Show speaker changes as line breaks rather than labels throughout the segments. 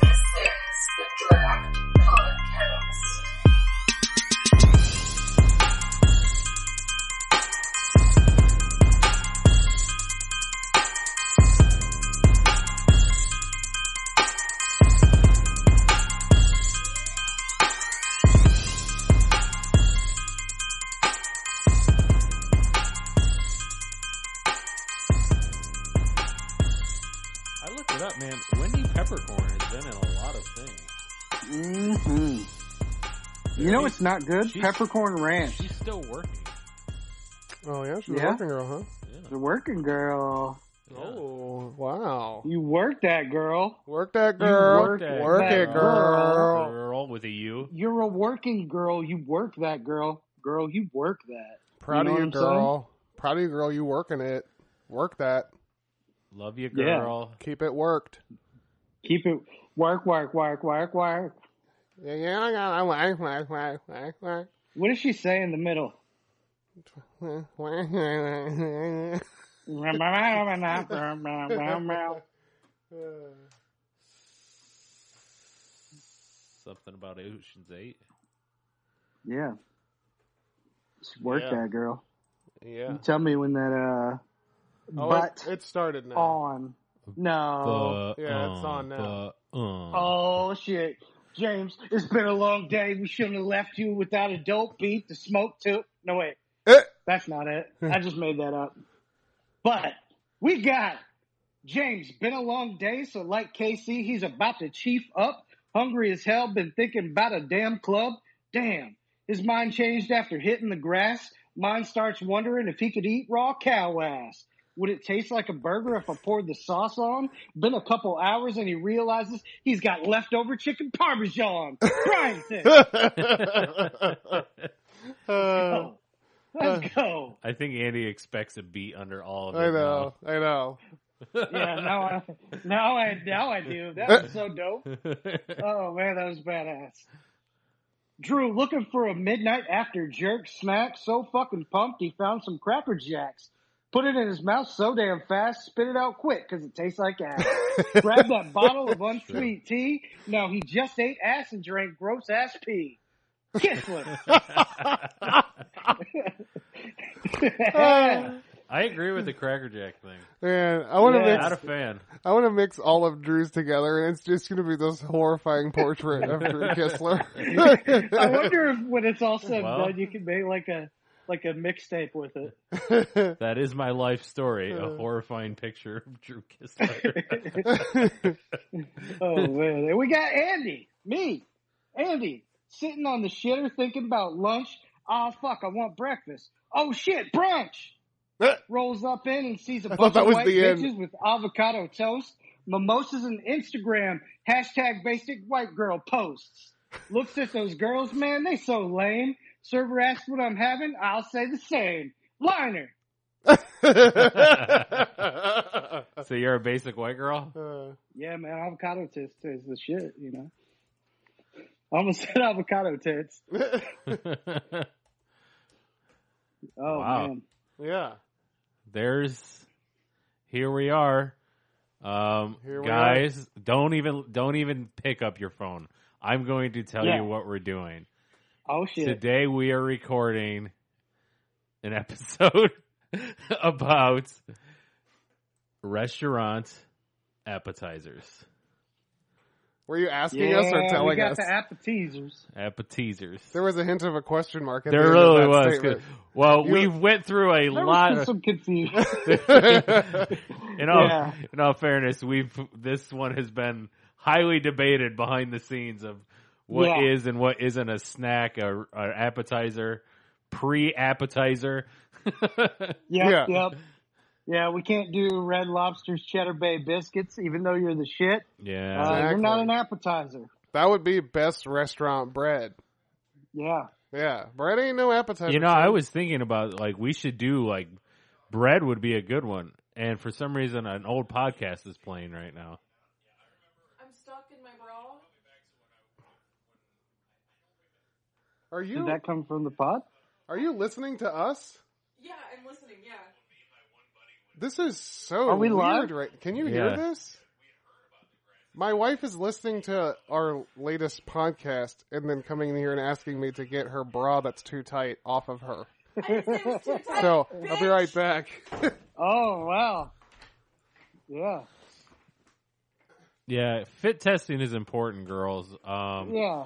This is the Draft Podcast.
I looked it up, man. Wendy Peppercorn has been in a lot of things.
hmm You know it's not good?
She's-
Peppercorn Ranch.
She's still working.
Oh yeah, she's
Yeah?
a working girl,
Yeah.
The working girl.
huh?
Yeah.
Oh wow,
You work that girl.
work that
You
girl,
work
that
girl.
it, girl.
Girl with a U.
You're a working girl. You work that girl. Girl, you work that. You
Proud
know
of
what
you,
I'm saying?
girl. Proud of you, girl. You working it. Work that.
Love you,
Yeah.
girl.
Keep it worked.
Keep it work, work, work, work, work.
Yeah, yeah, I got- I like, like, like, like, like,
What does she say in the middle?
like, like, like, like.
Something about Ocean's Eight.
yeah. Just work
Yeah.
that girl.
Yeah.
You tell me when that uh
Oh,
butt
it, it started now.
on. No.
But,
Oh, Yeah, it's
uh,
on now.
but, uh,
Oh shit. James, it's been a long day. We shouldn't have left you without a dope beat to smoke to. No wait.
Eh.
That's not it. I just made that up. But we got James. Been a long day, so like KC, he's about to chief up. Hungry as hell, been thinking about a damn club. Damn. His mind changed after hitting the grass. Mine starts wondering if he could eat raw cow ass. Would it taste like a burger if I poured the sauce on? Been a couple hours and he realizes he's got leftover chicken parmesan. Brian says,
Uh,
"Go. Let's go.
I think Andy expects a beat under all of it.
I know. I know.
yeah, now I now I now I do. That was so dope. Oh man, that was badass. Drew looking for a midnight after jerk snack, so fucking pumped he found some cracker jacks. Put it in his mouth so damn fast, spit it out quick because it tastes like ass. Grabbed that bottle of unsweet tea. Now he just ate ass and drank gross ass pee. Kissless.
Uh,
I agree with the Cracker Jack thing.
man, I want to
Yeah.
mix
Not a fan.
I want to mix all of Drew's together, and it's just going to be this horrifying portrait of Drew
I
Kistler.
wonder if when it's all said and
Well.
done, you can make like a like a mixtape with it.
That is my life story. A
Uh.
horrifying picture of Drew Kistler.
Oh man, and we got Andy, me, Andy, sitting on the shitter thinking about lunch. Oh fuck, I want breakfast. Oh shit, brunch. Rolls up in and sees a
thought
bunch
that
of
was
white
the end.
bitches with avocado toast, mimosas, and Instagram hashtag basic white girl posts. Looks at those girls, man, they so lame. Server asks what I'm having, I'll say the same. Liner.
so you're a basic white girl?
Uh,
Yeah, man, avocado toast is the shit, you know. I almost said avocado tits. Oh
Wow.
man.
yeah.
there's here we are um
Here we
guys don't even don't even pick up your phone i'm going to tell
Yeah.
you what we're doing
Oh shit.
today we are recording an episode about restaurant appetizers
Were you asking us or
we
telling
got
us?
the appetizers.
appetizers
there was a hint of a question mark. At
there
the end
really
of that
was 'cause- well
You-
we went through a
There
lot
was
of
some confusion.
statement.
in all
Yeah.
in all fairness, we've this one has been highly debated behind the scenes of what
Yeah.
is and what isn't a snack, a, a appetizer, pre appetizer.
yep,
Yeah.
yep. Yeah, we can't do Red Lobster's Cheddar Bay biscuits, even though you're the shit.
yeah,
Uh, you're not
Exactly.
an appetizer.
that would be best restaurant bread.
Yeah.
Yeah, bread ain't no appetizer.
you know, I was thinking about like we should do like bread would be a good one, and for some reason, an old podcast is playing right now.
I'm stuck in
my roll.
Are
Did
you
that come from the pod?
are you listening to us?
Yeah, I'm listening. Yeah.
This is so
Are we
weird
live?
right can you
Yeah.
hear this? My wife is listening to our latest podcast and then coming in here and asking me to get her bra that's too tight off of her.
I didn't say it was too tight,
So I'll be
bitch.
right back.
Oh wow. Yeah.
Yeah, fit testing is important, girls. Um,
Yeah.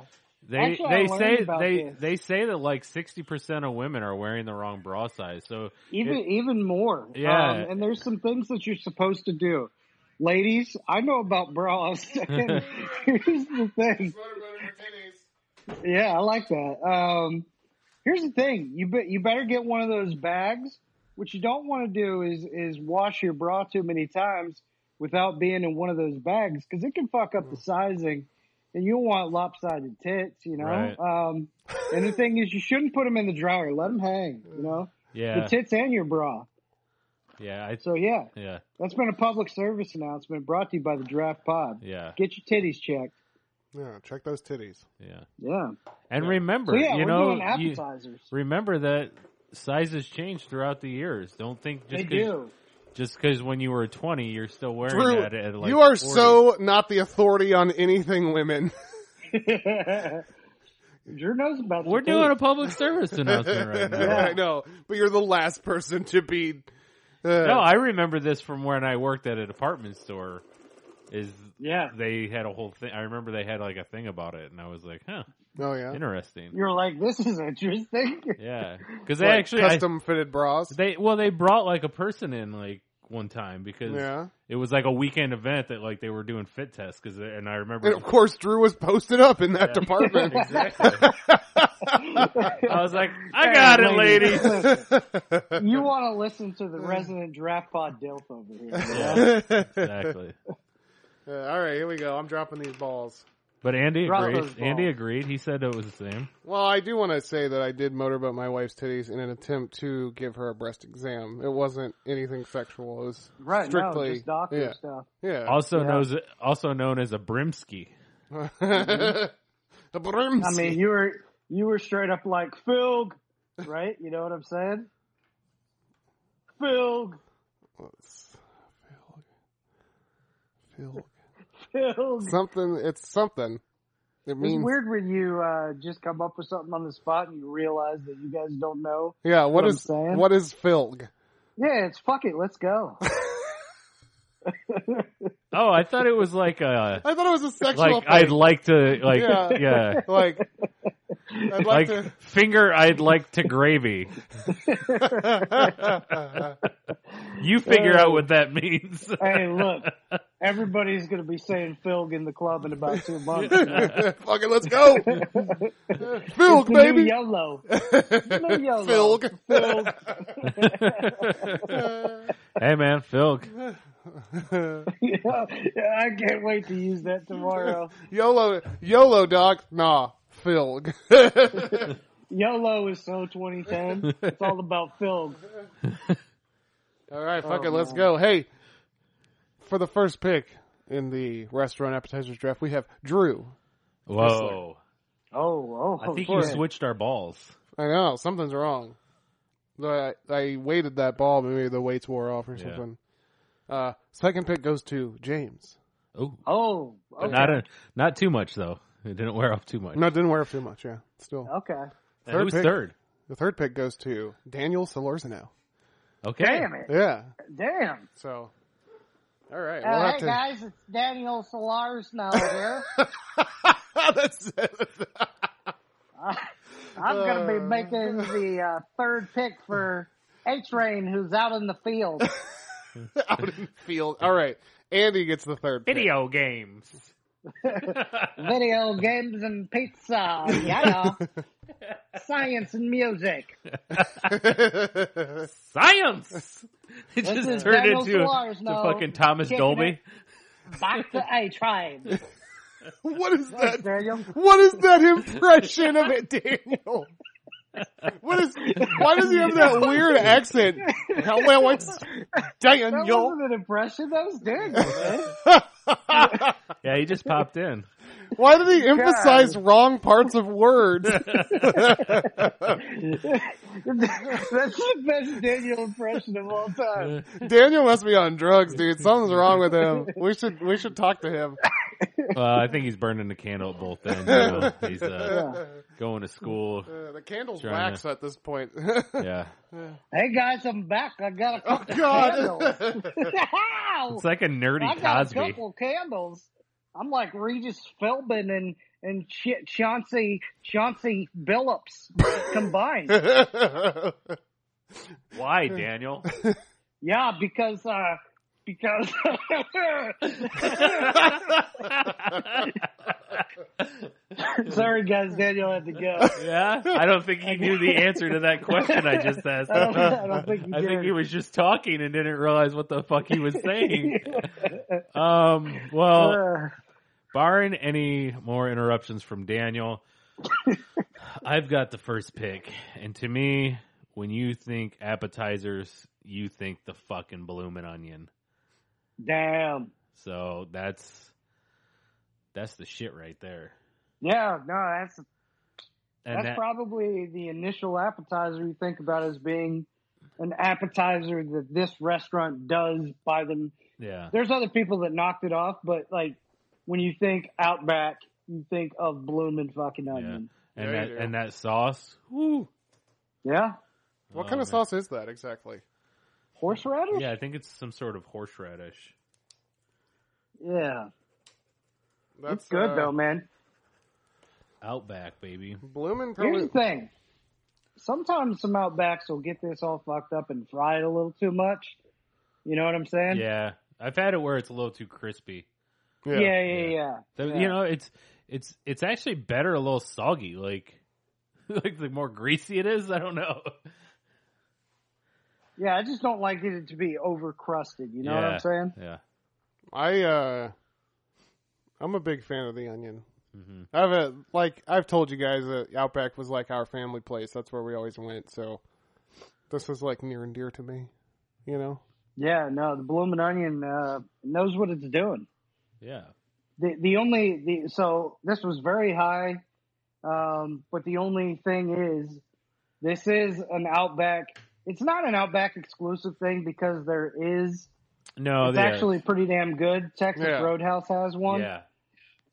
They
Actually, I
they
learned
say
about
they
this.
they say that like sixty percent of women are wearing the wrong bra size. So
Even even more.
Yeah.
Um, and there's some things that you're supposed to do. Ladies, I know about bras. And here's the thing. Yeah, I like that. Um, here's the thing: you be, you better get one of those bags. What you don't want to do is is wash your bra too many times without being in one of those bags because it can fuck up the
Mm.
sizing, and you don't want lopsided tits, you know.
Right.
Um, and the thing is, you shouldn't put them in the dryer. Let them hang, you know,
yeah,
the tits and your bra.
yeah, I,
So yeah,
yeah,
that's been a public service announcement brought to you by the Draft Pod.
yeah,
Get your titties checked.
Yeah, check those titties.
yeah.
Yeah.
And
Yeah.
remember,
So yeah,
you
we're
know,
doing
you-
appetizers.
remember that sizes change throughout the years. Don't think
they
just cause,
do.
just because when you were twenty, you're still wearing
Drew,
that. At like
you are
40.
so not the authority on anything women.
Drew knows about.
We're
the
doing a
tape.
public service announcement right now.
I know, but you're the last person to be. Uh,
No, I remember this from when I worked at a department store. Is
yeah.
they had a whole thing. I remember they had like a thing about it, and I was like, huh,
oh yeah,
interesting.
You're like this is interesting.
Yeah, because they
Like
actually I-
custom fitted bras.
they well they brought like a person in like one time because
Yeah,
it was like a weekend event that like they were doing fit tests because and I
and
remember
of course Drew was posted up in that
Yeah.
department.
exactly. I was like, I got it, ladies.
you want to listen to the resident draft pod dilf over here. man.
Yeah, exactly.
Uh, all right, here we go. I'm dropping these balls.
But Andy
Drop
agreed.
those
Andy
balls.
agreed. He said it was the same.
Well, I do want to say that I did motorboat my wife's titties in an attempt to give her a breast exam. It wasn't anything sexual. It was
Right.
strictly
no, just doctor
yeah,
stuff.
yeah.
Also
Yeah.
knows also known as a brimski.
the brims.
I mean, you were you were straight up like Phil, right? You know what I'm saying? Phil, Phil.
something. It's something. It
It's
means
weird when you uh, just come up with something on the spot and you realize that you guys don't know.
yeah. What
what I'm
is
saying.
what is filg?
Yeah, it's fuck it, let's go.
Oh, I thought it was like a
I thought it was a sexual
like I'd
thing.
like to like
Yeah.
yeah.
like I'd
like
like,
finger I'd like to gravy.
to.
You figure
Oh.
out what that means.
hey, look, everybody's going to be saying Philg in the club in about two months.
Fucking let's go,
It's
filg
the new
baby.
YOLO. new YOLO.
Filg.
Philg.
hey man, Phil.
Yeah, I can't wait to use that tomorrow.
YOLO, YOLO, doc. Nah, filg.
YOLO is so 2010. It's all about Philg.
All right, fuck
Oh,
it, let's
man.
go. Hey, for the first pick in the restaurant appetizers draft, we have Drew.
Whoa.
Oh, oh.
I think you
shit.
switched our balls.
I know something's wrong. I, I weighted that ball. Maybe the weights wore off or
Yeah.
something. Uh, second pick goes to James.
Oh.
Oh, okay.
Not a, not too much though. It didn't wear off too much.
No, it didn't wear up too much. Yeah, still.
okay.
And who's
pick.
third?
The third pick goes to Daniel Solorzano.
Okay.
Damn it.
Yeah.
Damn.
So, all right,
Uh,
we'll have
hey,
to.
guys, it's Daniel Solars now here.
That's
I'm going to be making the uh, third pick for H Rain, who's out in the field.
out in the field. All right, Andy gets the third. pick.
Video games.
Video games and pizza. Yeah. Science and music.
Science. It
This is
just turned
Daniel
into
Suarez
to
now
fucking Thomas
kicking
Dolby.
Back to A Train.
what is that?
Daniel.
What is that impression of it, Daniel? What is? Why does he have that weird accent? How well what's
That
Daniel?
wasn't an impression. That was Daniel. man.
Yeah, he just popped in.
Why did he emphasize wrong parts of words?
That's the best Daniel impression of all time.
Daniel must be on drugs, dude. Something's wrong with him. We should we should talk to him.
Uh, I think he's burning the candle at both ends. you know. He's uh, going to school.
Uh, the candle's
Trying
wax at this point.
Yeah,
Hey guys, I'm back. I got a
oh
couple
God!
candles. Ow!
it's like a nerdy
I got a
Cosby.
couple candles. I'm like Regis Philbin and and shit Chauncey Chauncey Billups combined.
Why, Daniel?
yeah, because uh because sorry guys, Daniel had to go.
Yeah, I don't think he knew the answer to that question I just asked.
I don't- I don't think he
I think
did.
he was just talking and didn't realize what the fuck he was saying. um, well,
Uh,
barring any more interruptions from Daniel, I've got the first pick. And to me, when you think appetizers, you think the fucking bloomin' onion.
damn.
So that's that's the shit right there.
Yeah, no, that's
And
that's
that,
probably the initial appetizer you think about as being an appetizer that this restaurant does by them
yeah,
there's other people that knocked it off, but like when you think Outback, you think of bloomin' fucking onion.
and
Yeah,
that
you do.
and that sauce. Woo.
Yeah,
what kind of
Oh, man.
sauce is that exactly?
horseradish.
Yeah, I think it's some sort of horseradish.
Yeah.
That's
it's good
uh,
though, man.
Outback, baby.
Bloomin'
Here's the
probably.
thing: sometimes some Outbacks will get this all fucked up and fry it a little too much. You know what I'm saying?
yeah, I've had it where it's a little too crispy.
yeah, yeah, yeah. yeah.
The-
Yeah.
You know, it's it's it's actually better a little soggy. Like like the more greasy it is, I don't know.
Yeah, I just don't like it to be over crusted. You know what
Yeah.
I'm saying?
Yeah.
I uh, I'm a big fan of the onion.
hmm
I've uh like I've told you guys that Outback was like our family place. That's where we always went. So this is like near and dear to me. You know.
Yeah, no, the bloomin' onion uh, knows what it's doing.
Yeah.
the the only the so this was very high, um, but the only thing is this is an Outback. It's not an Outback exclusive thing because there is.
No,
it's
yeah.
actually pretty damn good. Texas
Yeah.
Roadhouse has one.
yeah.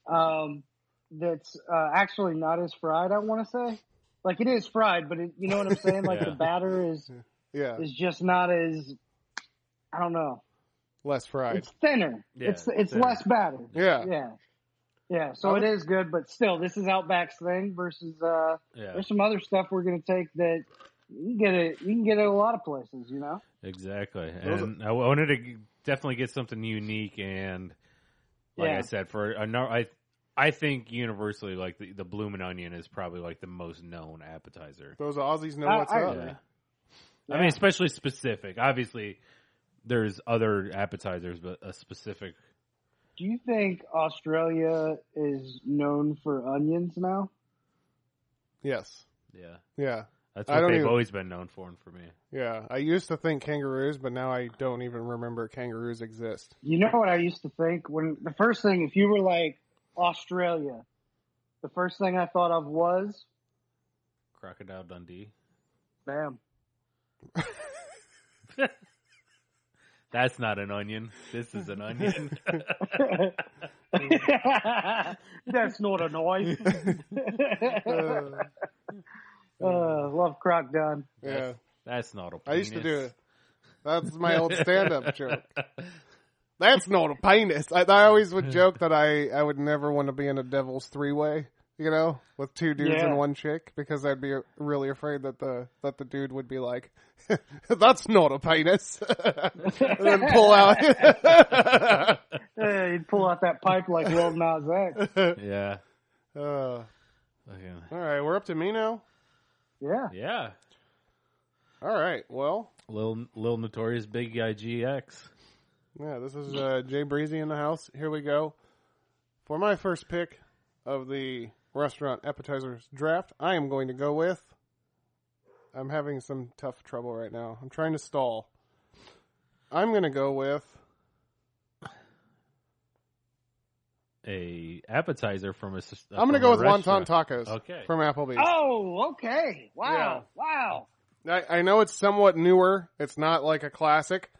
Um, that's uh, actually not as fried. I want to say, like it is fried, but it, you know what I'm saying. Like
Yeah.
the batter is
Yeah.
is just not as. I don't know.
Less fried.
It's thinner.
Yeah,
it's it's
thinner.
less battered.
Yeah.
Yeah. Yeah, so it is good, but still, this is Outback's thing versus uh,
Yeah.
there's some other stuff we're gonna take that you can get it, you can get it a lot of places, you know.
Exactly.
Those
And I wanted to g- definitely get something unique and like
Yeah.
I said for a no- I I think universally like the, the bloomin' onion is probably like the most known appetizer.
Those Aussies know
I-
what's
I
up.
agree.
Yeah. I mean,
Yeah.
especially specific. Obviously, there's other appetizers, but a specific.
Do you think Australia is known for onions now?
Yes.
Yeah,
Yeah.
that's
I
what
don't
they've
even-
always been known for. And for me,
Yeah. I used to think kangaroos, but now I don't even remember kangaroos exist.
You know what I used to think when the first thing, if you were like Australia, the first thing I thought of was,
Crocodile Dundee.
bam,
That's not an onion. This is an onion.
that's not a noise.
Uh,
uh, love croc done.
yeah.
That's not a. Penis.
I used to do it. That's my old stand up joke. That's not a penis. I, I always would joke that I, I would never want to be in a devil's three way, you know, with two dudes
Yeah.
and one chick, because I'd be really afraid that the that the dude would be like, "That's not a penis," and then pull out.
Yeah, he'd pull out that pipe like Lil Nas X.
Yeah.
Uh,
Fucking-
all right, we're up to me now.
Yeah.
Yeah.
All right, well,
Little little notorious big guy GX.
yeah, this is uh, Jay Breezy in the house. Here we go for my first pick of the restaurant appetizers draft. I am going to go with. I'm having some tough trouble right now. I'm trying to stall. I'm going to go with
a appetizer from a. s-
I'm gonna
from
go
a
with wonton
restaurant.
tacos
Okay.
from Applebee's.
Oh, okay. Wow. Wow.
Oh!
I, I know it's somewhat newer. It's not like a classic,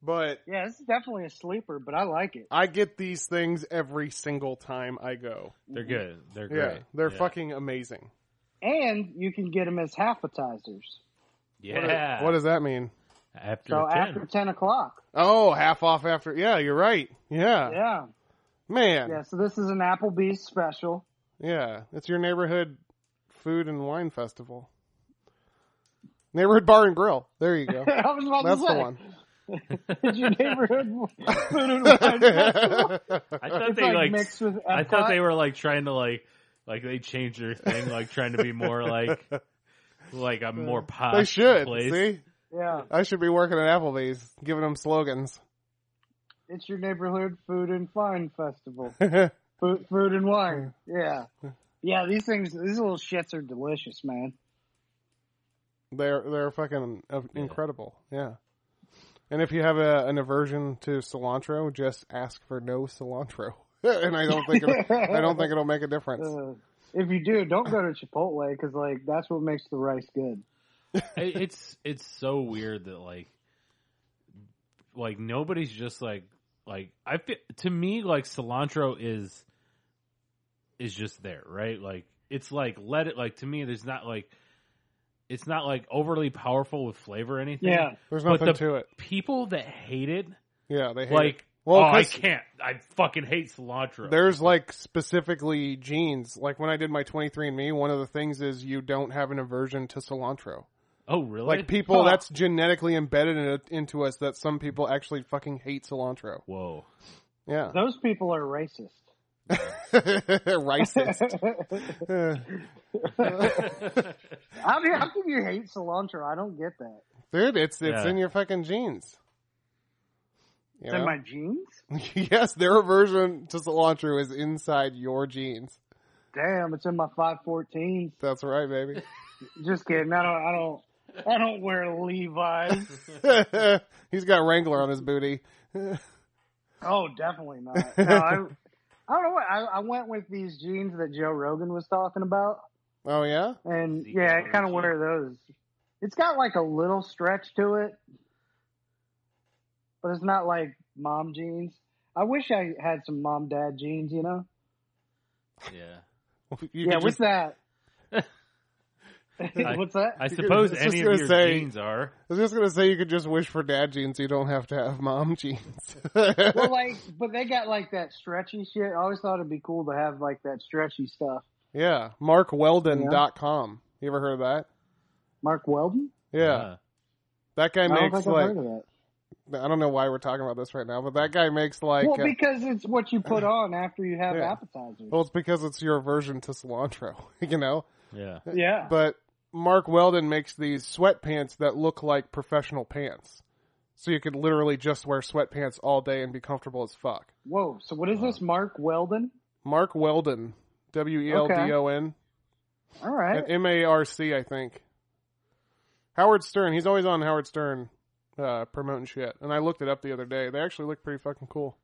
but
Yeah, this is definitely a sleeper, but I like it.
I get these things every single time I go.
They're good. They're great.
Yeah, they're
yeah.
fucking amazing.
And you can get them as appetizers.
What-
Yeah.
what does that mean?
after
So
10.
after 10 o'clock.
Oh, half off after. Yeah, you're right. Yeah,
Yeah.
man.
Yeah, so this is an Applebee's special.
Yeah, it's your neighborhood food and wine festival. Neighborhood bar and grill. There you go.
I was about
That's
to
the
say,
one.
it's your neighborhood food and wine festival.
I thought
It's
they
like
like.
mixed with
I thought
Epcot.
they were like trying to like like they changed their thing like trying to be more like like a more posh.
they should.
place.
See,
Yeah,
I should be working at Applebee's, giving them slogans.
it's your neighborhood food and wine festival. food, food and wine. Yeah, yeah. These things, these little shits are delicious, man.
They're they're fucking uh, incredible. Yeah. And if you have a, an aversion to cilantro, just ask for no cilantro. and I don't think it, I don't think it'll make a difference.
Uh, if you do, don't go to Chipotle because like that's what makes the rice good.
It- it's it's so weird that like like nobody's just like like I feel to me like cilantro is is just there right like it's like let it like to me there's not like it's not like overly powerful with flavor or anything
Yeah,
There's
but
nothing
the-
to it.
people that hate it
Yeah, they hate
like
it. Well,
oh I
'cause-
can't I fucking hate cilantro
There's like specifically genes. Like when I did my 23andMe, one of the things is you don't have an aversion to cilantro.
oh really
Like people,
Huh.
that's genetically embedded in, into us that some people actually fucking hate cilantro.
whoa
Yeah.
those people are racist.
Racist. Uh,
I mean, how come you hate cilantro? I don't get that.
Dude, it's, it's
Yeah.
in your fucking genes. You
It's in
know?
my jeans.
yes, their aversion to cilantro is inside your genes.
Damn, it's in my five fourteens.
That's right, baby.
Just kidding. I don't. I don't. I don't wear Levi's.
He's got Wrangler on his booty.
Oh, definitely not. No, I, I don't know what I, I went with these jeans that Joe Rogan was talking about,
Oh yeah?
and
Sneaker
yeah, I kind of
jeans.
wear those. It's got like a little stretch to it, but it's not like mom jeans. I wish I had some mom dad jeans, you know.
yeah
You
yeah,
could
what's
just-
that?
I-
what's that?
I suppose
just
any of
gonna
your
say-
genes are
I was just gonna say you could just wish for dad jeans. You don't have to have mom jeans.
well, like, but they got like that stretchy shit. I always thought it'd be cool to have like that stretchy stuff.
yeah, markweldon.com. You ever heard of that?
Mark Weldon.
Yeah, that guy
I don't
makes
think
like
I've heard of that.
I don't know why we're talking about this right now, but that guy makes like
well,
uh,
because it's what you put on after you have
Yeah.
appetizers.
well, it's because it's your aversion to cilantro, you know.
yeah
yeah.
But Mark Weldon makes these sweatpants that look like professional pants, so you could literally just wear sweatpants all day and be comfortable as fuck.
Whoa. So what is this, Mark Weldon?
Mark Weldon, W E L D O N.
All right.
at M A R C, I think. Howard Stern. He's always on Howard Stern uh, promoting shit. And I looked it up the other day. They actually look pretty fucking cool.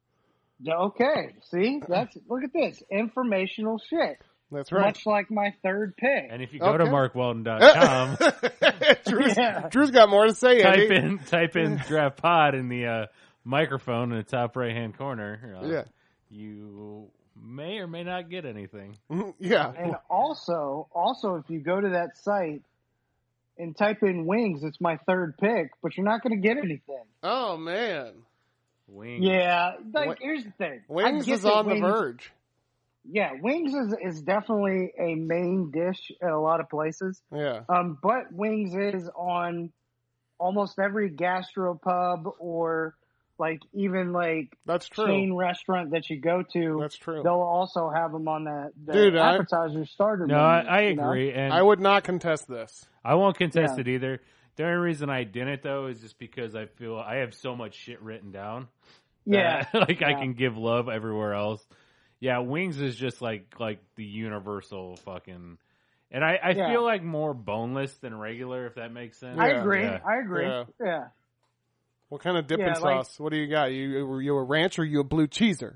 Yeah, Okay. See, that's look at this informational shit.
That's right.
Much like my third pick.
And if you go to
Okay.
markwelden.com,
Drew's,
Yeah.
Drew's got more to say.
type
Eddie.
in type in draft pod in the uh, microphone in the top right hand corner. Uh,
Yeah.
You may or may not get anything.
Mhm, Yeah.
And also, also if you go to that site and type in wings, it's my third pick, but you're not going to get anything.
Oh man,
Wings.
Yeah. Like
What-
here's the thing. I
Wings
get
is
that
on the
wings-
verge.
Yeah, wings is is definitely a main dish at a lot of places.
Yeah.
Um, but wings is on almost every gastropub or like even like
That's true.
chain restaurant that you go to.
That's true.
They'll also have them on the, the
Dude, I-
appetizer starter.
No,
menu,
I, I
you know?
agree, and
I would not contest this.
I won't contest
Yeah.
it either. The only reason I didn't though is just because I feel I have so much shit written down.
Yeah,
that, like I
Yeah.
can give love everywhere else. Yeah, wings is just like like the universal fucking. And I, I
Yeah.
feel like more boneless than regular, if that makes sense.
I
Yeah.
agree.
Yeah.
I agree.
Yeah.
Yeah.
What kind of dipping
Yeah, like-
sauce? what do you got? You you a ranch or you a blue cheeser?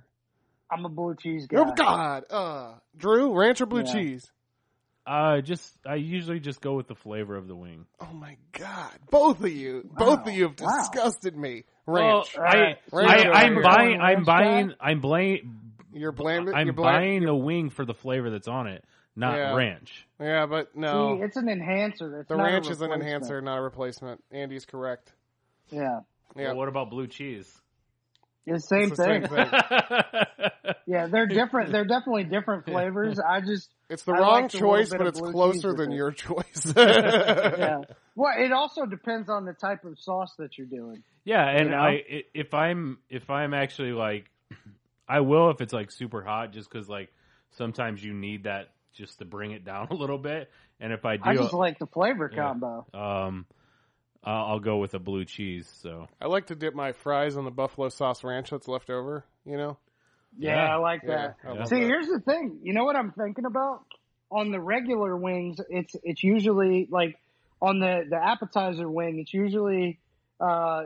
I'm a blue cheese guy.
Oh God, uh, Drew, ranch or blue
Yeah.
cheese?
Uh, just I usually just go with the flavor of the wing.
Oh my God, both of you, both of you have
Wow.
disgusted me. Ranch,
Well, uh, I,
Ranch
I,
over
I'm
here.
buying,
Ranch
I'm
guy?
buying, I'm buying,
you're blaming.
I'm
you're blam-
buying the wing for the flavor that's on it, not
Yeah.
ranch.
Yeah, but no,
See, it's an enhancer. It's
the
not a
ranch is an
replacement.
enhancer, not a replacement. Andy's correct.
Yeah,
Yeah,
Well, what about blue cheese?
it's the same
it's the
thing.
same thing.
Yeah, they're different. They're definitely different flavors. I just
It's the
I
wrong
like the little
choice,
bit
but
of
it's
blue
closer
cheese with
than
it.
your choice.
yeah. Well, it also depends on the type of sauce that you're doing.
yeah, and
You know?
I, i- if I'm, if I'm actually like, I will if it's like super hot, just because like sometimes you need that just to bring it down a little bit, and if I do,
I just like the flavor
Yeah.
combo.
um, I'll I'll go with a blue cheese. So
I like to dip my fries in the buffalo sauce ranch that's left over. You know,
Yeah,
Yeah.
I like
Yeah,
that.
I
Yeah.
love
See,
that.
here's the thing. You know what I'm thinking about? On the regular wings, it's it's usually like on the the appetizer wing, it's usually uh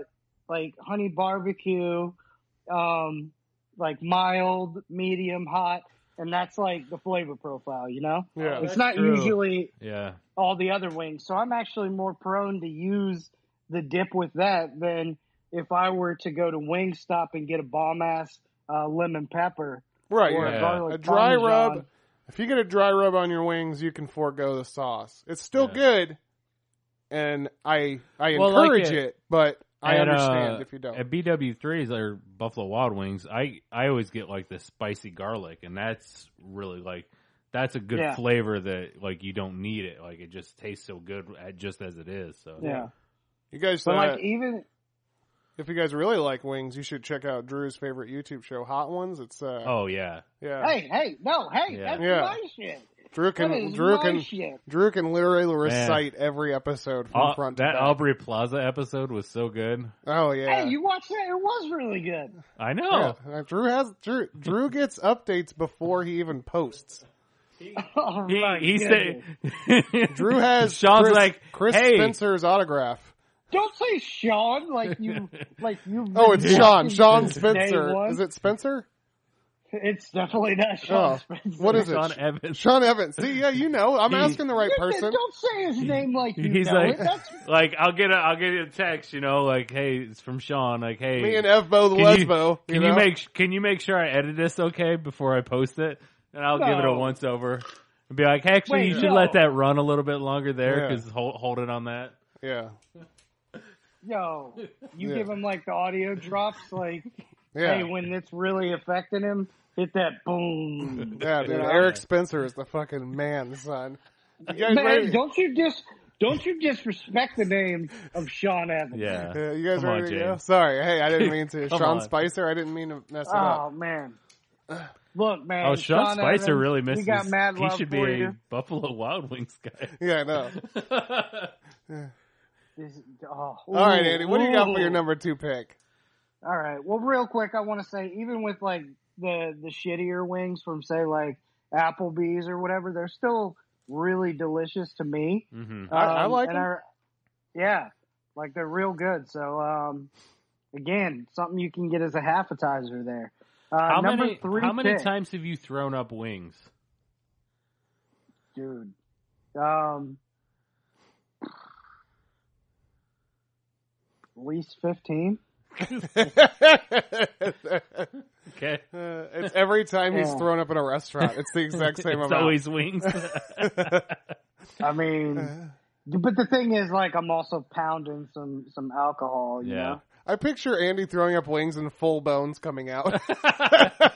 like honey barbecue, um like mild, medium, hot, and that's like the flavor profile, you know?
Yeah.
It's
That's
not
true.
usually
yeah,
all the other wings. So I'm actually more prone to use the dip with that than if I were to go to Wingstop and get a bomb ass uh, lemon pepper
right?
or
yeah.
a
Yeah.
garlic
A dry
parmesan.
rub. If you get a dry rub on your wings, you can forego the sauce. It's still
Yeah.
good, and I I
Well, like
encourage
it-
it, but I
At, uh,
understand if you don't.
At BW threes or Buffalo Wild Wings, I I always get like the spicy garlic, and that's really like that's a good
Yeah.
flavor that like you don't need it. Like it just tastes so good at, just as it is. So
Yeah,
you guys,
but
uh,
like even
if you guys really like wings, you should check out Drew's favorite YouTube show, Hot Ones. It's uh,
Oh yeah.
yeah,
hey, hey, no, hey,
Yeah.
that's
Yeah.
my shit.
Drew
That
can
is
Drew
my
can
shit.
Drew can literally recite every episode from
Al-
front to
Uh, that
back.
Aubrey Plaza episode was so good.
oh yeah.
Hey, you watched that? It was really good.
I know.
Yeah. Uh, Drew has Drew, Drew gets updates before he even posts.
Oh,
He,
my
he said
goodness.
Drew has
Sean's
Chris,
like,
Chris
"Hey."
Spencer's autograph.
"Don't say Sean like you like you."
Oh, it's Sean. Sean
Day
Spencer.
one.
Is it Spencer?
It's definitely not Sean
Oh,
Spencer.
what is it?
Sean Evans.
Sean Evans. See, yeah, you know, I'm
He-
asking the right
Listen,
person.
Don't say his name like you
He's
know
like,
it. That's
like I'll get a, I'll get you a text, you know, like, hey, it's from Sean. Like, hey,
Me and Evbo the
Can you-
Lesbo.
Can you,
know?
make can you make sure I edit this okay before I post it, and I'll give it a
No.
once over and be like, actually,
Wait,
you should
no.
let that run a little bit longer there
Yeah.
because hold, hold it on that.
Yeah,
yo. You
Yeah.
give him like the audio drops, like
yeah,
hey, when it's really affecting him, hit that boom.
yeah, dude.
Yeah.
Eric Spencer is the fucking man, son. You guys
Man,
ready?
don't you just don't you disrespect the name of Sean Evans?
Yeah,
Yeah, you guys
Come on,
ready to go?
James.
Sorry, hey, I didn't mean to.
Come
Sean
on.
Spicer, I didn't mean to mess it up.
Oh man. Look, man.
Oh, Sean, Spicer
Evans,
really
We
misses.
got mad
he
love
should be
for
a
you.
Buffalo Wild Wings guy.
Yeah, I know.
This- oh,
All right,
ooh,
Andy, what do you got for your
ooh.
number two pick?
All right. Well, real quick, I want to say even with like the the shittier wings from say like Applebee's or whatever, they're still really delicious to me.
hmm
I- I
Um,
like
and
them.
are- yeah, like they're real good. So um, again, something you can get as a appetizer there. Uh,
how
number
many
three
how many
pick,
times have you thrown up wings?
dude? Um, at least fifteen.
Uh,
Okay,
it's every time he's
Yeah.
thrown up in a restaurant. It's the exact same
Oh. it's
amount.
always wings.
I mean, but the thing is, like, I'm also pounding some some alcohol. You
Yeah.
Know?
I picture Andy throwing up wings and full bones coming out.
they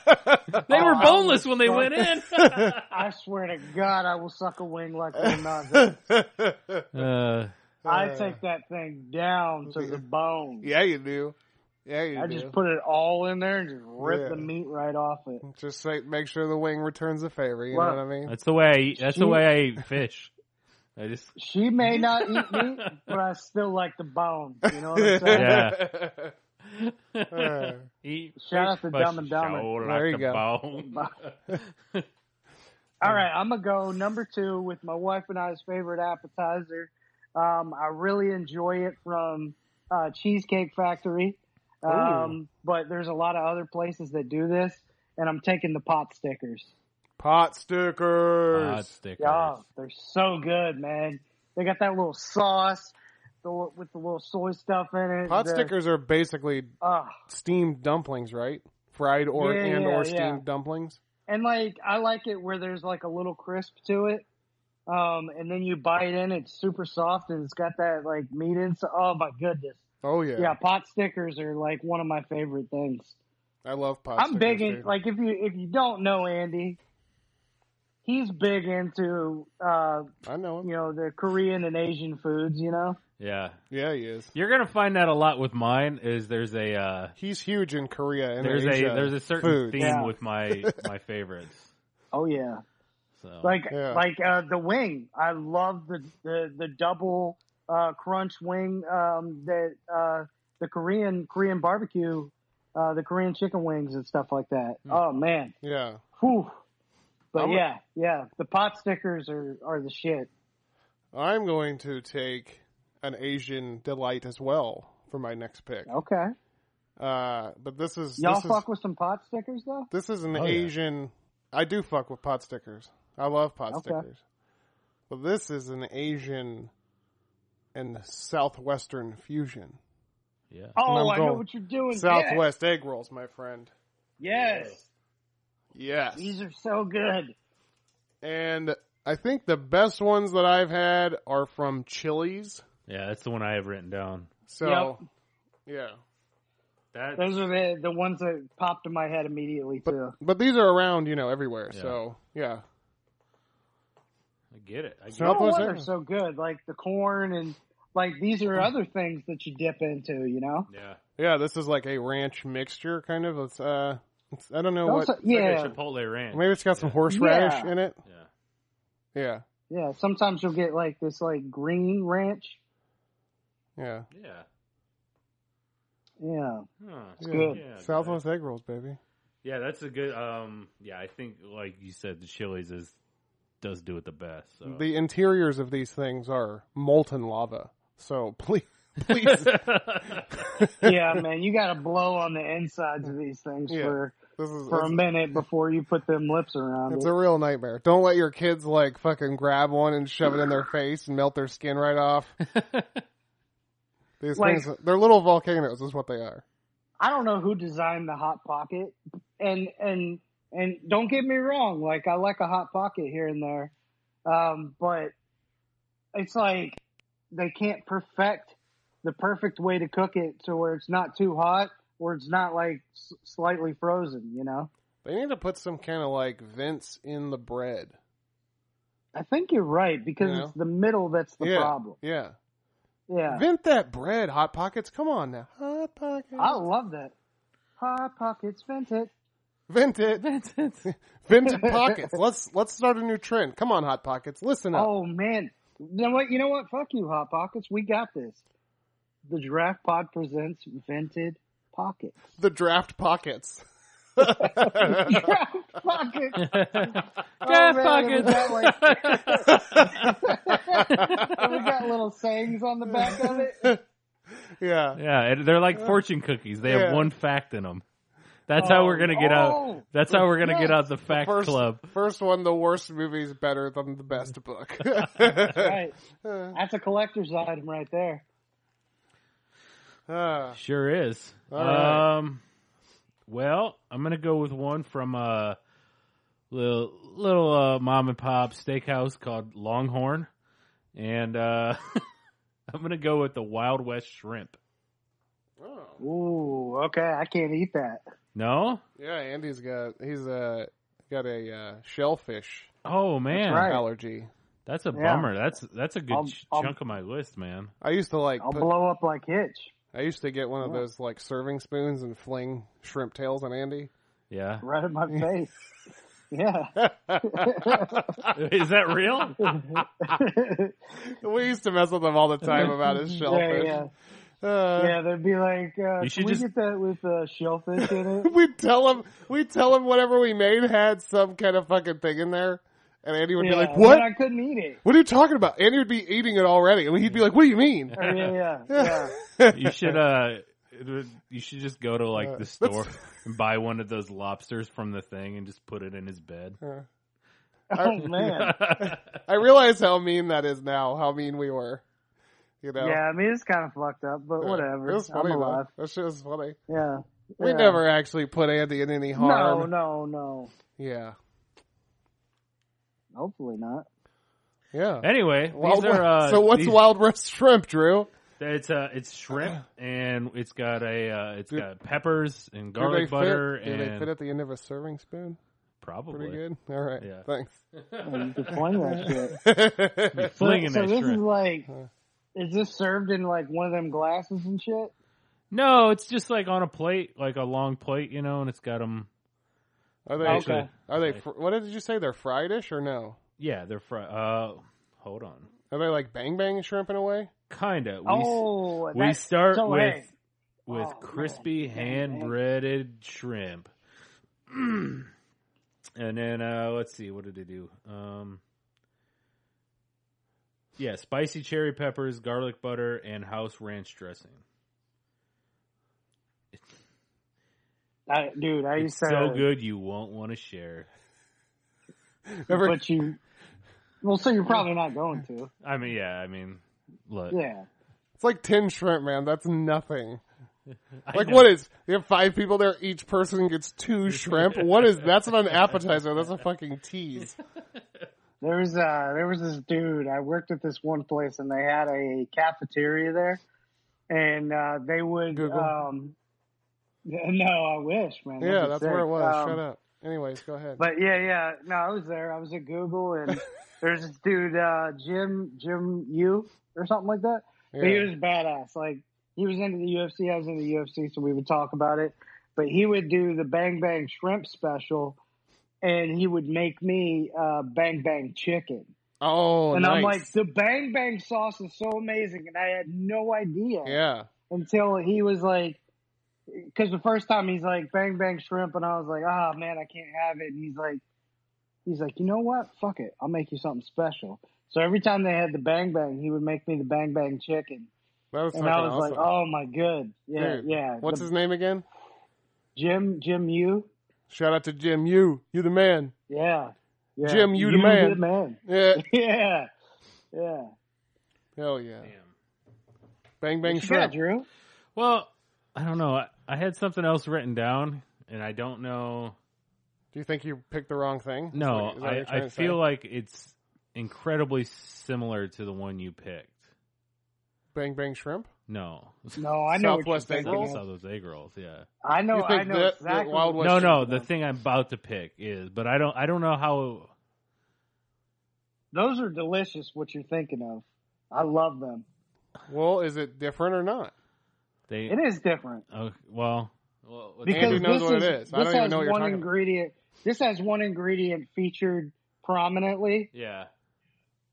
were
Oh,
boneless when they
God.
went in.
I swear to God, I will suck a wing like I'm not.
uh,
I take that thing down to the bone.
yeah, you do. Yeah, you
I
do.
just put it all in there and just rip
Yeah.
the meat right off it.
Just say, make sure the wing returns the favor. You
Well,
know what I mean?
that's the way. I eat, that's the
Shoot.
way I eat fish. I just
She may not eat meat, but I still like the bone. You know what I'm saying?
Yeah.
Uh,
Eat
Shout out to
fish,
Dumb and Dumber.
show
There you
a
go.
bone.
All right, I'm gonna go number two with my wife and I's favorite appetizer. Um, I really enjoy it from uh, Cheesecake Factory, um, but there's a lot of other places that do this, and I'm taking the pot stickers.
Pot stickers.
Odd stickers.
Yeah, they're so good, man. They got that little sauce the, li- with the little soy stuff in it.
Pot
the-
stickers are basically
ah.
steamed dumplings, right? Fried or
Yeah,
and
yeah,
or
yeah.
steamed dumplings.
and like I like it where there's like a little crisp to it. Um, and then you bite in, it's super soft and it's got that like meat in. So, oh my goodness.
Oh yeah,
Yeah. pot stickers are like one of my favorite things.
I love pot.
I'm
stickers,
big in
dude.
like if you if you don't know Andy, he's big into uh
I know him.
you know the Korean and Asian foods, you know.
Yeah.
Yeah, he is.
You're gonna find that a lot with mine. Is there's a uh,
He's huge in Korea and
there's
Asia
a there's a certain
foods.
theme
Yeah.
with my my favorites.
Oh yeah.
So
Like
Yeah.
like uh the wing. I love the the the double uh crunch wing um that uh the Korean Korean barbecue uh the Korean chicken wings and stuff like that.
Hmm.
Oh man.
Yeah,
Whew. But
I'm-
yeah, yeah, the pot stickers are are the shit.
I'm going to take an Asian delight as well for my next pick.
Okay.
Uh, but this is
Y'all
this is
fuck with some pot stickers though?
this is an
Oh, yeah.
Asian. I do fuck with pot stickers. I love pot
Okay.
stickers. But this is an Asian and southwestern fusion.
yeah.
Oh,
I'm
I know
going
what you're doing.
Southwest egg rolls, my friend.
Yes. yes.
Yes.
These are so good.
And I think the best ones that I've had are from Chili's.
Yeah, that's the one I have written down.
So, yeah.
That
Those are the the ones that popped in my head immediately
But,
too.
but these are around, you know, everywhere.
Yeah.
So, yeah.
I get it. I get
I don't know
Southwest
why they're
Airlines.
so good. Like the corn and like these are other things that you dip into, you know?
it. Yeah.
Yeah, this is like a ranch mixture, kind of. It's, uh, it's, I don't know
Also-
what.
yeah.
Like a Chipotle ranch.
Maybe it's got some
Yeah.
horseradish
Yeah.
in it.
Yeah.
Yeah.
yeah. Sometimes you'll get like this like green ranch.
Yeah.
Yeah.
Yeah.
Huh.
Yeah.
good.
Yeah,
Southwest egg rolls, baby.
Yeah, that's a good. Um, yeah, I think like you said, the Chili's is does do it the best. So.
The interiors of these things are molten lava. So please, please,
Please.
Yeah, man, you gotta blow on the insides of these things
Yeah.
for
this is
for a
it's-
minute before you put them lips around
It's
it.
a real nightmare. Don't let your kids like fucking grab one and shove it in their face and melt their skin right off. These
Like-
things, they're little volcanoes, is what they are.
I don't know who designed the hot pocket, and and and don't get me wrong, like I like a hot pocket here and there, um, but it's like they can't perfect the perfect way to cook it to where it's not too hot or it's not like s- slightly frozen. You know,
They need to put some kind of like vents in the bread.
I think you're right because
Yeah.
it's the middle that's the
yeah,
problem.
yeah.
Yeah,
Vent that bread, hot pockets. Come on now, hot pockets.
I love that. Hot pockets vent it.
Vent it,
That's it.
vented pockets. Let's let's start a new trend. Come on, hot pockets. Listen up.
Oh man. You know what? You know what? Fuck you, Hot Pockets. We got this. The Draft Pod presents Vented Pockets.
The draft pockets.
Draft Pockets.
Draft
man,
pockets.
We got, like, we got little sayings on the back of it.
yeah.
yeah, and they're like fortune cookies. They
Yeah.
have one fact in them. That's how we're gonna get
Oh.
out. That's how we're gonna get
Yes.
out the fact
First,
club.
first one, the worst movie is better than the best book.
Right. That's a collector's item right there.
Ah.
Sure is.
All right.
Um, well, I'm gonna go with one from a little little uh, mom and pop steakhouse called Longhorn, and uh, I'm gonna go with the Wild West shrimp.
Oh.
Ooh, okay. I can't eat that.
No,
Yeah, Andy's got he's uh got a uh, shellfish
oh man,
right.
allergy.
that's a
Yeah.
bummer. That's that's a good
I'll-
ch-
I'll-
chunk of my list, man.
I used to like
I'll
put-
blow up like Hitch.
I used to get one of
Yeah.
those like serving spoons and fling shrimp tails on Andy.
Yeah,
Right in my face. Yeah.
is that real?
we used to mess with him all the time about his
Yeah,
shellfish.
yeah.
Uh,
Yeah, they'd be like, uh,
You
can
should
we
just-
get that with uh, shellfish in it?
We tell him we tell him whatever we made had some kind of fucking thing in there, and Andy would
yeah,
be like,
and
"What?
I couldn't eat it.
What are you talking about?" Andy would be eating it already, and he'd be like, "What do you mean?"
Or, yeah, yeah, yeah.
you should uh You should just go to like
Uh,
the
that's-
store and buy one of those lobsters from the thing and just put it in his bed.
Uh,
Oh man.
I realize how mean that is now. How mean we were. You know.
Yeah, I mean it's kind of fucked up, but
Yeah.
whatever.
It was funny
I'm
though.
alive.
That shit was funny.
Yeah.
We
Yeah.
never actually put Andy in any harm.
No, no, no.
Yeah.
Hopefully not.
Yeah.
anyway,
Wild-
these are, uh,
so what's
these-
Wild West shrimp, Drew?
It's uh, it's shrimp and it's got a uh, it's
Do-
got peppers and
Do they
garlic butter
fit? Do they
and
fit at the end of a serving spoon?
probably
Pretty good. All right.
Yeah.
Thanks.
I'm deploying that shit.
You're
So,
flinging
so
that
this is
shrimp.
like,
Huh.
is this served in like one of them glasses and shit?
No, it's just like on a plate, like a long plate, you know, and it's got them.
Are they?
Okay.
Are they? Fr- what did you say? They're friedish or no?
Yeah, they're fr- uh hold on.
Are they like bang bang shrimp in a way?
Kinda. We, s-
oh,
we
that's-
start
so,
with
hey,
with
Oh,
crispy
man.
hand breaded shrimp. and then uh let's see, what did they do? Um yeah, spicy cherry peppers, garlic butter, and house ranch dressing.
I, dude, I
It's
used to
so good you won't want to share.
Ever-
but you. Well, so you're probably not going to.
I mean, yeah, I mean, look.
Yeah.
It's like ten shrimp, man. That's nothing.
I
Like
know.
what is? You have five people there. Each person gets two shrimp. What is? That's not an appetizer. That's a fucking tease.
There was uh there was this dude I worked at this one place and they had a cafeteria there, and uh, they would
Google.
um. No, I wish, man. That'd
Yeah,
be
that's
sick.
where it was.
Um,
Shut up. Anyways, go ahead.
But yeah, yeah. No, I was there. I was at Google, and there's this dude, uh, Jim Jim U or something like that. But he
Yeah.
was badass. Like he was into the UFC. I was into the UFC, so we would talk about it. But he would do the Bang Bang Shrimp special, and he would make me uh, Bang Bang Chicken.
oh,
and
nice.
I'm like, the Bang Bang sauce is so amazing, and I had no idea
yeah,
until he was like, because the first time he's like, bang, bang, shrimp. And I was like, ah, man, I can't have it. And he's like, he's like, you know what? Fuck it. I'll make you something special. So every time they had the bang, bang, he would make me the bang, bang chicken.
that was
And
fucking
I was
awesome.
like, oh my good. Yeah,
Dude,
yeah.
What's
The-
his name again?
Jim, Jim U?
Shout out to Jim. You, you the man.
Yeah. yeah.
Jim, you the man.
the man.
Yeah.
Yeah. Yeah.
Hell yeah.
Damn.
Bang bang
What you got,
shrimp.
Drew.
Well, I don't know. I, I had something else written down, and I don't know.
Do you think you picked the wrong thing?
No,
Is that what
I,
you're trying
I
to
feel
say?
like it's incredibly similar to the one you picked.
bang bang shrimp.
No,
No, I know. what you're
Southwest egg
thinking
rolls?
of.
saw those egg rolls. Yeah.
I know.
You
I
think
know
that- that
exactly. what
Wild
you're
West-
No, no.
thinking
The
of.
thing I'm about to pick is, but I don't. I don't know how.
Those are delicious. What you're thinking of? I love them.
Well, is it different or not?
They.
It is different
Oh, well. well let's-
because
Andy knows
this
what it is.
is.
I
This
don't even
has
know what you're
one
talking about.
ingredient. This has one ingredient featured prominently,
yeah.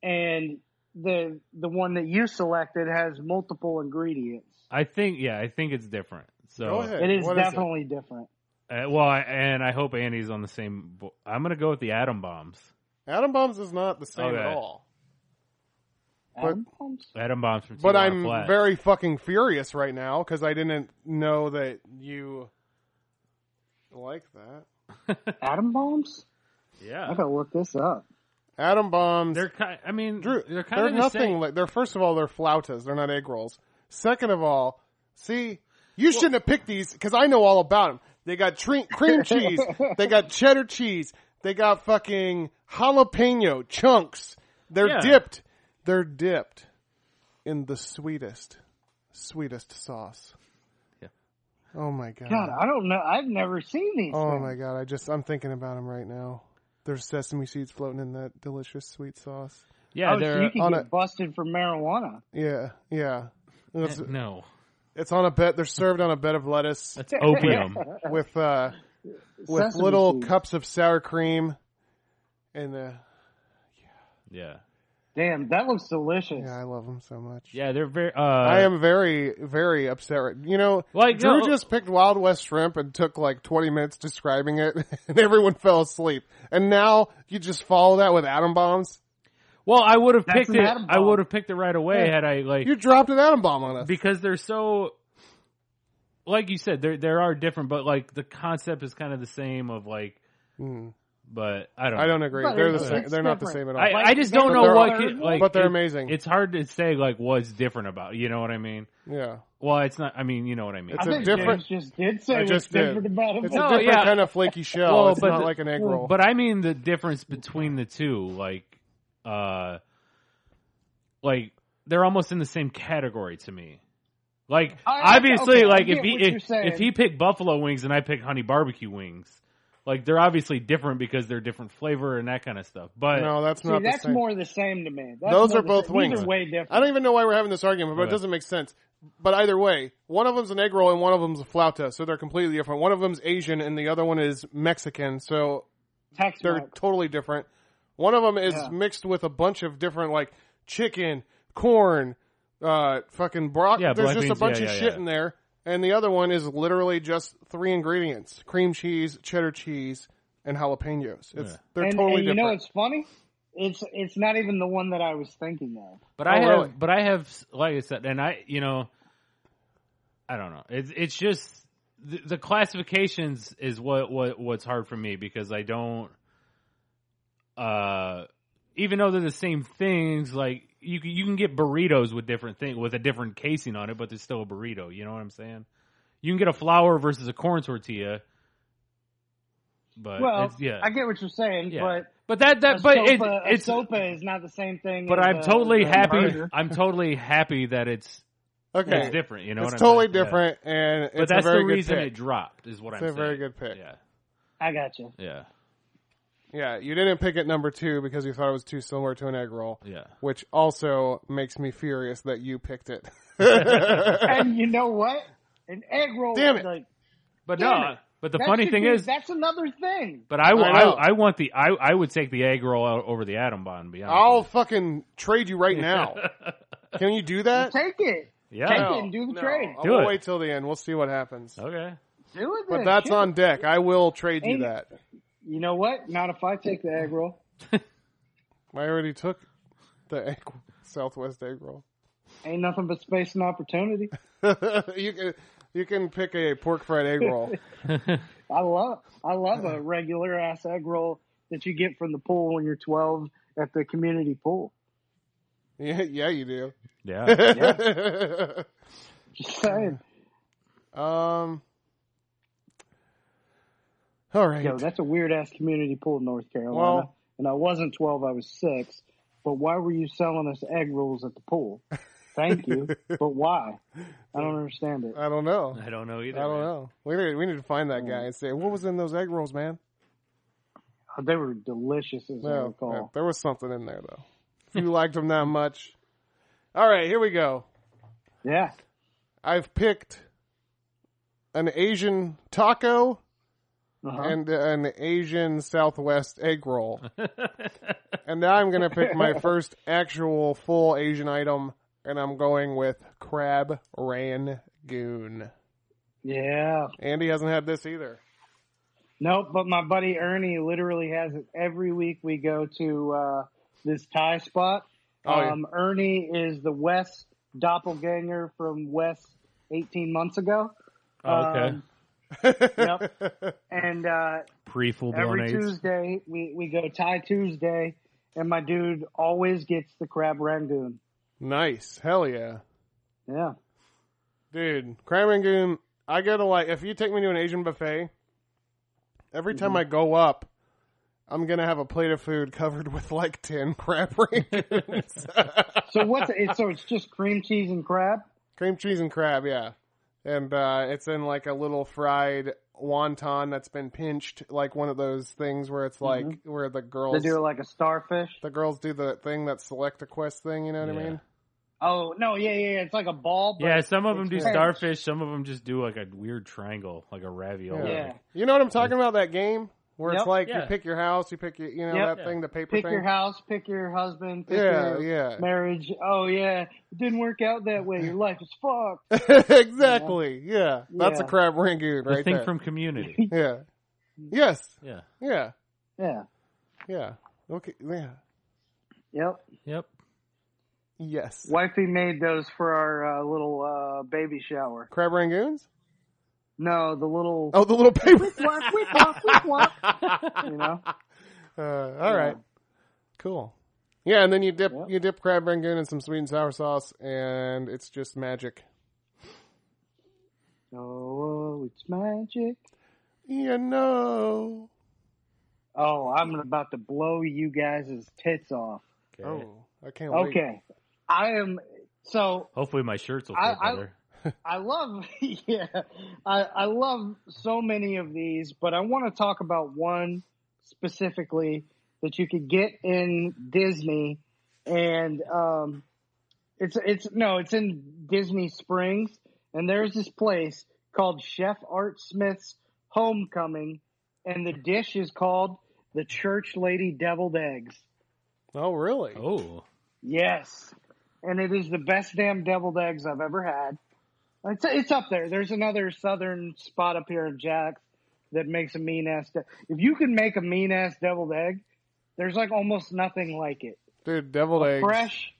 and the the one that you selected has multiple ingredients.
I think. Yeah. I think it's different. So.
Go ahead.
It is
What is it?
definitely different.
Uh, well, I, and I hope Andy's on the same. Bo- I'm gonna go with the atom bombs.
Atom bombs is not the same at
Okay.
all. But-
Adam Holmes?
Atom bombs from.
But
Tijuana
I'm
Flats.
very fucking furious right now because I didn't know that you like that.
Atom bombs?
Yeah.
I gotta look this up.
Atom bombs.
They're kind. I mean,
Drew,
they're kind of the
nothing
same.
like. They're first of all, they're flautas. They're not egg rolls. Second of all, see, you shouldn't have picked these because I know all about them. They got tre- cream cheese. they got cheddar cheese. They got fucking jalapeno chunks. They're
Yeah.
dipped. They're dipped in the sweetest, sweetest sauce.
Yeah.
Oh my god.
God, I don't know. I've never seen these.
oh
things.
my god. I just I'm thinking about them right now. There's sesame seeds floating in that delicious sweet sauce.
Yeah,
oh, so
they're
you can
on
get
a-
busted for marijuana.
Yeah, yeah. That's-
no.
It's on a bed. They're served on a bed of lettuce
That's opium.
with uh, with
Sesame
little
seeds.
cups of sour cream, and uh,
yeah,
Damn, that looks delicious.
yeah, I love them so much.
yeah, they're very. Uh,
I am very, very upset. Right, you know,
Like,
Drew
no-
just picked Wild West shrimp and took like twenty minutes describing it, and everyone fell asleep. And now you just follow that with atom bombs.
Well, I would have
That's
picked
an
it.
atom
I
bomb.
would have picked it right away
Yeah.
had I like
You dropped an atom bomb on us.
because they're so. like you said, there there are different, but like the concept is kind of the same. Of like,
Mm.
but I don't.
I
know.
don't agree.
But
They're the
it's-
same.
it's
They're not the
different.
same at all.
I,
Like,
I just
they
don't
don't
know
know
what.
they're-
Can, like,
but they're
it-
amazing.
It's hard to say like what's different about. You know what I mean?
yeah,
Well, it's not. I mean, you know what I mean.
It's
I
a
think
different-
James just did say
I
what's
just did.
different about him.
it's
No,
a different
yeah.
kind of flaky shell.
Well,
it's
but
not
the-
like an egg roll.
But I mean the difference between the two, like, uh, like they're almost in the same category to me. Like
I-
obviously,
okay, I
like
get
if he
what you're
if,
saying.
if he picked buffalo wings and I pick honey barbecue wings, like they're obviously different because they're different flavor and that kind of stuff. But
no, that's
See,
not the
that's
same.
more the same to me. That's
Those
more
are
the
both
same.
wings.
Either way different.
I don't even know why we're having this argument, but
Okay.
it doesn't make sense. But either way, one of them's an egg roll and one of them's a flauta, so they're completely different. One of them's Asian and the other one is Mexican, so
Tex
they're totally different. One of them is
Yeah.
mixed with a bunch of different like chicken, corn, uh, fucking broccoli.
Yeah,
There's
black
just a
beans,
bunch
yeah,
of
yeah,
shit
yeah.
in there, and the other one is literally just three ingredients: cream cheese, cheddar cheese, and jalapenos. It's
Yeah.
they're
and,
totally
and you
different.
know what's funny? It's it's not even the one that I was thinking of.
But I
Oh,
have,
really?
but I have, like I said, and I, you know, I don't know. It's it's just the, the classifications is what what what's hard for me because I don't, uh, even though they're the same things, like you can- you can get burritos with different thing with a different casing on it, but there's still a burrito. You know what I'm saying? You can get a flour versus a corn tortilla, but
well,
Uh, it's, yeah,
I get what you're saying,
Yeah.
but
but that that
a
but
sopa,
it,
a
it's
sopa is not the same thing.
but
as
I'm
a-
totally
a
happy.
burger.
I'm totally happy that it's
okay,
it's different. You know,
it's
what I'm
totally
saying? Yeah.
different, and it's
But that's
a very
the
good
reason
pick.
it dropped, is what
It's
I'm
a
saying.
very good pick.
Yeah,
I got you.
yeah,
Yeah, you didn't pick at number two because you thought it was too similar to an egg roll,
yeah.
which also makes me furious that you picked it.
and you know what? An egg roll.
Damn
is
it.
Like,
But
Damn
no,
it.
but the
that
funny
should
thing
be-
is,
that's another thing.
but I,
I know.
I, I want the I, I would take the egg roll out over the atom bomb. to Be honest.
I'll
with
fucking trade you right now. Can you do that?
Take it.
you. yeah.
take it. and do the trade.
I'll
Do it.
wait till the end. We'll see what happens.
Okay.
Do it.
But
then.
that's
Shit.
on deck. I will trade you
Ain't-
that.
You know what? Not if I take the egg roll.
I already took the egg, Southwest egg roll.
Ain't nothing but space and opportunity.
you can you can pick a pork fried egg roll.
I love I love a regular ass egg roll that you get from the pool when you're 12 at the community pool.
yeah, yeah, you do.
Yeah.
Just saying.
um. All right.
Yo, that's a weird ass community pool in North Carolina.
Well-
and I wasn't 12, I was 6. But why were you selling us egg rolls at the pool? Thank you, but why? I don't understand it.
I don't know.
I don't know either.
I don't
man.
know. We need, we need to find that guy and say what was in those egg rolls, man.
They were delicious as I
No, no,
recall.
there was something in there though. If you liked them that much. All right, here we go.
Yeah.
I've picked an Asian taco
Uh-huh.
and an Asian Southwest egg roll. and now I'm going to pick my first actual full Asian item, and I'm going with crab rangoon.
yeah.
Andy hasn't had this either.
Nope, but my buddy Ernie literally has it every week. We go to uh, this Thai spot.
Oh, yeah.
um, Ernie is the West doppelganger from West 18 months ago.
Oh, okay.
Um, yep. And uh,
Pre full blown
every
AIDS.
Tuesday we, we go Thai Tuesday, and my dude always gets the crab rangoon.
Nice. Hell yeah.
Yeah,
Dude, crab rangoon, I go to like, if you take me to an Asian buffet, every time I go up, I'm going to have a plate of food covered with like 10 crab rangoons.
so what's it? So it's just cream cheese and crab.
cream cheese and crab yeah and uh, it's in like a little fried wonton that's been pinched like one of those things where it's like where the
They
girls
do it like a starfish.
the girls do the thing that select a quest thing you know what
Yeah.
i mean
Oh no, yeah, yeah, yeah, it's like a ball. But
Yeah, some of them do
Thanks.
starfish. Some of them just do like a weird triangle, like a ravioli.
Yeah.
you know what i'm talking about that game where it's
Yep.
like
Yeah.
you pick your house you pick your you know
Yep.
that thing the paper
pick
thing
your house, pick your husband, pick
Yeah,
your
yeah.
marriage. Oh yeah, it didn't work out that way. Your life is fucked.
exactly yeah, that's a
Yeah.
crab rangoon
The
right
thing
there
from Community.
yeah yes
yeah.
yeah
Yeah.
yeah okay yeah
Yep.
Yep.
yes
Wifey made those for our uh, little uh, baby shower.
crab rangoons
No, the little
Oh, the little paper.
Whop, whip, whop, whip, whop. you know,
Uh, all right, cool. Yeah, and then you dip
Yep.
you dip crab rangoon in some sweet and sour sauce, and it's just magic.
oh, it's magic.
You know.
Oh, I'm about to blow you guys' tits off.
Oh, I can't wait.
Okay, I am. So
Hopefully, my shirts will feel
I- I-
better.
I love, yeah, I, I love so many of these, but I want to talk about one specifically that you could get in Disney, and um, it's it's no, it's in Disney Springs, and there's this place called Chef Art Smith's Homecoming, and the dish is called the Church Lady Deviled Eggs.
Oh, really?
Oh,
Yes, and it is the best damn deviled eggs I've ever had. It's it's up there. There's another southern spot up here in Jack's that makes a mean ass. De- if you can make a mean ass deviled egg, there's like almost nothing like it.
Dude, deviled eggs.
Fresh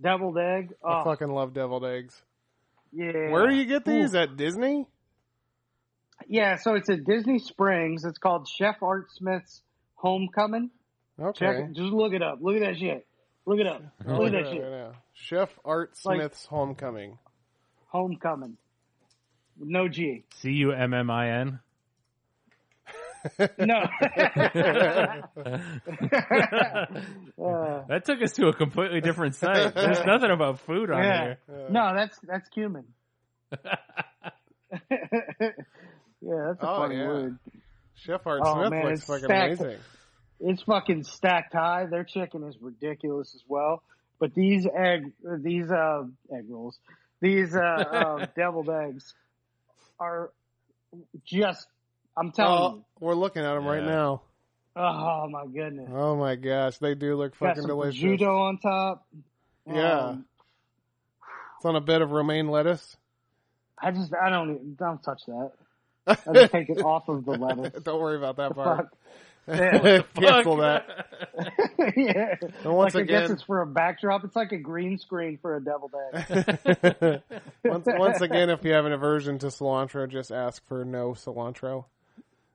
deviled egg.
I
Oh,
fucking love deviled eggs.
yeah.
Where do you get these?
Ooh.
At Disney?
Yeah, so it's at Disney Springs. It's called Chef Art Smith's Homecoming.
Okay.
Check it. Just look it up. Look at that shit. Look it up.
I'll
Look at
look it
that
up
shit.
right now. Chef Art
Like-
Smith's Homecoming.
Homecoming. No G.
C U M M I N.
No. Uh,
That took us to a completely different site. There's nothing about food on
yeah.
here.
No, that's that's cumin. yeah, that's a
Oh,
funny
yeah.
word.
Chef Art
Oh,
Smith
man,
looks
it's
fucking
stacked.
amazing.
It's fucking stacked high. Their chicken is ridiculous as well. But these egg, these uh, egg rolls, these uh, uh, deviled eggs are just. I'm telling
Oh, we're looking at them right
Yeah.
now.
you. Oh my goodness.
Oh my gosh, they do look
Got
fucking
some
delicious.
prosciutto on top.
Yeah.
Um,
It's on a bed of romaine lettuce.
I just I don't even- don't touch that. I just take it off of the lettuce.
Don't worry about that part.
Fuck. Yeah.
Cancel that.
yeah.
once
like, I guess
again-
it's for a backdrop. It's like a green screen for a deviled egg.
once, once again, if you have an aversion to cilantro, just ask for no cilantro.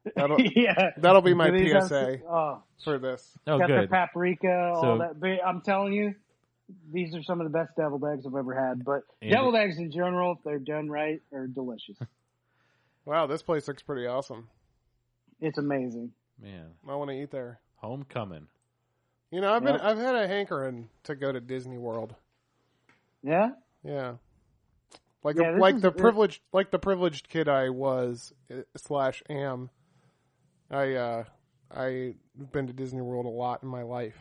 That'll,
yeah.
that'll be my
Do these have-
PSA
oh,
for this.
Oh,
got their
good.
paprika,
So-
all that. But I'm telling you, these are some of the best deviled eggs I've ever had. But
And-
deviled eggs in general, if they're done right, are delicious.
Wow, this place looks pretty awesome.
It's amazing.
Man,
I want to eat there.
homecoming.
You know, I've been
Yep.
I've had a hankering to go to Disney World.
Yeah.
Yeah, like
Yeah,
a,
this
like
is-
the privileged like the privileged kid I was eh, slash am. I uh I've been to Disney World a lot in my life.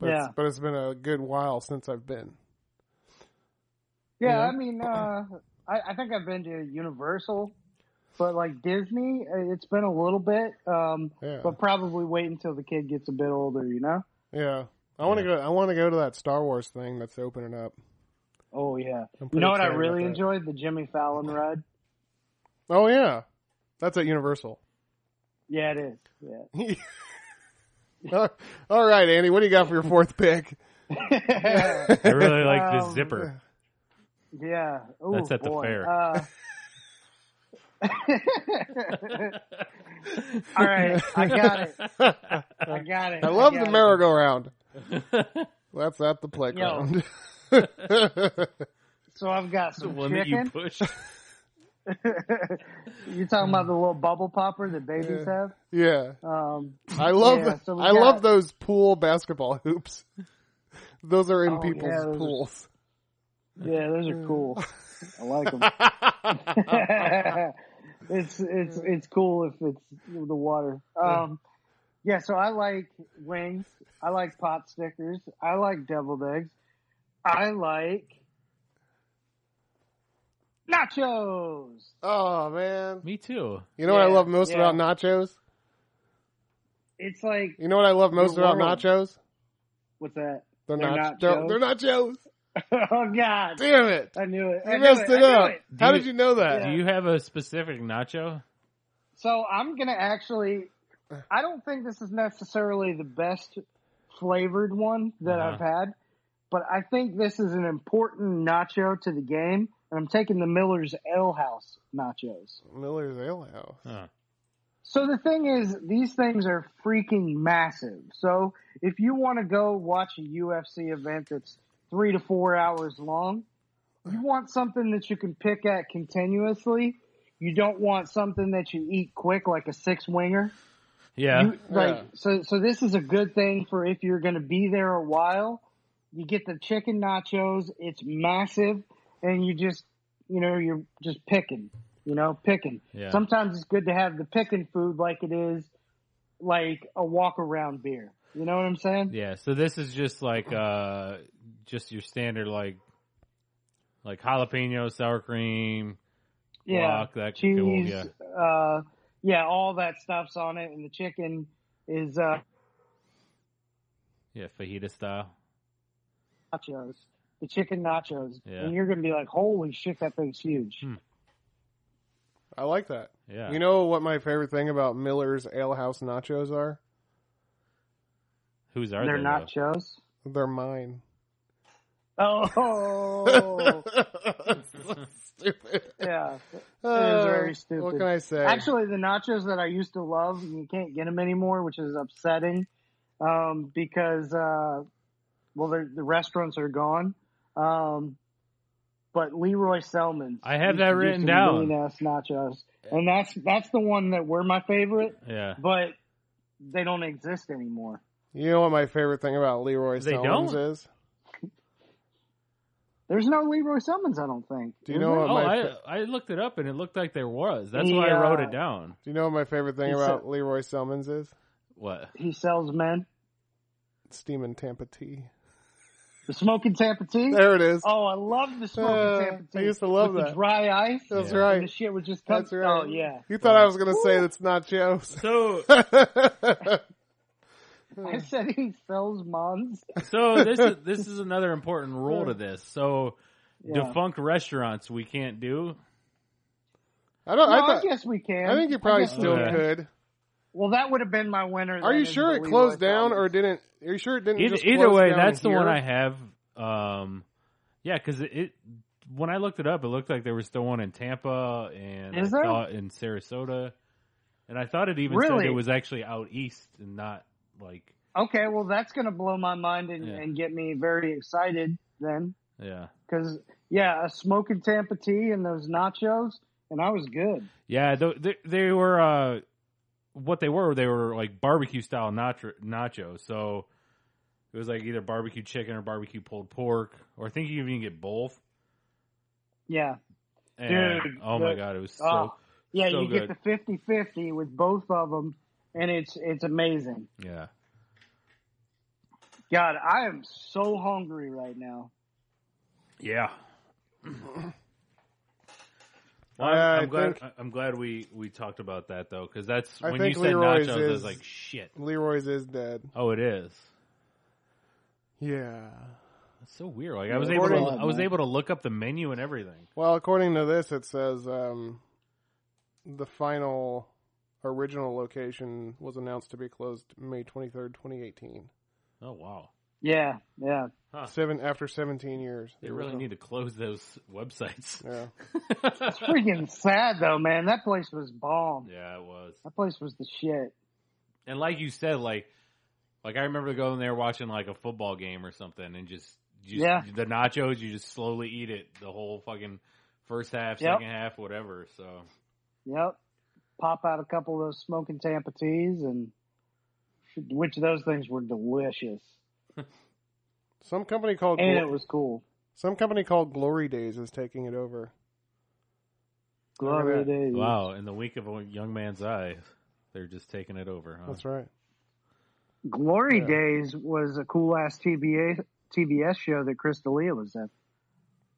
But it's,
Yeah.
but it's been a good while since I've been.
Yeah.
Yeah.
I mean, uh, I, I think I've been to Universal. But like Disney, uh, it's been a little bit, um,
Yeah.
but probably wait until the kid gets a bit older, you know?
Yeah. I want to go. I want to go to that Star Wars thing that's opening up.
Oh yeah.
I'm
You know what I
pretty excited
really
about that.
enjoyed? The Jimmy Fallon ride.
Oh yeah, that's at Universal.
Yeah, it is. Yeah.
All right, Andy, what do you got for your fourth pick?
I really like this
Um,
zipper.
Yeah. Ooh,
That's at the
boy.
fair.
Uh, all right, I got it. I got it.
I love
got
the
it.
merry-go-round. That's at the playground.
So I've got
The
some
one that you
chicken.
push.
You are talking about the little bubble popper that babies
Yeah.
have?
yeah,
Um,
I love.
Yeah, so we
I
got-
love those pool basketball hoops. Those are in
Oh,
people's
yeah, those are-
pools.
yeah, those are cool. I like them. it's it's it's cool if it's the water. Um, yeah, so I like wings. I like pot stickers. I like deviled eggs. I like nachos.
Oh man,
Me too.
you know what I
Yeah,
love most
yeah.
about nachos?
It's like
You know what I love most
The
about
world.
nachos?
what's that?
They're,
They're nachos.
not. They're, they're nachos.
oh God,
Damn it!
I knew it. I
You
knew
messed
it.
it,
I knew
up.
it.
How
Do
did you know that?
Do you have a specific nacho?
So I'm gonna actually. I don't think this is necessarily the best flavored one that
Uh-huh.
I've had, but I think this is an important nacho to the game and I'm taking the Miller's Ale House nachos.
Miller's Ale House.
Huh.
So the thing is, these things are freaking massive. So if you want to go watch a UFC event that's three to four hours long, you want something that you can pick at continuously. You don't want something that you eat quick, like a six winger.
Yeah.
You, like
Yeah.
so, so this is a good thing for if you're going to be there a while. You get the chicken nachos. It's massive, and you just, you know, you're just picking. You know, picking.
Yeah.
Sometimes it's good to have the picking food, like it is, like a walk around beer. You know what I'm saying?
yeah. So this is just like uh just your standard like like jalapeno, sour cream, guac, that
cheese.
cool, yeah.
Uh, yeah, all that stuff's on it, and the chicken is uh,
yeah, fajita style.
nachos. The chicken nachos,
Yeah. Hmm.
and you're gonna be like, "Holy shit, that thing's huge!"
I like that.
Yeah.
You know what my favorite thing about Miller's Ale House nachos are?
Whose are
They're
they, though?
nachos.
They're mine.
Oh,
so stupid.
yeah.
Uh,
very stupid.
What can I say?
Actually, the nachos that I used to love, you can't get them anymore, which is upsetting um, because, uh, well, they're- the restaurants are gone. Um, but Leroy Selman's.
I have
used
that
to do
written
some
down.
mean-ass nachos, and that's that's the one that were my favorite,
Yeah.
but they don't exist anymore.
you know what my favorite thing about Leroy
They
Stones
don't?
is?
There's no Leroy Selman's, I don't think.
Do you
Is
know
there?
what
Oh,
my
I
fa-
I looked it up and it looked like there was. That's why I
Yeah.
wrote it down.
Do you know what my favorite thing
It's
about
a-
Leroy Selman's is?
What?
He sells men.
Steaming Tampa tea.
The smoking Tampa tea.
There it is.
Oh, I love the smoking
Uh,
Tampa tea.
I used to love
with
that.
The dry ice.
That's
Yeah.
right.
And the shit would just come.
That's right.
Oh yeah.
You thought I was going to say that's not Joe's.
So
I said he sells mons.
so this is this is another important rule to this. So
Yeah.
defunct restaurants we can't do.
I don't.
No,
I,
I,
thought,
guess we can.
I think you probably
guess we
still
can.
Yeah.
could.
Well, that would have been my winner.
Are
then,
you
is
sure
the
it
Leroy
closed down
Thomas.
or didn't? Are you sure it didn't?
Either,
just
either
close
way,
down
that's the one
here?
I have. Um, yeah, because it, it when I looked it up, it looked like there was still one in Tampa and
Is
I
there?
thought in Sarasota, and I thought it even said
Really?
it was actually out east and not like
Okay, well that's gonna blow my mind and,
Yeah.
and get me very excited then,
yeah
because yeah, a smoking Tampa tea and those nachos, and I was good.
yeah th- they, they were uh what they were they were like barbecue style nacho nachos so it was like either barbecue chicken or barbecue pulled pork or I think you even get both
Yeah.
and
Dude,
oh my
the-
god it was so
Oh, yeah,
so
you
good.
get the 50-50 with both of them, and it's it's amazing.
yeah
God, I am so hungry right now.
Yeah. Well,
Yeah,
I'm,
I
I'm glad.
think-
I'm glad we we talked about that though, because that's
I
when you
think
said
Leroy's
nachos, I
is-
was like, shit.
Leroy's is dead.
Oh, it is.
Yeah.
That's so weird. Like I was able
According-
to, I was able to look up the menu and everything.
Well, according to this, it says um, the final original location was announced to be closed May twenty third, twenty eighteen.
Oh wow,
Yeah, yeah.
Seven after seventeen years.
they really need to close those websites.
Yeah.
It's freaking sad though, man. That place was bomb.
yeah, it was.
That place was the shit.
And like you said, like like I remember going there watching like a football game or something, and just, just
Yeah.
the nachos, you just slowly eat it the whole fucking first half,
Yep.
second half, whatever. So
Yep. Pop out a couple of those smoking Tampa teas and which of those things were delicious.
Some company called
And it
Glo-
was cool.
some company called Glory Days is taking it over.
Glory
Look at
days.
Wow, in the week of a young man's eye, they're just taking it over, huh?
That's right.
Glory
Yeah.
Days was a cool ass TBA TBS show that Chris D'Elia was in.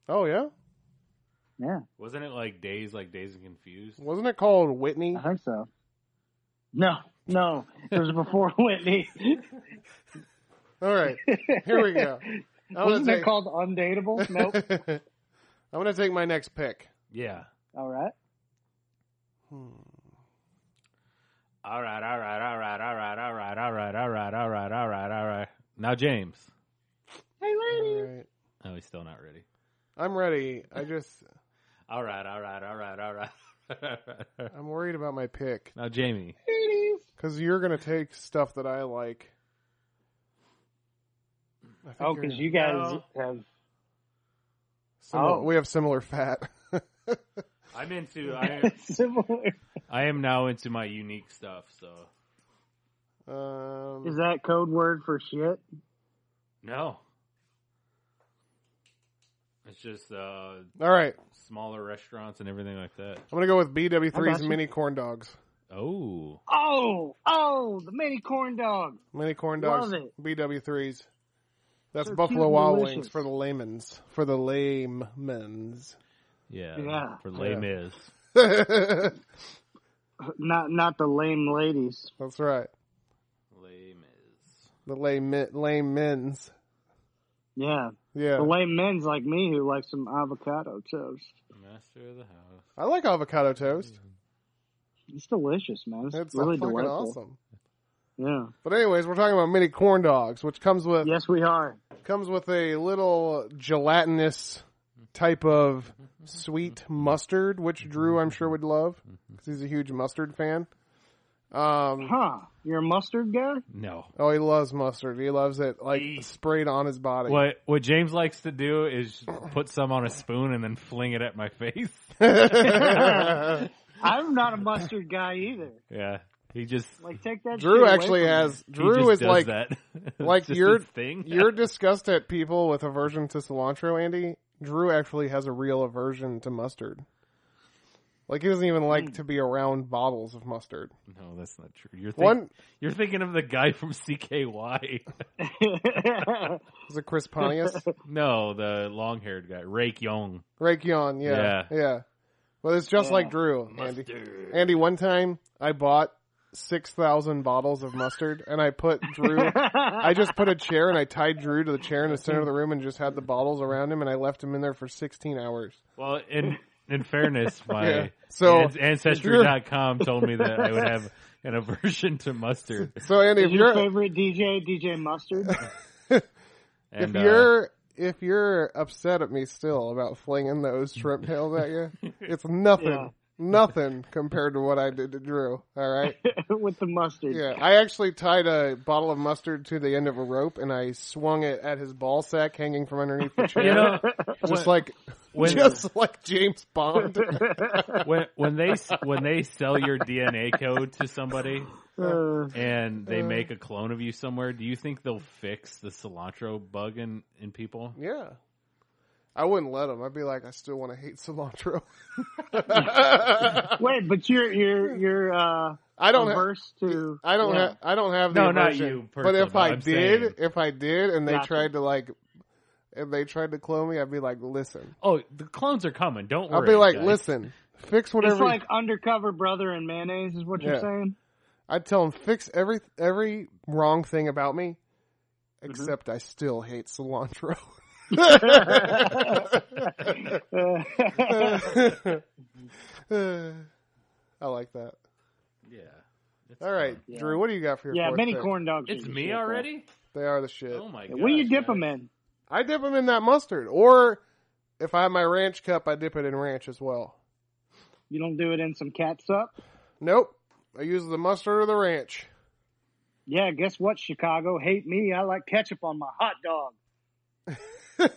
Oh yeah,
Yeah,
Wasn't it like days, like days and confused?
wasn't it called Whitney?
I think so. No, no. It was before Whitney.
All right, here we go. I'm gonna
Wasn't it
take-
called Undateable? Nope.
I'm gonna take my next pick.
Yeah.
All right.
All right, all right, all right, all right, all right, all right, all right, all right, all right, all right. Now James.
All right.
Oh, he's still not ready.
I'm ready. I just
All right, all right, all right, all right.
I'm worried about my pick
now, Jamie,
because you're gonna take stuff that I like. I think
Oh,
you're
because
gonna-
you guys have.
similar-
oh.
we have similar fat.
I'm into. I,
Similar.
I am now into my unique stuff. So
um,
Is that code word for shit?
no, it's just uh,
all right,
smaller restaurants and everything like that.
I'm gonna go with
I got
BW3's
you.
mini corn dogs.
Oh,
Oh, oh, the mini corn dog.
Mini corn dogs.
Love it.
BW3's. That's
They're cute
Buffalo
and
Wild
delicious.
Wings for the layman's. For the layman's.
yeah,
Yeah.
for lame
Yeah.
is.
That's
Not not the lame ladies.
right.
Lame is.
The lame lame men's.
Yeah,
Yeah.
the lame men's like me who like some avocado toast.
Master of the house.
I like avocado toast.
It's delicious, man. It's,
It's
really
fucking
delightful.
awesome.
Yeah.
But anyways, we're talking about mini corn dogs, which comes with
Yes, we are.
comes with a little gelatinous type of sweet mustard, which Drew I'm sure would love because he's a huge mustard fan. Um,
Huh? You're a mustard guy?
No.
oh, he loves mustard. He loves it like
Eat.
sprayed on his body.
What what James likes to do is put some on a spoon and then fling it at my face.
I'm not a mustard guy either.
Yeah, he just
Like, take that. shit
Drew
away
actually
from me.
has
he
Drew
just
is
does
like
that. It's
like
just
your-
his thing.
You're disgust at people with aversion to cilantro, Andy. Drew actually has a real aversion to mustard. Like he doesn't even like to be around bottles of mustard.
no, that's not true. You're think,
One
you're thinking of the guy from CKY.
is it Chris Pontius,
no, the long haired guy, Rake Young.
Raekwon, yeah, yeah, Well, it's just
Yeah.
like Drew, Andy. Andy, one time I bought six thousand bottles of mustard, and I put Drew. I just put a chair and I tied Drew to the chair in the center of the room and just had the bottles around him, and I left him in there for sixteen hours.
Well, in in fairness, my
Yeah. So-
ans- ancestry.com told me that I would have an aversion to mustard.
So Andy,
Is
if
your
you're
favorite DJ DJ Mustard?
And,
if
uh,
you're if you're upset at me still about flinging those shrimp tails at you, it's nothing,
Yeah.
nothing compared to what I did to Drew. All right,
with the mustard.
yeah. I actually tied a bottle of mustard to the end of a rope and I swung it at his ball sack hanging from underneath the chair,
you know, when-
just like
when-
just like James Bond.
when when they s- when they sell your DNA code to somebody
Uh,
and they make a clone of you somewhere, do you think they'll fix the cilantro bug in in people?
yeah. I wouldn't let him. I'd be like, I still want to hate cilantro.
wait, but you're you're you're uh,
I don't. have-
averse to.
I don't
yeah.
have I don't have the
No, not
aversion.
you
But if
personally,
I
I'm
did,
saying-
if I did, and they
Gotcha.
tried to like, and they tried to clone me, I'd be like, listen.
Oh, the clones are coming. Don't worry.
I'll be like,
guys.
listen, fix whatever.
It's like undercover brother and mayonnaise is what
Yeah.
you're saying.
I'd tell them fix every every wrong thing about me,
Mm-hmm.
except I still hate cilantro.
Uh,
I like that.
Yeah. It's
All right,
fine.
Yeah.
Drew, what do you got for your
yeah,
fourth
mini
pick?
corn dogs. are
It's
the
me
shit, though.
already.
They are the shit.
Oh my god.
What do you dip them in?
I dip them in that mustard, or if I have my ranch cup, I dip it in ranch as well.
You don't do it in some catsup?
Nope. I use the mustard or the ranch.
Yeah, guess what, Chicago? Hate me. I like ketchup on my hot dog.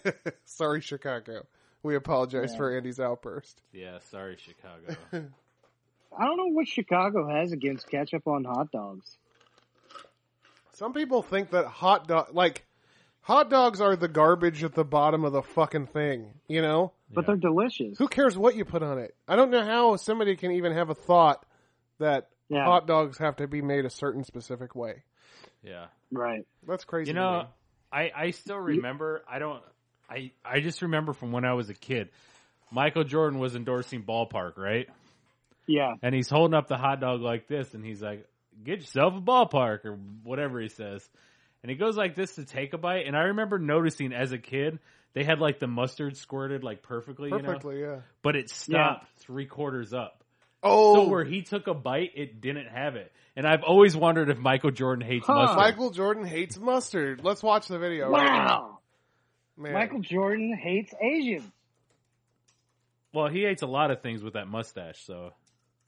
Sorry, Chicago. We apologize
Yeah.
for Andy's outburst.
Yeah. Sorry, Chicago.
I don't know what Chicago has against ketchup on hot dogs.
Some people think that hot dog, like, hot dogs are the garbage at the bottom of the fucking thing, you know?
But
Yeah.
they're delicious.
Who cares what you put on it? I don't know how somebody can even have a thought that
Yeah,
hot dogs have to be made a certain specific way.
yeah.
right.
That's crazy.
You
to
know,
me.
I I still remember. I don't. I I just remember from when I was a kid. Michael Jordan was endorsing ballpark, right?
Yeah.
and he's holding up the hot dog like this, and he's like, "Get yourself a ballpark or whatever he says," and he goes like this to take a bite. And I remember noticing as a kid they had like the mustard squirted like perfectly, you know,
perfectly, yeah.
but it stopped three quarters up. So
Oh,
where he took a bite, it didn't have it. And I've always wondered if Michael Jordan hates
Huh.
mustard.
Michael Jordan hates mustard. Let's watch the video.
Wow.
Man.
Michael Jordan hates Asians.
Well, he hates a lot of things with that mustache, so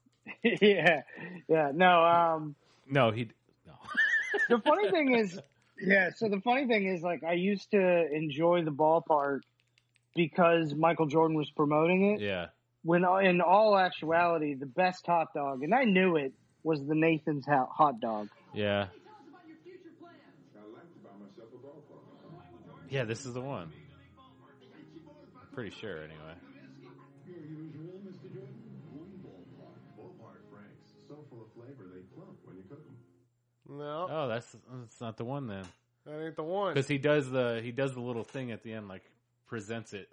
yeah, yeah. No, um,
no, he no.
the funny thing is, yeah. So the funny thing is, like, I used to enjoy the ballpark because Michael Jordan was promoting it.
yeah,
When in all actuality, the best hot dog, and I knew it, was the Nathan's hot hot dog.
yeah, yeah. This is the one. Pretty sure, anyway.
Your usual, Mr. Jordan? One ballpark. Ballpark Franks. So full of flavor they plump when you cook them.
No,
Oh, that's that's not the one then,
that ain't the one.
because he does the he does the little thing at the end, like presents it.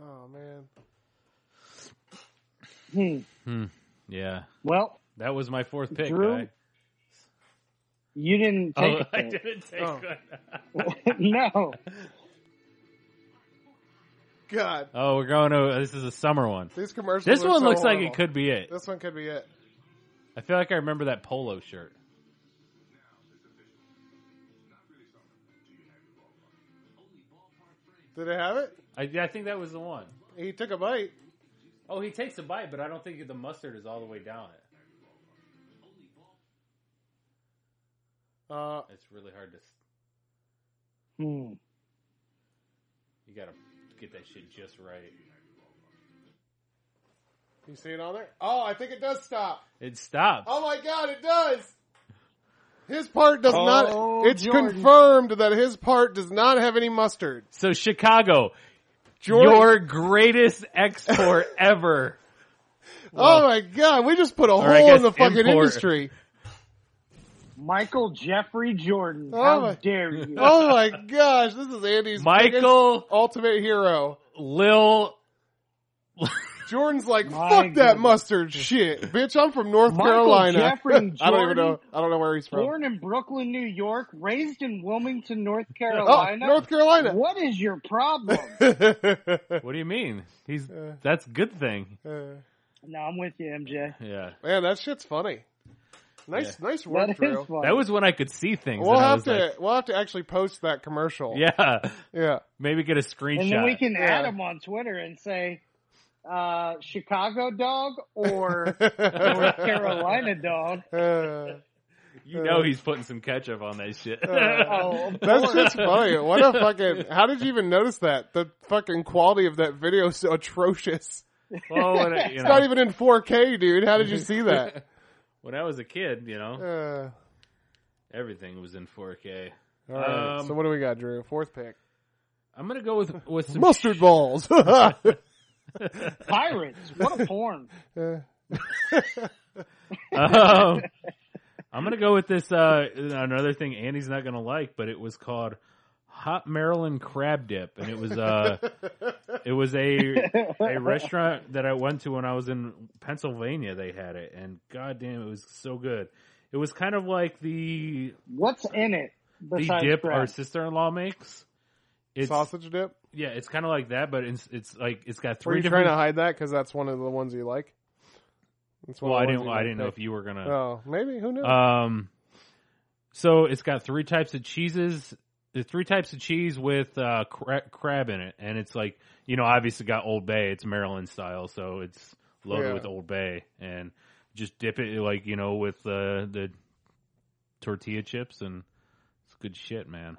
Oh man,
Hmm.
Yeah,
Well,
that was my fourth pick.
Drew?
guy.
you didn't take
Oh,
it.
I
though.
didn't take
Oh.
one.
no.
God,
Oh, we're going to this is a summer one.
these commercials.
This
are
one
so
looks like
horrible.
it could be it.
This one could be it.
I feel like I remember that polo shirt.
Did it have it?
I, I think that was the one.
He took a bite.
Oh, he takes a bite, but I don't think the mustard is all the way down it.
Uh,
It's really hard to. s-
Hmm.
You gotta get that shit just right.
you see it on there? Oh, I think it does stop.
It stops.
Oh my God, it does. His part does
Oh,
not. It's
Jordan.
confirmed that his part does not have any mustard.
So Chicago,
Jordan.
your greatest export ever.
oh my God, we just put a
I
hole in
guess
the fucking
import.
industry.
Michael Jeffrey Jordan.
Oh,
How
my-
dare you?
Oh my gosh, this is Andy's
Michael-
biggest ultimate hero.
Lil,
Jordan's like,
My
fuck that
goodness.
mustard shit, bitch. I'm from North
Michael
Carolina.
Jeffrey
I don't even
Jordan,
know. I don't know where he's from.
born in Brooklyn, New York, raised in Wilmington, North
Oh,
Carolina.
North Carolina.
What is your problem?
what do you mean? He's
Uh.
that's good thing.
Uh,
no, I'm with you, MJ.
Yeah,
Man, that shit's funny. Nice, nice work,
That is
Drew.
fun.
that was when I could see things.
We'll
and I
have
was
to,
like,
we'll have to actually post that commercial.
yeah,
yeah.
maybe get a
and then
screenshot.
we can
Yeah.
add him on Twitter and say, uh, Chicago dog or North Carolina dog.
Uh,
you know he's putting some ketchup on that shit.
Oh, of
that
course.
shit's funny. What a fucking! How did you even notice that? The fucking quality of that video is so atrocious.
well, when I, you
It's
know,
not even in 4K, dude. How did you see that?
when I was a kid, you know,
Uh,
everything was in 4K.
all right.
Um,
so what do we got, Drew? Fourth pick.
I'm gonna go with with some
Mustard balls. Uh,
Pirates. What a porn.
um, I'm gonna go with this uh, another thing Andy's not gonna like, but it was called Hot Maryland Crab Dip, and it was uh, it was a a restaurant that I went to when I was in Pennsylvania. They had it, and goddamn, it was so good. It was kind of like the
What's in it
the
besides
dip
crab?
our sister in law makes. It's
Sausage dip.
yeah, it's kind of like that, but it's it's like it's got
Were
three
you
different.
trying to hide that because that's one of the ones you like? That's one
well, I
of the
didn't
ones you
I
like
didn't know
pick.
if you were gonna.
Oh, maybe. Who knows?
Um, so it's got three types of cheeses, the three types of cheese with uh, cra- crab in it, and it's like you know, obviously got Old Bay. It's Maryland style, so it's loaded
Yeah.
with Old Bay, and just dip it like you know with uh, the tortilla chips, and it's good shit, man.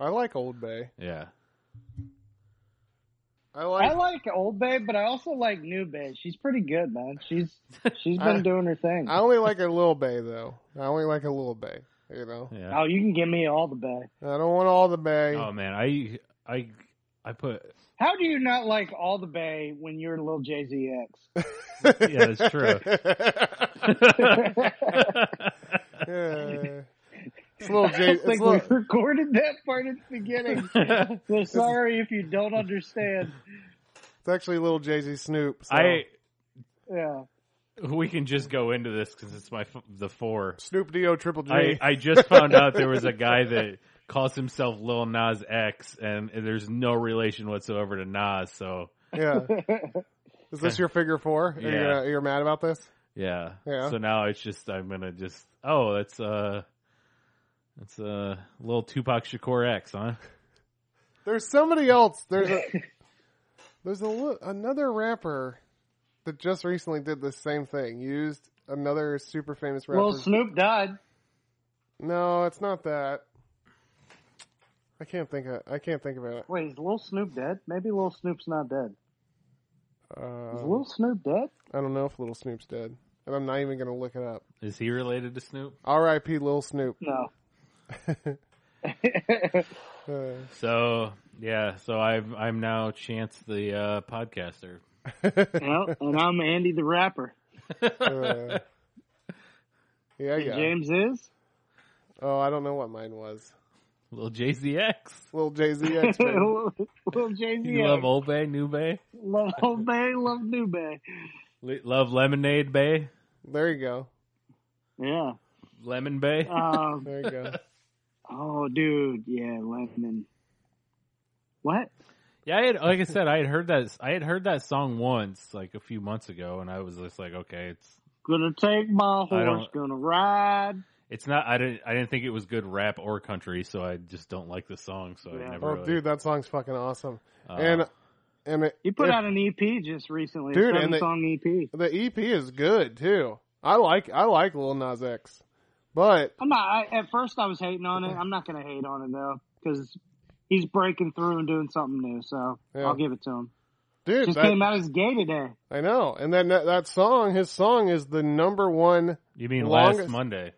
I like Old Bay.
Yeah,
I like.
I like Old Bay, but I also like New Bay. She's pretty good, man. She's she's been
I-
doing her thing.
I only like a little Bay though. I only like a little Bay. You know,
yeah.
oh, you can give me all the Bay.
I don't want all the Bay.
Oh man, I I I put
How do you not like all the Bay when you're Lil Jay ZX?
yeah, that's true.
Yeah. It's a little J.
I
It's a
think
little,
we recorded that part at the beginning. so sorry if you don't understand.
it's actually a little Jay Z Snoop. So.
I
Yeah.
we can just go into this because it's my f- the four.
Snoop Do Triple J.
I, I just found out there was a guy that calls himself Lil Nas X, and there's no relation whatsoever to Nas. So
yeah. Is this your figure four? Are you
Yeah.
gonna- you're mad about this?
yeah,
Yeah.
So now it's just I'm gonna just oh that's uh that's uh little Tupac Shakur X, huh?
There's somebody else. There's a There's a li- another rapper that just recently did the same thing. Used another super famous rapper.
Well, Snoop died.
no, it's not that. I can't think of. I can't think about it.
Wait, is Lil Snoop dead? Maybe Lil Snoop's not dead. Is
Um,
Lil Snoop dead?
I don't know if Little Snoop's dead, and I'm not even gonna look it up.
Is he related to Snoop?
R.I.P. Little Snoop.
No.
Uh,
So yeah, so I'm I'm now Chance the uh, podcaster.
no. And I'm Andy the rapper.
uh, yeah, yeah.
James is?
Oh, I don't know what mine was.
Little JZX.
Little Jay Z X Men.
Lil Jay Z.
You love Old Bay, New Bay.
Love Old Bay, love New Bay.
Le- love Lemonade Bay,
There you go.
Yeah.
Lemon Bay.
Um,
There you go.
oh, dude. Yeah, Lemon. What?
Yeah, I had, like I said, I had heard that I had heard that song once, like a few months ago, and I was just like, okay, it's
Gonna take my
I
horse,
don't-
gonna ride.
it's not. I didn't I didn't think it was good rap or country, so I just don't like the song. So
Yeah.
I never.
Oh,
really,
dude, that song's fucking awesome.
uh,
and and it,
He put
if-
out an EP just recently,
Dude,
a
and
seven
they-
song E EP.
the EP is good too. I like I like Lil Nas X, but
I'm not. I, at first, I was hating on it. I'm not gonna hate on it though, because he's breaking through and doing something new. So
Yeah.
I'll give it to him.
dude,
Just
that-
came out as gay today.
I know. And then that, that song, his song is the number one
you mean
longest-
last Monday?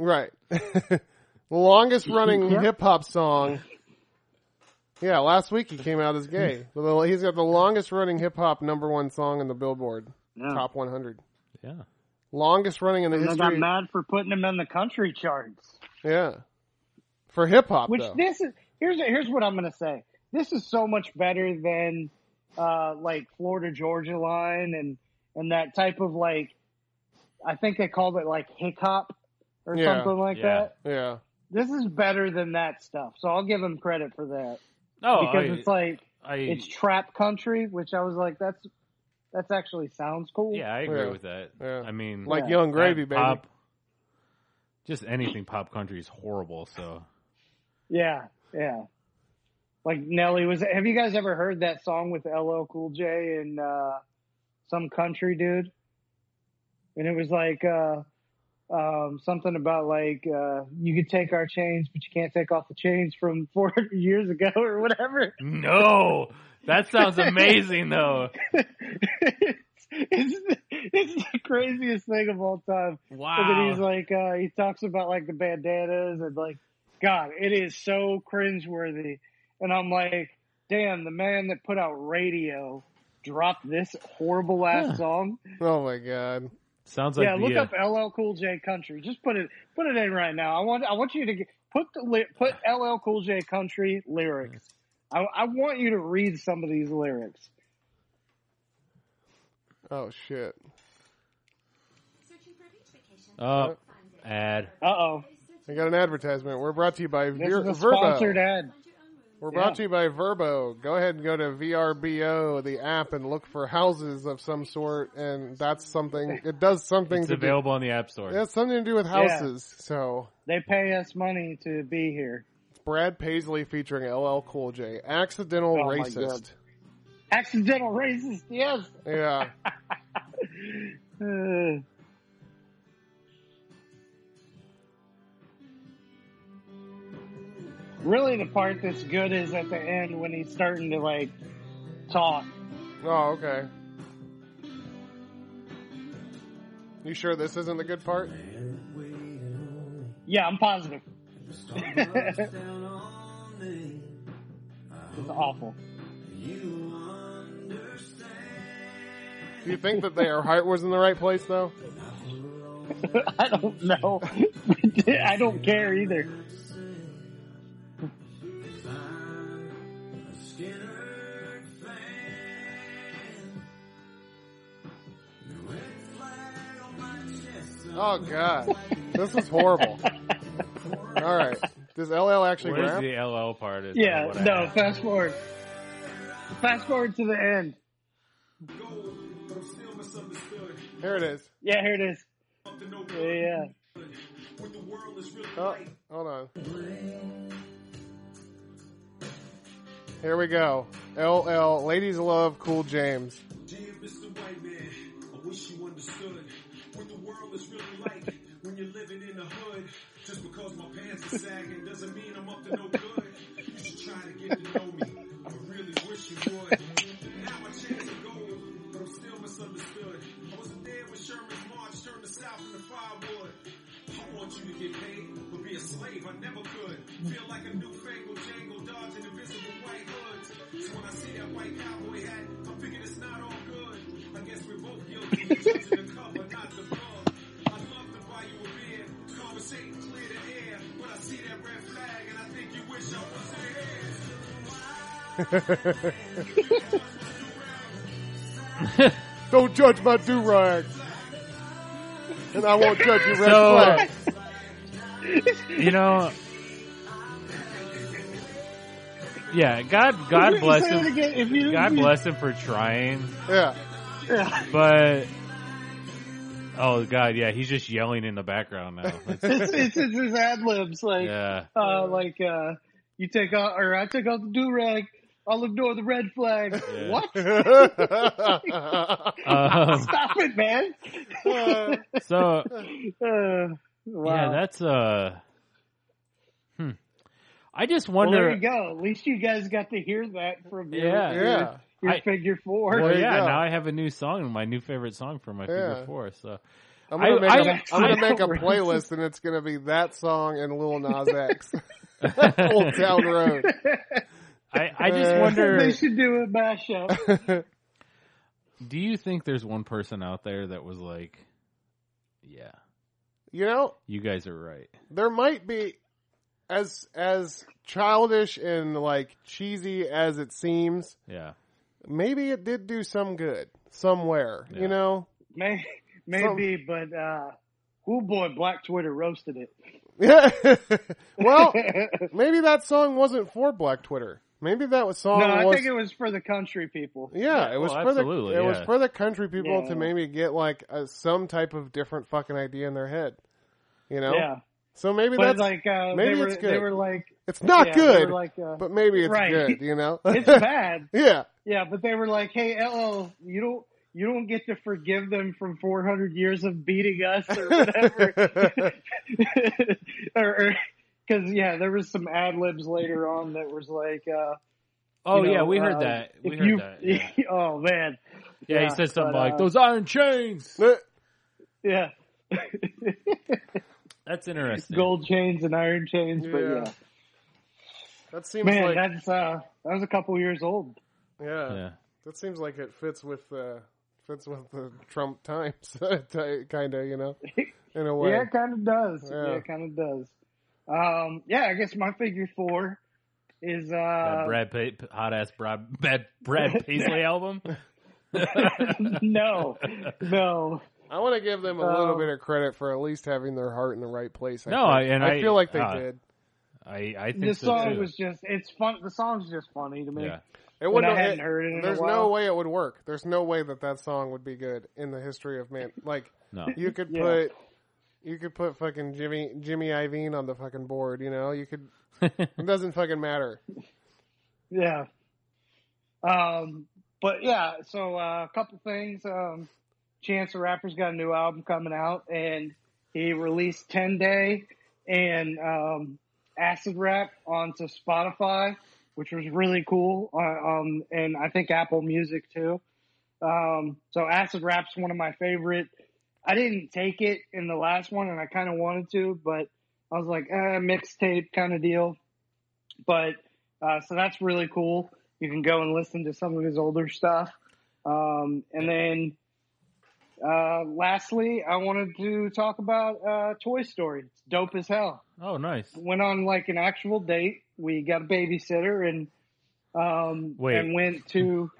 right, longest running
Yeah.
hip hop song. Yeah, last week he came out as gay.
Hmm.
Well, He's got the longest running hip hop number one song in the Billboard
Yeah.
Top 100.
Yeah,
Longest running in the
And I got
history.
mad for putting him in the country charts.
Yeah, for hip hop
Which
though.
this is here's here's what I'm gonna say. This is so much better than uh, like Florida Georgia line and and that type of like I think they called it like hiccup or
Yeah.
something like
Yeah.
that.
yeah,
This is better than that stuff. So I'll give him credit for that
no,
Oh,
because
I,
it's like
I,
it's trap country, which I was like that's that's actually sounds cool.
yeah, I agree
Yeah.
with that.
Yeah.
I mean,
like
Yeah.
Young
that
Gravy, baby.
pop- just anything pop country is horrible. So
Yeah, yeah. Like Nelly was. Have you guys ever heard that song with LL Cool J and uh, some country dude? And it was like uh, um, something about like uh, you could take our chains, but you can't take off the chains from 400 years ago or whatever.
no, that sounds amazing though.
it's, it's, it's the craziest thing of all time. And then
Wow,
he's like, uh, he talks about like the bandanas and like, God, it is so cringeworthy. And I'm like, damn, the man that put out radio dropped this horrible ass song.
Oh my god.
sounds like
yeah,
the,
look
uh,
up LL Cool J Country. Just put it, put it in right now. I want, I want you to get, put the li- put LL Cool J Country lyrics. I, I want you to read some of these lyrics.
Oh shit.
Searching for a beach vacation.
Oh, ad.
Uh oh,
I got an advertisement. We're brought to you by
this
Vir-
is a sponsored
Verbo.
ad.
Find your own room.
We're brought
Yeah.
to you by Verbo. Go ahead and go to VRBO, the app, and look for houses of some sort. And that's something. It does something
It's
to
available on the App Store.
do. It has something to do with houses. So
They pay us money to be here.
Brad Paisley featuring LL Cool J, accidental
Oh my
racist.
Accidental racist, yes.
Yeah.
Uh, really, the part that's good is at the end when he's starting to like talk.
Oh, okay. You sure this isn't the good part?
Yeah, I'm positive. it's awful.
Do you think that their heart was in the right place though?
I don't know. I don't care either.
Oh god, this is horrible. All right, does LL actually
What is
rap?
the LL part? Is
Yeah,
what I
no.
have.
Fast forward. Fast forward to the end.
Here it is.
Yeah, here it is. Yeah, yeah.
Oh, hold on. Here we go. LL, ladies love Cool James.
Dear Mr. White Man, I wish you understood what the world is really like when you're living in the hood. Just because my pants are sagging doesn't mean I'm up to no good. You should try to get to know me. I really wish you would. Now my chance is gold, but I'm still misunderstood. I wasn't there when Sherman's march turned the South into firewood. I want you to get paid, but be a slave I never could. Feel like a newfangled jangle dodging invisible white hoods. So when I see that white cowboy hat, I'm thinking it's not all good. I guess we're both guilty. You're judging the cover, not the bug. I'd love to buy you a beer, conversate, and clear the air. But I see that red flag, and I think you wish I wasn't here.
Don't judge my do rag. And I won't judge you, red
So-
flag.
You know. Yeah, God, God
Say
bless
that
him.
again. If you-
God
you-
bless him for trying,
Yeah.
Yeah.
but oh God, yeah, he's just yelling in the background now. That's-
It's, it's, it's his ad libs, like
yeah,
uh, like uh, you take out or I take out the do rag. I'll ignore the red flag.
Yeah.
What?
um,
Stop it, man!
so
Uh, wow.
yeah, that's uh. Hmm. I just
well, there
wonder.
you go. At least you guys got to hear that from your,
Yeah.
yeah.
your
I-
figure four.
well,
There you
yeah,
go.
now I have a new song, my new favorite song for my
Yeah.
favorite four. So
I'm
I-
gonna, make, a,
I-
I'm gonna
I-
make a playlist and it's gonna be that song and Lil Nas X. Old Town Road.
I, I just
Uh,
they
wonder.
should do a mashup.
Do you think there's one person out there that was like, yeah,
You know,
you guys are right.
there might be as as childish and like cheesy as it seems,
Yeah.
maybe it did do some good somewhere.
Yeah.
You know?
May, maybe, but uh, oh boy, Black Twitter roasted it.
Yeah. well, maybe that song wasn't for Black Twitter. Maybe that was song
no, I
Oh, was
think it was for the country people.
Yeah,
Yeah,
it was
well,
for the
absolutely,
it was
yeah.
for the country people
Yeah.
to maybe get like a, some type of different fucking idea in their head. You know,
Yeah,
so maybe
but
that's
like uh,
maybe
they were
it's
they
good.
were like
it's not
yeah, they
good,
were like uh,
but maybe it's
Right.
good. You know,
it's bad.
yeah,
Yeah, but they were like, "Hey, LL, you don't you don't get to forgive them from 400 years of beating us or whatever." or because yeah, there was some ad libs later on that was like, uh,
Oh
you know,
yeah, we heard
uh,
that. We
if
heard
you-
that. Yeah.
oh man,
Yeah, he said something
but,
like
uh,
those iron chains.
yeah,
That's interesting.
gold chains and iron chains, but
Yeah.
yeah,
that seems
man,
like
that's uh, that was a couple years old.
yeah,
Yeah.
that seems like it fits with uh, fits with the Trump times, kind of. You know, in a way.
Yeah, it kind of does. Yeah,
Yeah.
it kind of does. Um, yeah, I guess my figure four is
That
uh,
Brad pa- hot ass Brad, Brad Brad Paisley album.
no, no.
I want to give them a little
Um,
bit of credit for at least having their heart in the right place. I
No, I-
think.
and I-
feel like they
uh,
did.
I I think
The
so
song
too.
was just it's fun. The song's just funny to me.
yeah.
It wouldn't.
I hadn't
it-
heard it in a
There's
while.
no way it would work. There's no way that that song would be good in the history of man. Like
No.
you could
Yeah.
put, you could put fucking Jimmy Jimmy Iovine on the fucking board. You know, you could. It doesn't fucking matter.
Yeah. Um, but yeah, so uh, a couple things. Um, Chance the Rapper's got a new album coming out, and he released 10 Day and um, Acid Rap onto Spotify, which was really cool. Uh, um, and I think Apple Music too. Um, so Acid Rap's one of my favorite. I didn't take it in the last one, and I kind of wanted to, but I was like, eh, mixtape kind of deal. But uh, so that's really cool. You can go and listen to some of his older stuff. Um, and then, uh, lastly, I wanted to talk about uh, Toy Story. It's dope as hell.
Oh, nice.
Went on like an actual date. We got a babysitter and um,
Wait.
and went to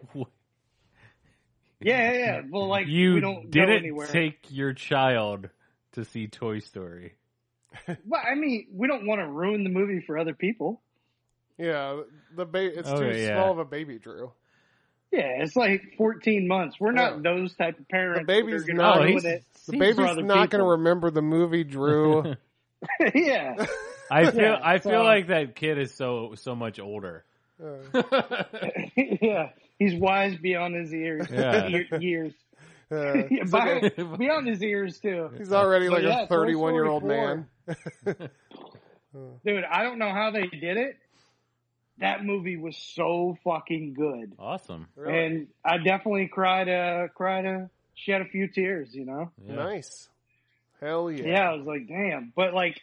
yeah, yeah. yeah. Well, like we
You
don't go
didn't
anywhere.
take your child to see Toy Story.
well, I mean, we don't want to ruin the movie for other people.
Yeah, the ba- it's
Oh,
too
yeah.
small of a baby, Drew.
Yeah, it's like 14 months. We're not
Yeah.
those type of parents.
The baby's
that are
not-
gonna
Oh,
ruin
Oh. he's-
it.
The
Seems
baby's
for other
not going to
people.
remember the movie, Drew. Uh,
yeah.
I feel
Yeah,
I feel
so-
like that kid is so so much older.
Uh,
yeah, he's wise beyond his ears.
Yeah.
Ye- years.
uh,
Yeah, by-
okay.
beyond his ears too.
he's already like
But yeah,
a
Toy
31 year old
Story four.
man.
Dude, I don't know how they did it. That movie was so fucking good.
awesome.
Really?
And I definitely cried uh cried a shed a few tears, you know.
Yeah.
Nice. Hell yeah.
Yeah. I was like, damn. But like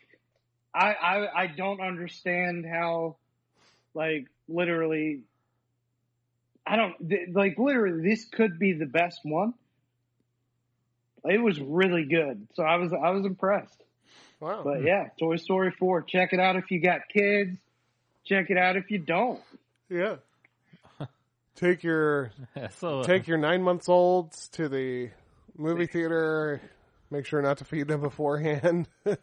I I I don't understand how like literally I don't th- like literally this could be the best one. It was really good. So I was I was impressed.
Wow.
But
Mm-hmm.
yeah, Toy Story 4. Check it out if you got kids. Check it out if you don't.
yeah. Take your
So uh,
take your nine months olds to the movie theater. Make sure not to feed them beforehand.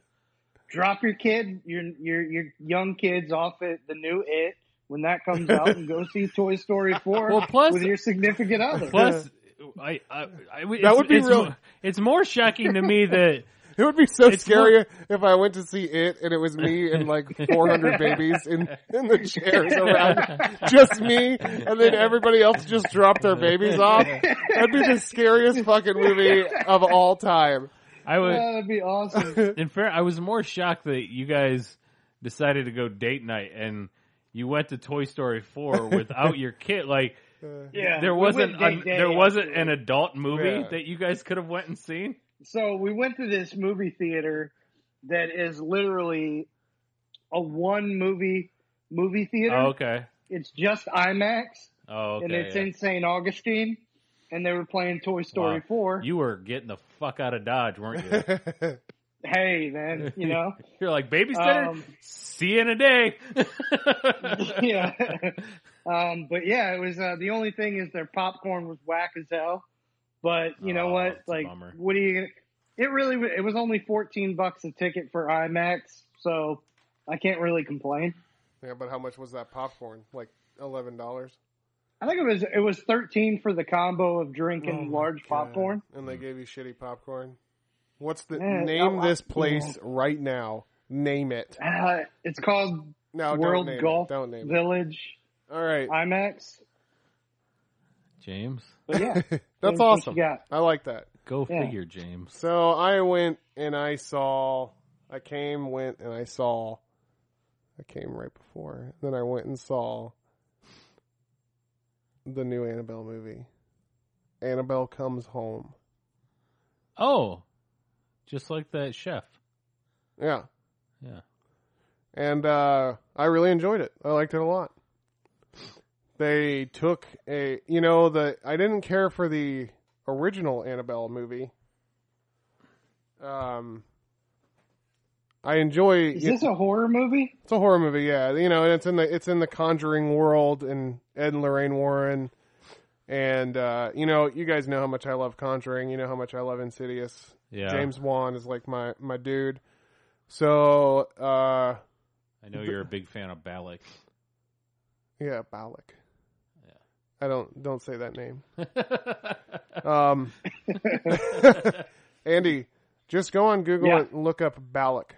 Drop your kid, your your your young kids off at the new it when that comes out and go see Toy Story 4
Well, plus-
with your significant other.
plus. I, I, I, it's-
would be
it's
real-
mo- It's more shocking to me that
It would be so
It's
scary if I went to see it and it was me and like 400 babies in, in the chairs around. Just me and then everybody else just dropped their babies off. That'd be the scariest fucking movie of all time.
I would.
Yeah, Oh, that'd be awesome.
in fair, I was more shocked that you guys decided to go date night and you went to Toy Story four without your kid. Like
Yeah.
there
we
wasn't
went
an-
day-day
there wasn't an
afterwards.
adult movie
Yeah.
that you guys could have went and seen.
So we went to this movie theater that is literally a one movie movie theater.
Oh, okay.
It's just IMAX.
Oh, okay.
and it's
yeah.
in St. Augustine, and they were playing Toy Story
Wow.
4.
You were getting the fuck out of Dodge, weren't you?
hey, man, you know?
You're like babysitter.
Um,
See you in a day.
yeah. um, but yeah, it was uh, the only thing is their popcorn was whack as hell. But you know
Oh,
what?
it's a
Like,
bummer.
what do you? gonna- It really wa- it was only fourteen bucks a ticket for IMAX, so I can't really complain.
Yeah, but how much was that popcorn? Like $11?
I think it was it was thirteen for the combo of drink
Oh
and large popcorn.
And they gave you shitty popcorn. What's the,
Man, oh,
name
I-
this place right now. Name it.
Uh, it's called
No,
World
Oh, don't name
Golf
it. Don't name it.
Village
All right.
IMAX.
James,
But yeah, what
That's
you
awesome.
got.
I like that.
go
Yeah.
figure, James.
So I went and I saw. I came, went, and I saw. I came right before. Then I went and saw the new Annabelle movie. Annabelle comes home.
Oh, just like that chef.
Yeah,
Yeah.
and uh, I really enjoyed it. I liked it a lot. They took a, you know, the I didn't care for the original Annabelle movie. Um, I enjoy.
Is this a horror movie?
It's a horror movie, yeah. You know, and it's in the it's in the Conjuring world and Ed and Lorraine Warren, and uh, you know, you guys know how much I love Conjuring. You know how much I love Insidious.
Yeah.
James Wan is like my my dude. So uh,
I know you're a big fan of Balak.
yeah, Balak.
Yeah.
I don't don't say that name. Um, Andy, just go on Google
Yeah.
and look up Balak.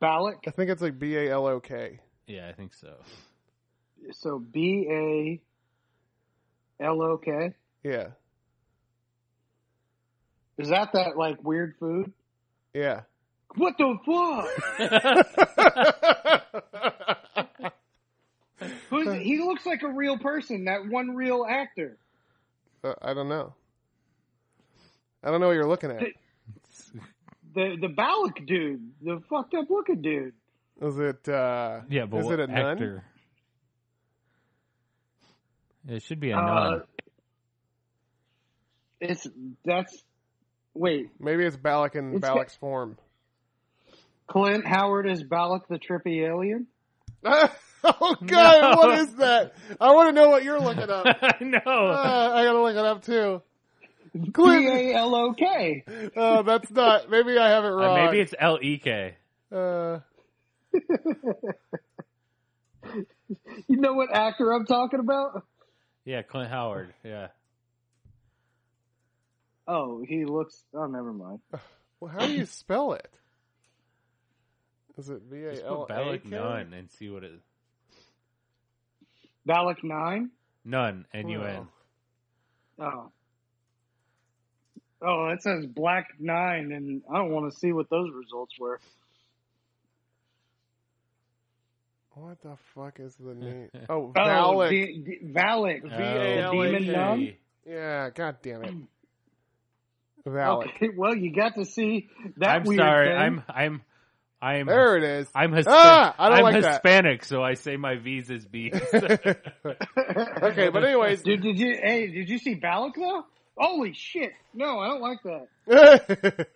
Balak.
I think it's like B A L O K.
yeah, I think so.
So B A L O K.
Yeah,
Is that that like weird food?
yeah. Uh,
What the fuck? Who's he? Looks like a real person. That one real actor.
Uh, I don't know. I don't know what you're looking at.
The the Balak dude. The fucked up looking dude.
Is it? Uh,
Yeah, but
is
what
it a nun?
actor? It should be a
Uh,
nun.
It's that's. Wait,
Maybe it's Balak in
It's
Balak's form.
Clint Howard is Balak the trippy alien.
oh God, what is that? I want to know what you're looking up. Uh,
I know.
I gotta look it up too.
B
Clint.
A L O K.
Oh, that's not. Maybe I have it
Uh,
wrong.
maybe it's L E K.
Uh,
You know what actor I'm talking about?
Yeah, Clint Howard. Yeah.
Oh, he looks. Oh, never mind.
well, how do you spell it? Is it B
Just
A L
put
A
Balak
E K?
nun and see what it.
Valak nine.
None. N U N.
Wow.
Oh. Oh, it says black nine, and I don't want to see what those results were.
What the fuck is the name? Oh,
Oh,
Valak.
D- D-
Oh.
Valak.
V A L A K.
Demon Nun?
yeah, god damn it. Valak.
Okay, well, you got to see that.
I'm
weird
sorry.
thing.
I'm I'm I'm
There it is.
I'm Hispanic.
Ah, I don't
am
like that.
Hispanic, so I say my visa's B.
Okay, but anyways,
Dude, did you? Hey, did you see Balak though? Holy shit! No, I don't like that.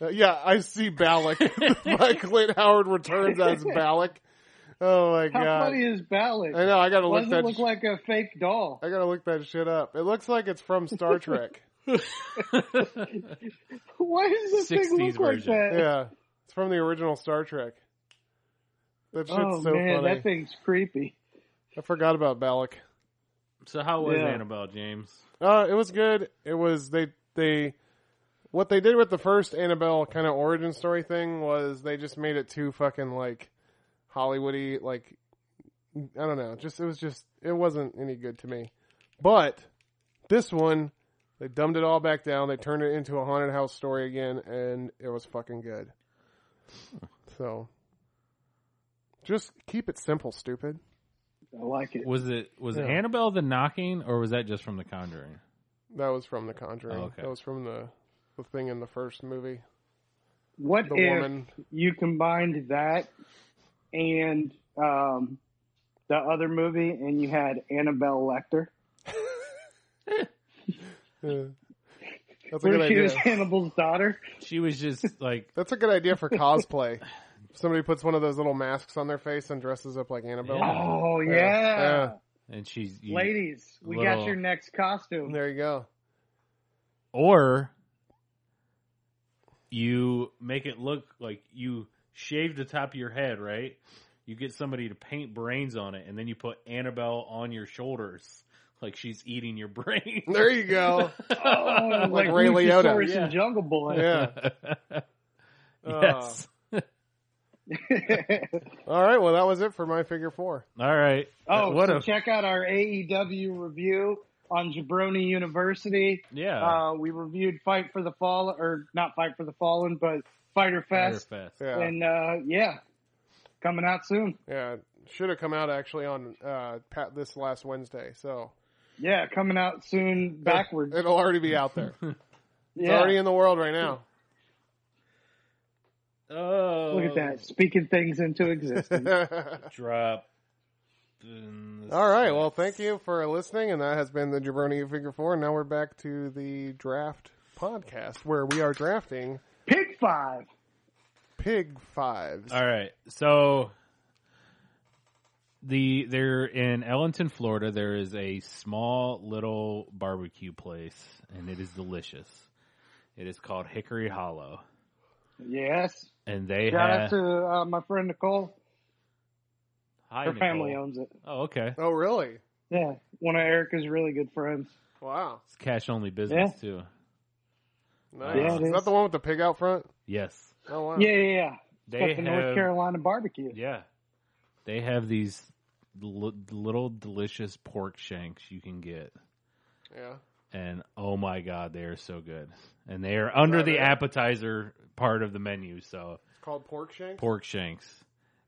Uh, yeah, I see Balak. Mike Clint Howard returns as Balak. Oh my
How
god!
funny is Balak?
I know. I gotta
Why
look
does
that.
it look
sh-
like a fake doll?
I gotta look that shit up. It looks like it's from Star Trek.
Why does this
60s
thing look like
version.
that?
yeah, it's from the original Star Trek. That shit's
oh
so
man,
funny.
that thing's creepy.
I forgot about Balak.
so how was
Yeah.
Annabelle James?
Uh, it was good. It was they they what they did with the first Annabelle kind of origin story thing was they just made it too fucking like Hollywoody like I don't know. Just it was just it wasn't any good to me. But this one they dumbed it all back down. They turned it into a haunted house story again, and it was fucking good. So just keep it simple, stupid.
I like it.
Was it was it
Yeah.
Annabelle the knocking, or was that just from The Conjuring?
That was from The Conjuring.
Oh, okay.
That was from the the thing in the first movie.
What
The
if
woman
you combined that and um, the other movie, and you had Annabelle Lecter?
Yeah. That's a
Where
good
she was
idea.
Hannibal's daughter.
She was just like
That's a good idea for cosplay. If Somebody puts one of those little masks on their face and dresses up like Annabelle.
Yeah.
Oh yeah,
Yeah.
and she's you,
ladies, we
Little-
got your next costume.
There you go.
or you make it look like you shave the top of your head, right? You get somebody to paint brains on it, and then you put Annabelle on your shoulders, like she's eating your brain.
There you go.
Oh,
Like Ray Liotta.
Luchasaurus
Yeah.
and Jungle Boy.
Yeah.
Uh.
yes.
All right. Well, that was it for my figure four.
All right. Uh,
oh,
what
so
a
check out our AEW review on Jabroni University.
yeah.
Uh, we reviewed Fight for the Fallen, or not Fight for the Fallen, but Fighter
Fyter
Fest.
Fest.
Yeah.
And uh, yeah, coming out soon.
yeah. Should have come out actually on uh, Pat this last Wednesday. So
Yeah, coming out soon backwards.
it'll already be out there. It's
Yeah.
already in the world right now.
Oh,
Look at that. Speaking things into existence.
drop. in the
All right.
sack.
Well, thank you for listening, and that has been the Jabroni Figure Four. Now we're back to the draft podcast where we are drafting
Pick five.
pig fives.
Uh,
All right. So the there in Ellenton, Florida, there is a small little barbecue place and it is delicious. It is called Hickory Hollow
Yes.
and they
Shout out
have
to uh, my friend Nicole.
Hi,
Her
Nicole.
family owns it.
Oh, okay.
Oh, really?
Yeah, one of Erica's really good friends.
Wow.
It's cash only business
Yeah.
too.
Nice.
Yeah,
it
is
is.
that the one with the pig out front?
Yes.
Oh, wow.
Yeah, yeah, yeah.
They
Got the North
have-
Carolina barbecue.
Yeah. They have these l- little delicious pork shanks you can get.
Yeah.
and oh my god, they are so good. And they are under the appetizer part of the menu, so
It's called pork shank.
pork shanks.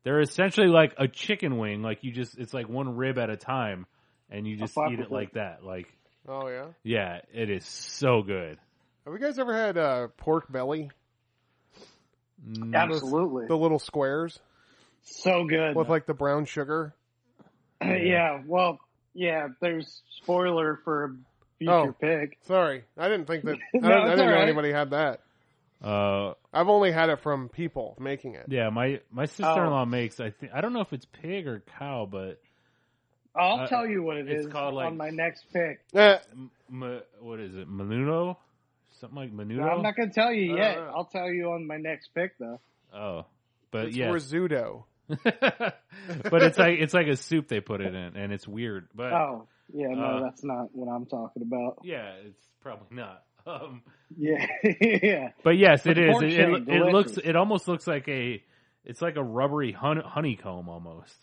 They're essentially like a chicken wing, like you just it's like one rib at a time and you just
fuck
eat
with
it like that. Like
Oh, yeah.
yeah, it is so good.
Have you guys ever had uh, pork belly?
Mm,
Absolutely.
The little squares
So good.
with like the brown sugar.
yeah, well, yeah, there's spoiler for a future
Oh.
pick.
Sorry, I didn't think that. I,
No,
didn't, I
it's
didn't
all
know
right.
anybody had that.
Uh
I've only had it from people making it.
yeah, my my sister-in-law makes I think I don't know if it's pig or cow, but
I'll
Uh,
tell you what it
it's
is
called, like-
on my next pick.
Eh,
m- m- what is it? Menudo? Something like menudo?
I'm not going to tell you
Uh,
yet.
uh.
I'll tell you on my next pick, though.
oh. But
it's
yeah.
risotto.
but it's like it's like a soup they put it in, and it's weird. But
Oh, yeah, no,
Uh.
that's not what I'm talking about.
yeah, it's probably not. Um,
Yeah, yeah.
but yes,
But
it
the
is.
pork
It, it,
shank,
it looks.
delicious.
It almost looks like a. It's like a rubbery hun- honeycomb almost.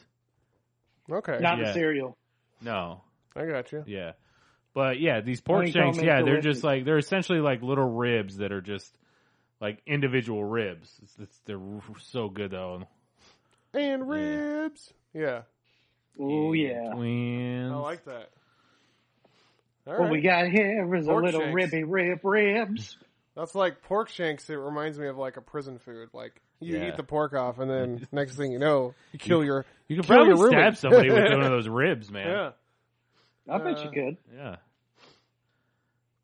Okay,
Not
Yeah.
the cereal.
No,
I got you.
yeah, but yeah, these pork
Honey
shanks,
Coleman's
yeah, they're
delicious.
just like they're essentially like little ribs that are just like individual ribs. It's, it's, they're so good though.
And ribs. Yeah,
Oh yeah.
Twins.
I like that. All right.
What we got here is a
Pork
little
shanks.
ribby rib ribs.
That's like pork shanks. It reminds me of like a prison food. Like you
Yeah.
eat the pork off, and then next thing you know, you kill your.
You could
Kill
probably
your
stab
roommate.
somebody with one of those ribs, man.
Yeah.
I bet
Uh,
you could.
Yeah,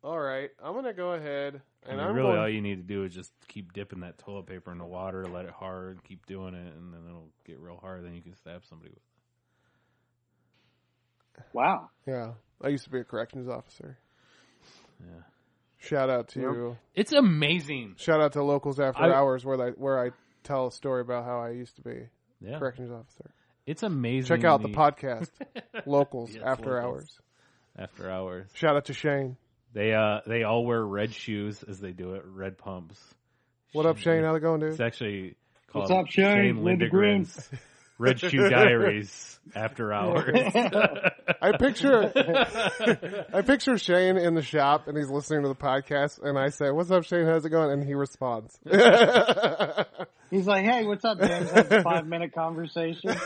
All right. I'm gonna go ahead,
I
and
mean,
I'm
really, all
going.
you need to do is just keep dipping that toilet paper in the water, let it hard, keep doing it, and then it'll get real hard. Then you can stab somebody with. it.
Wow.
Yeah. I used to be a corrections officer.
Yeah.
Shout out to
It's amazing.
shout out to locals after
I-
hours where I where I tell a story about how I used to be
Yeah,
corrections officer.
it's amazing.
Check out the
the-
podcast locals
Yes,
after
Locals.
hours.
after hours.
Shout out to Shane.
They uh they all wear red shoes as they do it, red pumps.
What up, Shane? How it going, dude?
It's actually called
What's up, Shane?
Shane
Lindgren.
Lindgren's Red Shoe Diaries after hours.
I picture I picture Shane in the shop and he's listening to the podcast and I say, What's up, Shane? How's it going? And he responds.
He's like, hey, what's up, James? That's a five minute conversation.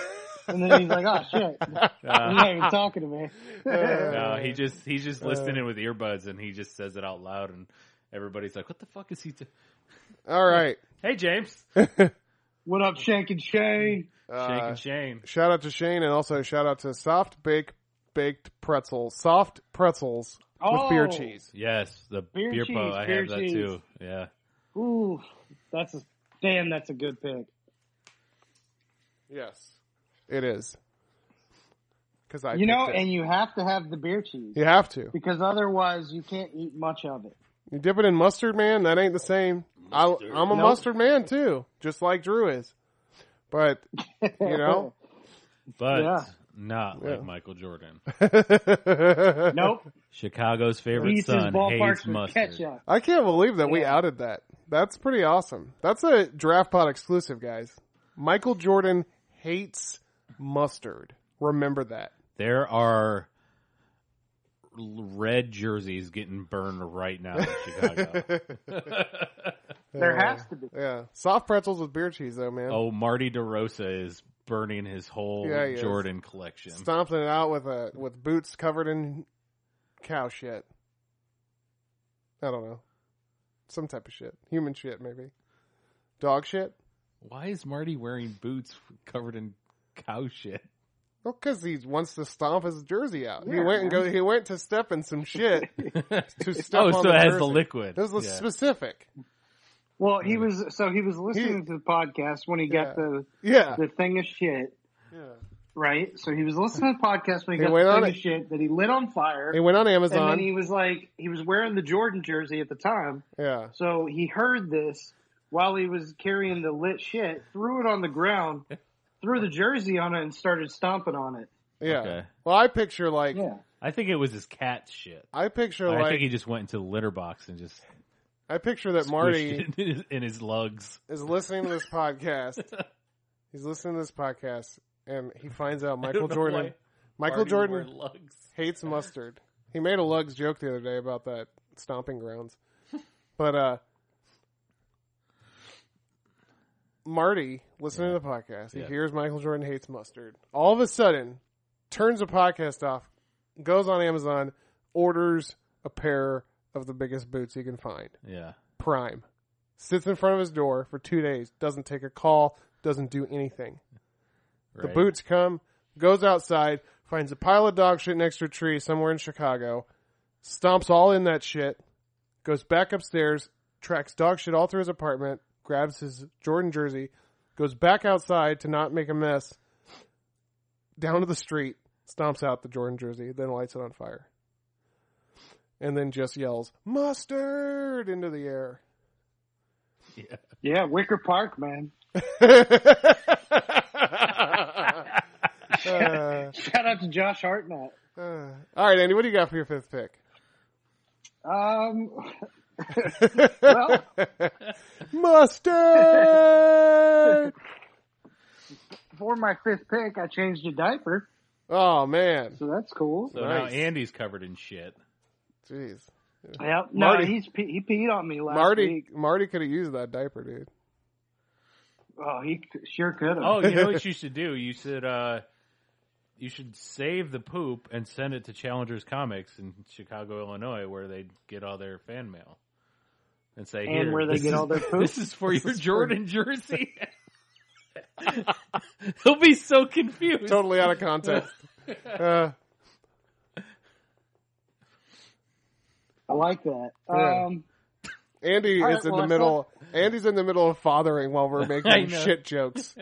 And then he's like, oh shit, you're
Uh,
not even talking to me.
no, he just he's just listening
Uh.
in with earbuds and he just says it out loud and everybody's like, "What the fuck is he?" do
All right.
hey, James,
What up, Shank and Shane?
Shake
Uh,
and Shane.
shout out to Shane and also shout out to Soft Bake Baked Pretzels. Soft pretzels with beer
Oh.
cheese.
Yes, the beer,
Beer cheese,
po. I
beer
have that
cheese.
too. Yeah,
Ooh, that's a damn. That's a good pick.
Yes. It is. Cause I
you know,
picked it.
and you have to have the beer cheese
you have to.
because otherwise you can't eat much of it.
You dip it in mustard, man. That ain't the same. I, I'm a
Nope.
mustard man too, just like Drew is. But you know,
but
Yeah.
not
Yeah.
like Michael Jordan.
nope.
Chicago's favorite
Reese's
son hates
ballparks with
mustard.
ketchup.
I can't believe that we
Yeah.
outed that. That's pretty awesome. That's a draft pod exclusive, guys. Michael Jordan hates mustard. Remember that.
There are l- red jerseys getting burned right now in Chicago.
There has to be.
Yeah, soft pretzels with beer cheese, though, man.
oh, Marty DeRosa is burning his whole
Yeah, he is.
Jordan collection.
Stomping it out with a with boots covered in cow shit. I don't know, some type of shit, human shit, maybe dog shit.
Why is Marty wearing boots covered in cow shit?
Well, because he wants to stomp his jersey out. he
Yeah,
went and go. He went to step in some shit to step
oh,
on
so
the
it has
jersey.
the liquid.
This was
Yeah.
specific.
Well, he was so he was listening
He-
to the podcast when he got
Yeah.
the
Yeah.
the thing of shit. Right, so he was listening to the podcast when he,
He
got
went
the
on
thing of
it.
shit that he lit on fire,
He went on
and
Amazon.
then he was like, he was wearing the Jordan jersey at the time,
yeah.
So he heard this while he was carrying the lit shit, threw it on the ground, threw the jersey on it, and started stomping on it.
Yeah.
Okay.
Well, I picture like
Yeah.
I think it was his cat shit.
I picture
I
like
think he just went into the litter box and just
I picture that
Marty
Marty
in, his, in his lugs.
is listening to this podcast. He's listening to this podcast, and he finds out Michael
know
Jordan.
why
Michael
Marty
Jordan
wore lugs.
hates mustard. He made a lugs joke the other day about that stomping grounds. But uh Marty, listening to the podcast, he
Yeah.
hears Michael Jordan hates mustard. All of a sudden, turns the podcast off, goes on Amazon, orders a pair of the biggest boots he can find.
Yeah.
Prime. Sits in front of his door for two days, doesn't take a call, doesn't do anything. The
right.
boots come, goes outside, finds a pile of dog shit next to a tree somewhere in Chicago, stomps all in that shit, goes back upstairs, tracks dog shit all through his apartment, grabs his Jordan jersey, goes back outside to not make a mess, down to the street, stomps out the Jordan jersey, then lights it on fire. And then just yells, mustard, into the air.
Yeah.
Yeah, Wicker Park, man.
Uh,
Shout out to Josh Hartnett.
uh. all right, Andy, what do you got for your fifth pick?
Um, well,
Mustard.
for my fifth pick, I changed a diaper
Oh man,
So that's cool.
So
Nice.
now Andy's covered in shit.
jeez,
Yep. No,
Marty-
he's pe- he peed on me last
Marty
week.
Marty could have used that diaper, dude.
Oh, he c- sure could have.
Oh, you know what you should do? You should uh, you should save the poop and send it to Challengers Comics in Chicago, Illinois, where they get all their fan mail, and say
And
"Here,
where they
this
get
is-
all their poop."
This is for your Jordan jersey. He'll be so confused.
Totally out of context. uh,
I like that.
Yeah.
Um,
Andy
All right,
is in
well,
the
I
middle. Andy's in the middle of fathering while we're making
know.
shit jokes.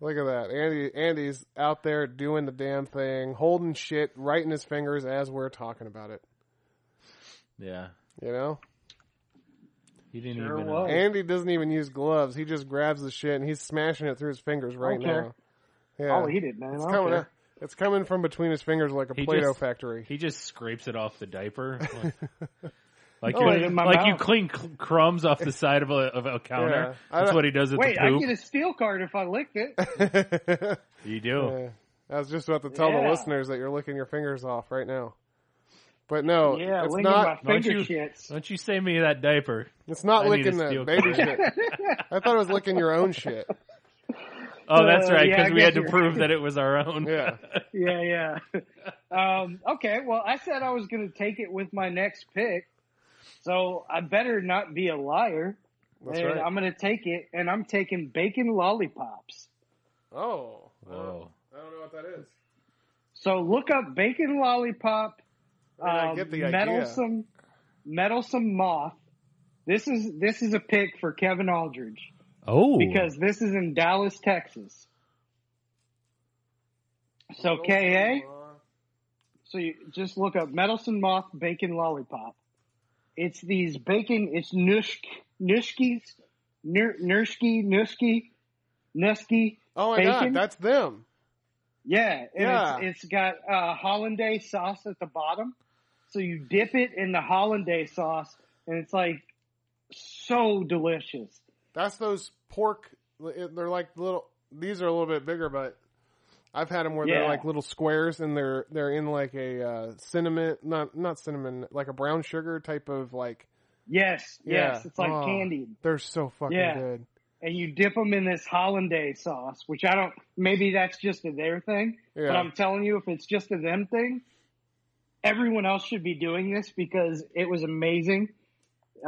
Look at that, Andy. Andy's out there doing the damn thing, holding shit right in his fingers as we're talking about it.
Yeah,
You know,
he didn't
Sure
even. uh,
was.
Andy doesn't even use gloves. He just grabs the shit and he's smashing it through his fingers right
Okay.
now. Yeah,
I'll eat it, oh, man.
it's
I don't
coming.
care.
out- It's coming from between his fingers like a
He
Play-Doh
just-
factory.
He just scrapes it off the diaper. Like, like,
Oh,
you're-
it's in my
like you
mouth.
clean cl- crumbs off the side of a, of a counter.
Yeah. I
That's
don't-
what he does with
Wait,
the
I
poop.
get a steel card if I licked it.
You do.
Yeah. I was just about to tell the
Yeah.
listeners that you're licking your fingers off right now. But no,
Yeah,
Oh, it's
licking
not.
my
Don't
finger
you-
shits.
Don't you say me that diaper.
It's
I
not
need
licking
a
the
steel
baby
card.
shit. I thought it was licking your own shit.
Oh, that's
Uh,
right,
yeah, I
because we
guess
had to
you're-
prove that it was our own.
Yeah.
Yeah, yeah. um, okay, well, I said I was going to take it with my next pick, so I better not be a liar.
That's
and
right.
I'm going to take it, and I'm taking bacon lollipops.
Oh.
Whoa.
I don't know what that is.
So look up bacon lollipop.
I
um,
get the idea.
meddlesome, meddlesome moth. This is this is a pick for Kevin Aldridge
Oh,
because this is in Dallas, Texas. So KA, so you just look up meddlesome moth bacon lollipop. It's these bacon. It's nushk nushkies, nur, nushki nushki nushki.
Oh my
bacon.
god, that's them.
Yeah, and
Yeah.
It's, it's got uh, hollandaise sauce at the bottom, so you dip it in the hollandaise sauce, and it's like so delicious.
That's those pork. They're like little. These are a little bit bigger, but I've had them where they're
Yeah.
like little squares, and they're they're in like a uh, cinnamon, not not cinnamon, like a brown sugar type of like.
Yes,
Yeah.
yes, it's like
Oh,
candied,
They're so fucking
Yeah.
good.
and you dip them in this hollandaise sauce, which I don't. Maybe that's just a their thing,
Yeah.
but I'm telling you, if it's just a them thing, everyone else should be doing this because it was amazing.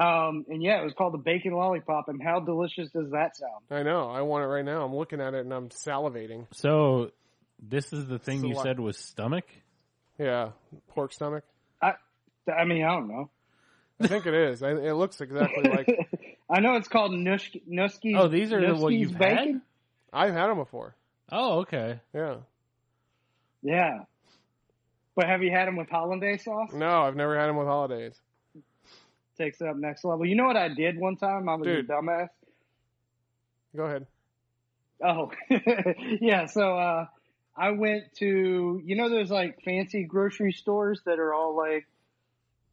Um, and yeah, it was called the bacon lollipop, and how delicious does that sound?
I know. I want it right now. I'm looking at it and I'm salivating.
so this is the thing
So
you
what-
said was stomach.
Yeah, pork stomach.
I, I mean, I don't know.
I think it is. I, it looks exactly like
I know it's called Nushki. Nushki
Oh, these are the- what
Nushki's
you've
bacon.
had?
I've had them before.
Oh, okay.
Yeah.
Yeah, but have you had them with hollandaise sauce?
No, I've never had them with holidays.
Takes it up next level. You know what I did one time? I was
Dude.
a dumbass.
Go ahead.
Oh, yeah. So uh, I went to you know those like fancy grocery stores that are all like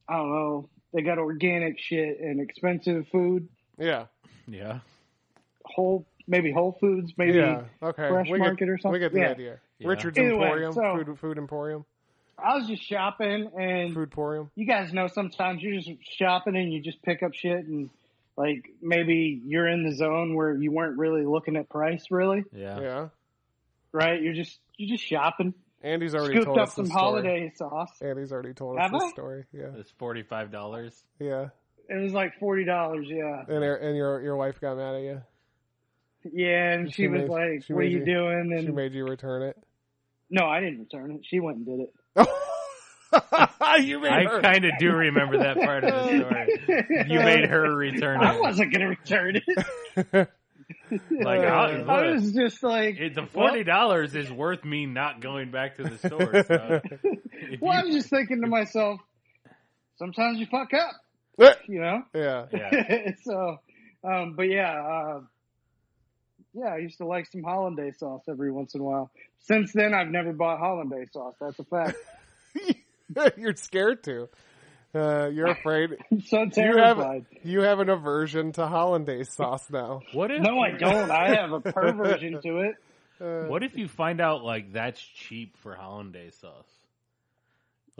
I don't know they got organic shit and expensive food.
Yeah.
Yeah.
Whole maybe Whole Foods, maybe
yeah. Okay.
Fresh
we
Market
get,
or something?
We get the
Yeah.
idea.
Yeah.
Richard's
Either way,
Emporium,
so-
food, food Emporium,
I was just shopping and
Food Emporium.
you guys know sometimes you're just shopping and you just pick up shit and like maybe you're in the zone where you weren't really looking at price really
Yeah.
Yeah.
right you're just you're just shopping
Andy's already
scooped
told
up
us
some
this story.
holiday sauce
Andy's already told us
Have
this
I?
story. Yeah.
It's forty five dollars.
Yeah.
it was like forty dollars yeah
And your- and your your wife got mad at you.
yeah and she,
She
was
made-
like
she
what are
made
you
you-
doing
She
and
made you return it.
no i didn't return it she went and did it
you made
I
her.
kind of do remember that part of the story. You made her return
i
it.
wasn't gonna return it
Like, I'll-
i
look,
was just like
it- the forty dollars is worth me not going back to the store. So if
well i'm
you-
just thinking to myself sometimes you fuck up you know
yeah.
yeah.
so, um, but yeah, uh, yeah, I used to like some hollandaise sauce every once in a while. Since then, I've never bought hollandaise sauce. That's a fact.
you're scared to. Uh, you're afraid.
I'm so
You have
terrified.
you have an aversion to hollandaise sauce now.
What if?
No, I don't. I have a perversion to it.
Uh,
What if you find out like that's cheap for hollandaise sauce?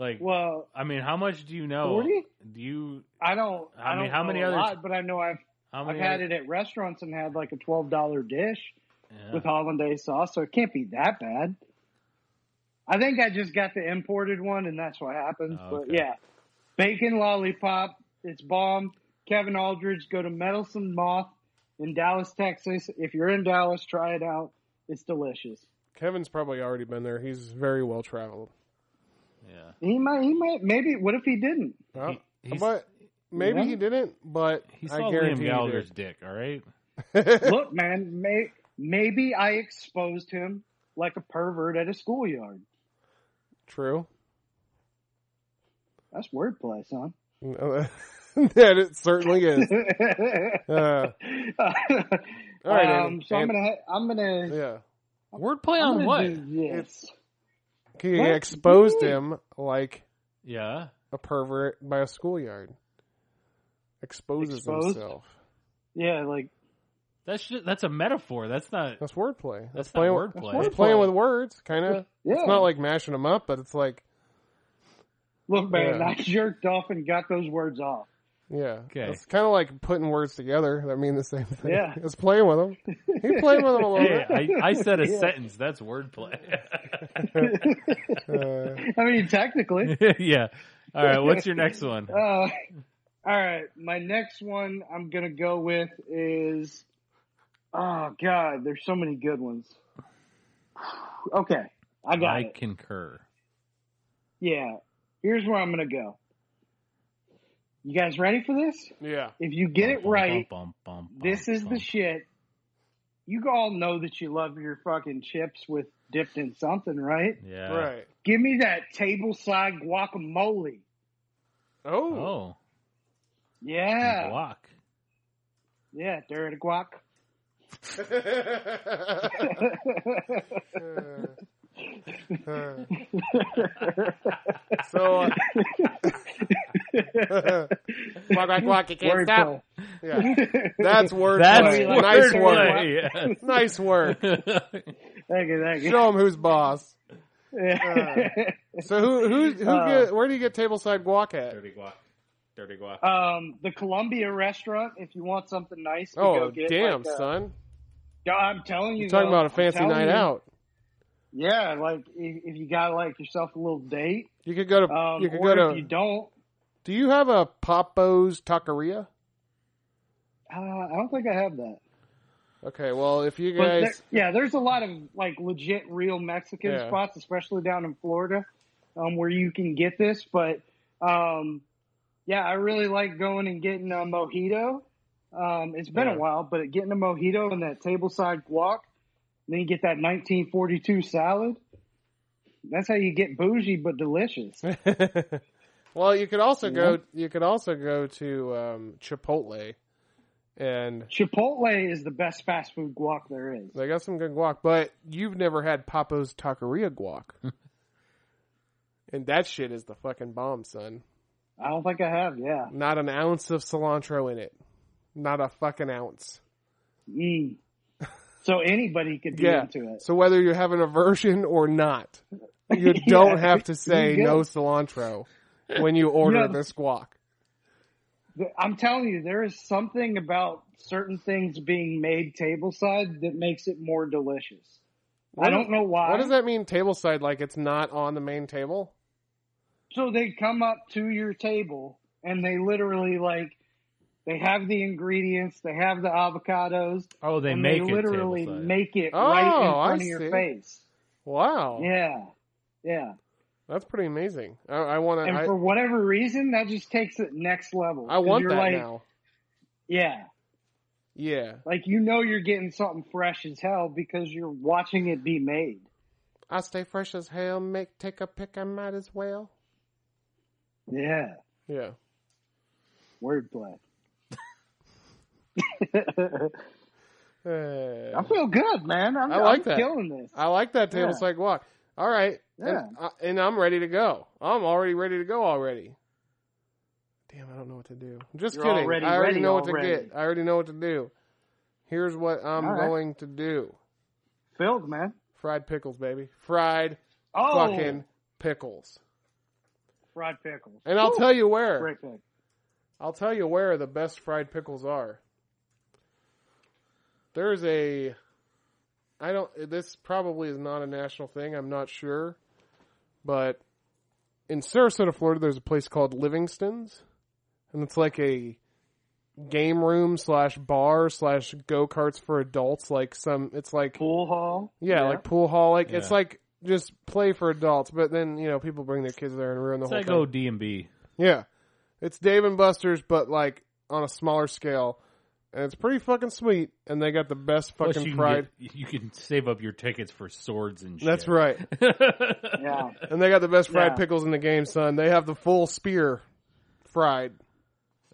Like,
Well,
I mean, how much do you know?
40?
Do you
I don't.
I
I,
mean,
don't
how
know
many
a
others-
lot, but I know I've
how
I've
many?
had it at restaurants and had like a twelve dollar dish
Yeah.
with hollandaise sauce, so it can't be that bad. I think I just got the imported one, and that's what happens.
Oh,
But
okay.
yeah, bacon lollipop, it's bomb. Kevin Aldridge, go to Meddlesome Moth in Dallas, Texas. If you're in Dallas, try it out. It's delicious.
Kevin's probably already been there. He's very well traveled.
yeah.
He might, he might, maybe. What if he didn't?
Well,
He- he's-
but maybe
Yeah.
he didn't. But
He
I
saw
guarantee
Liam
he
Gallagher's
did.
dick. All right.
Look, man, may, maybe I exposed him like a pervert at a schoolyard.
True.
That's wordplay, son.
that it certainly is. Uh, All right,
um,
Andy.
so I'm
And-
gonna, ha- I'm gonna,
yeah.
Wordplay
I'm
on
gonna
what?
do this.
He
What?
exposed
What?
him like
Yeah.
a pervert by a schoolyard. Exposes
Exposed?
himself.
Yeah, like
That's ju- that's a metaphor. That's not.
That's wordplay. That's,
That's not
playing
wordplay.
That's
That's
playing
wordplay.
with words, kind of.
Yeah.
It's not like mashing them up, but it's like,
look, man,
Yeah.
I jerked off and got those words off.
yeah.
Okay.
It's kind of like putting words together that mean the same thing.
Yeah.
It's playing with them. He playing with them a little
Hey,
bit.
I, I said a
Oh. Yeah.
sentence. That's wordplay.
Uh,
I mean, technically.
yeah. All right. What's your next one?
Uh, all right, my next one I'm gonna go with is, oh god, there's so many good ones. Okay, I got
I
it.
concur.
Yeah. Here's where I'm going to go. You guys ready for this?
yeah.
If you get it
Bum, bum,
right,
bum, bum, bum,
this is
bum.
the shit. You all know that you love your fucking chips with dipped in something, right?
Yeah.
Right.
Give me that tableside guacamole.
Oh.
Oh.
Yeah.
Guac.
Yeah, dirty guac.
so. Uh, Walk, walk, walk, uh, you can't stop.
Wordplay.
Yeah. That's word.
That's
play.
like
nice
wordplay.
work.
wordplay.
Nice work.
Yes.
Thank you, thank you.
Show them who's boss.
Yeah.
So who who who
Uh,
get, where do you get tableside guac at?
Dirty guac. Dirty guac.
um, the Columbia restaurant, if you want something nice to go
Oh
get.
damn,
like a-
son!
I'm telling you.
You're talking
though,
about a
I'm
fancy
telling
night
you.
out.
Yeah, like if, if you got like yourself a little date,
You could go to
um,
you could
or
go to.
if you don't,
do you have a Popo's Taqueria?
uh, I don't think I have that.
Okay, well if you
But there-
guys,
yeah, there's a lot of like legit, real Mexican
Yeah.
spots, especially down in Florida, um, where you can get this. But um, yeah, I really like going and getting a mojito. Um, it's been
Yeah.
a while, but getting a mojito and that tableside guac, and then you get that 1942 salad. That's how you get bougie but delicious.
well you could also go you could also go to um, Chipotle, and
Chipotle is the best fast food guac there is.
they got some good guac. But you've never had Popo's Taqueria guac, and that shit is the fucking bomb, son.
I don't think I have. Yeah.
Not an ounce of cilantro in it. Not a fucking ounce.
Mm. So anybody could be
Yeah.
into it.
So whether you have an aversion or not, you don't have to say
You
no
good.
cilantro when you order
Yeah.
this guac.
Th- I'm telling you, there is something about certain things being made tableside that makes it more delicious. I don't know why.
What does that mean tableside? Like it's not on the main table?
So they come up to your table and they literally like they have the ingredients, they have the avocados,
Oh, they
and
make
they
it
literally
tableside.
make it
Oh,
right in
I
front of your
see.
face.
Wow.
Yeah. Yeah.
That's pretty amazing. I, I want to.
And
I,
for whatever reason, that just takes it next level.
I
'Cause
want
you're
that
like,
now.
Yeah.
Yeah.
Like you know you're getting something fresh as hell because you're watching it be made.
I stay fresh as hell. Make take a pick. I might as well.
Yeah.
Yeah.
Wordplay.
Uh,
I feel good, man. I'm,
I like
I'm
that.
killing this.
I like that
Yeah.
tableside walk. All right, and, I, and I'm ready to go. I'm already ready to go already. Damn, I don't know what to do. Just
You're
kidding.
already
I already
ready
know what
already.
to get. I already know what to do. Here's what I'm
All right.
going to do.
filled, man.
Fried pickles, baby. Fried
Oh,
fucking pickles.
fried pickles.
And I'll
Woo.
tell you where.
Great thing.
I'll tell you where the best fried pickles are. There's a I don't this probably is not a national thing, I'm not sure. But in Sarasota, Florida, there's a place called Livingston's. And it's like a game room slash bar slash go karts for adults, like some it's like
Pool hall.
yeah, like pool hall, like it's
Yeah.
like just play for adults, but then you know, people bring their kids there and ruin the
It's
whole
like
thing.
go D and B.
Yeah. It's Dave and Buster's, but like on a smaller scale. And it's pretty fucking sweet. And they got the best
Plus
fucking
you can
fried.
get- you can save up your tickets for swords and shit.
That's right.
Yeah.
And they got the best fried
Yeah.
pickles in the game, son. They have the full spear fried.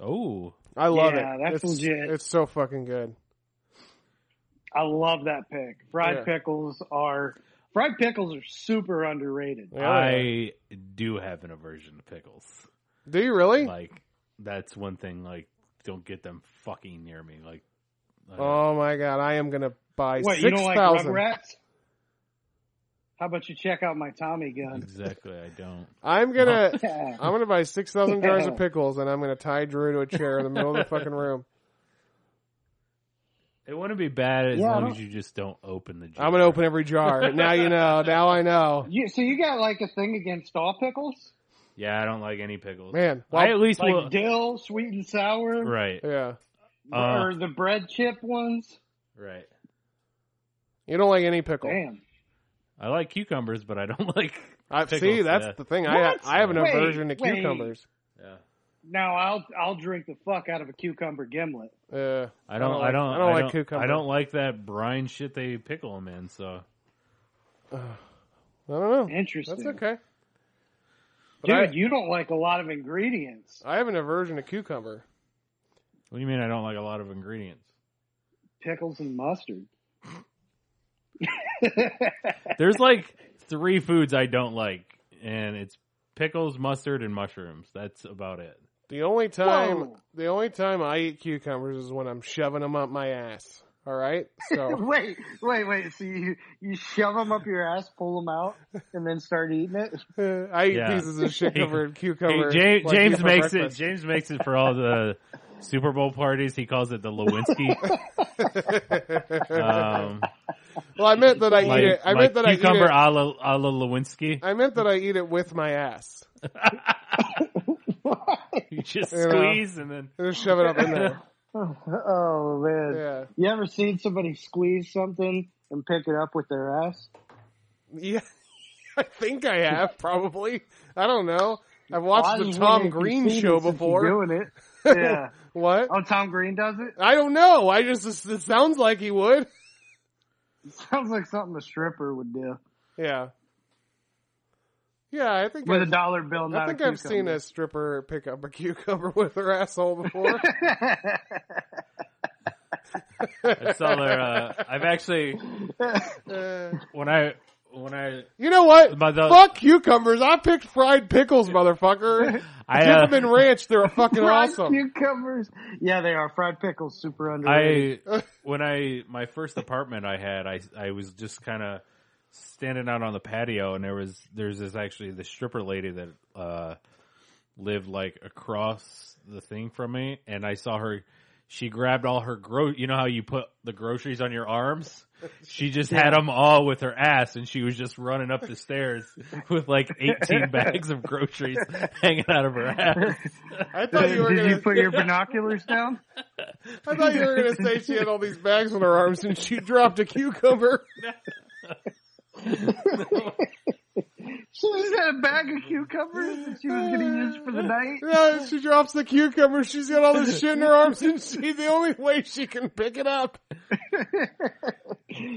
Oh,
I love
Yeah,
it.
that's
it's,
legit.
It's so fucking good.
I love that pick. Fried
Yeah.
pickles are fried pickles are super underrated.
Yeah.
I do have an aversion to pickles.
Do you really?
Like that's one thing. Like don't get them fucking near me. Like I don't-
oh my god, I am gonna buy
Wait, you
six
don't like
thousand.
Rugrats? How about you check out my Tommy
Oh,
gun?
exactly. I don't.
I'm gonna
Yeah.
I'm gonna buy six thousand jars of
Yeah.
pickles and I'm gonna tie Drew to a chair in the middle of the fucking room.
It wouldn't be bad as
Yeah, I
long
don't-
as you just don't open the. Jar.
I'm gonna open every jar. Now you know, now I know.
You, so you got like a thing against all pickles,
Yeah, I don't like any pickles.
Man,
I at least
like
will.
dill, sweet and sour,
Right,
Yeah.
Uh.
or the bread chip ones.
right.
You don't like any pickle.
Damn.
I like cucumbers, but I don't like.
I
Pickles,
see. That's
yeah.
the thing. I
What?
I have an
Wait,
aversion to
wait.
cucumbers.
Yeah.
Now I'll I'll drink the fuck out of a cucumber gimlet.
Uh,
I don't. I
like-
don't.
I don't like cucumber.
I don't like that brine shit they pickle them in. So
I don't know.
Interesting,
That's okay. But
dude.
I,
you don't like a lot of ingredients.
I have an aversion to cucumber.
what do you mean? I don't like a lot of ingredients.
Pickles and mustard.
There's like three foods I don't like, and it's pickles, mustard, and mushrooms. That's about it.
The only time
Whoa.
the only time I eat cucumbers is when I'm shoving them up my ass. All right. So
wait, wait, wait. So you you shove them up your ass, pull them out, and then start eating it.
I eat
Yeah.
pieces of shit
Hey,
covered
Hey,
cucumber.
James,
like
James
for
makes
breakfast.
it. James makes it for all the Super Bowl parties. He calls it the Lewinsky. um,
well, I meant that I
like,
eat it. I
like
meant that I eat
cucumber
it.
a la, a la Lewinsky.
I meant that I eat it with my ass.
You just
You know.
squeeze and then.
Just shove it up in there.
oh man!
Yeah.
You ever seen somebody squeeze something and pick it up with their ass?
Yeah, I think I have probably. I don't know. I've
Why
watched the
does
Tom
women
Green
concede
show
since you're
before.
Doing it, yeah.
What?
Oh, Tom Green does it.
I don't know. I just it sounds like he would.
Sounds like something a stripper would do
Yeah. Yeah, I think
with a
I've-
dollar bill. Not
I think
a
I've seen a stripper pick up a cucumber with her asshole before.
I saw their. Uh, I've actually
Uh,
when I when I
you know what?
But the-
Fuck cucumbers. I picked fried pickles, motherfucker.
I
Dip
uh,
'em in ranch. They're fucking
Fried
awesome.
cucumbers. Yeah, they are fried pickles. Super underrated.
I when I my first apartment I had I I was just kind of standing out on the patio and there was there's this actually the stripper lady that uh lived like across the thing from me and I saw her she grabbed all her gro you know how you put the groceries on your arms she just had them all with her ass and she was just running up the stairs with like 18 bags of groceries hanging out of her ass
I thought you were
Did
gonna
you put your binoculars down?
I thought you were going to say she had all these bags on her arms and she dropped a cucumber.
She just had a bag of cucumbers that she was going to use for the night.
No, she drops the cucumber. She's got all this shit in her arms and she's the only way she can pick it up.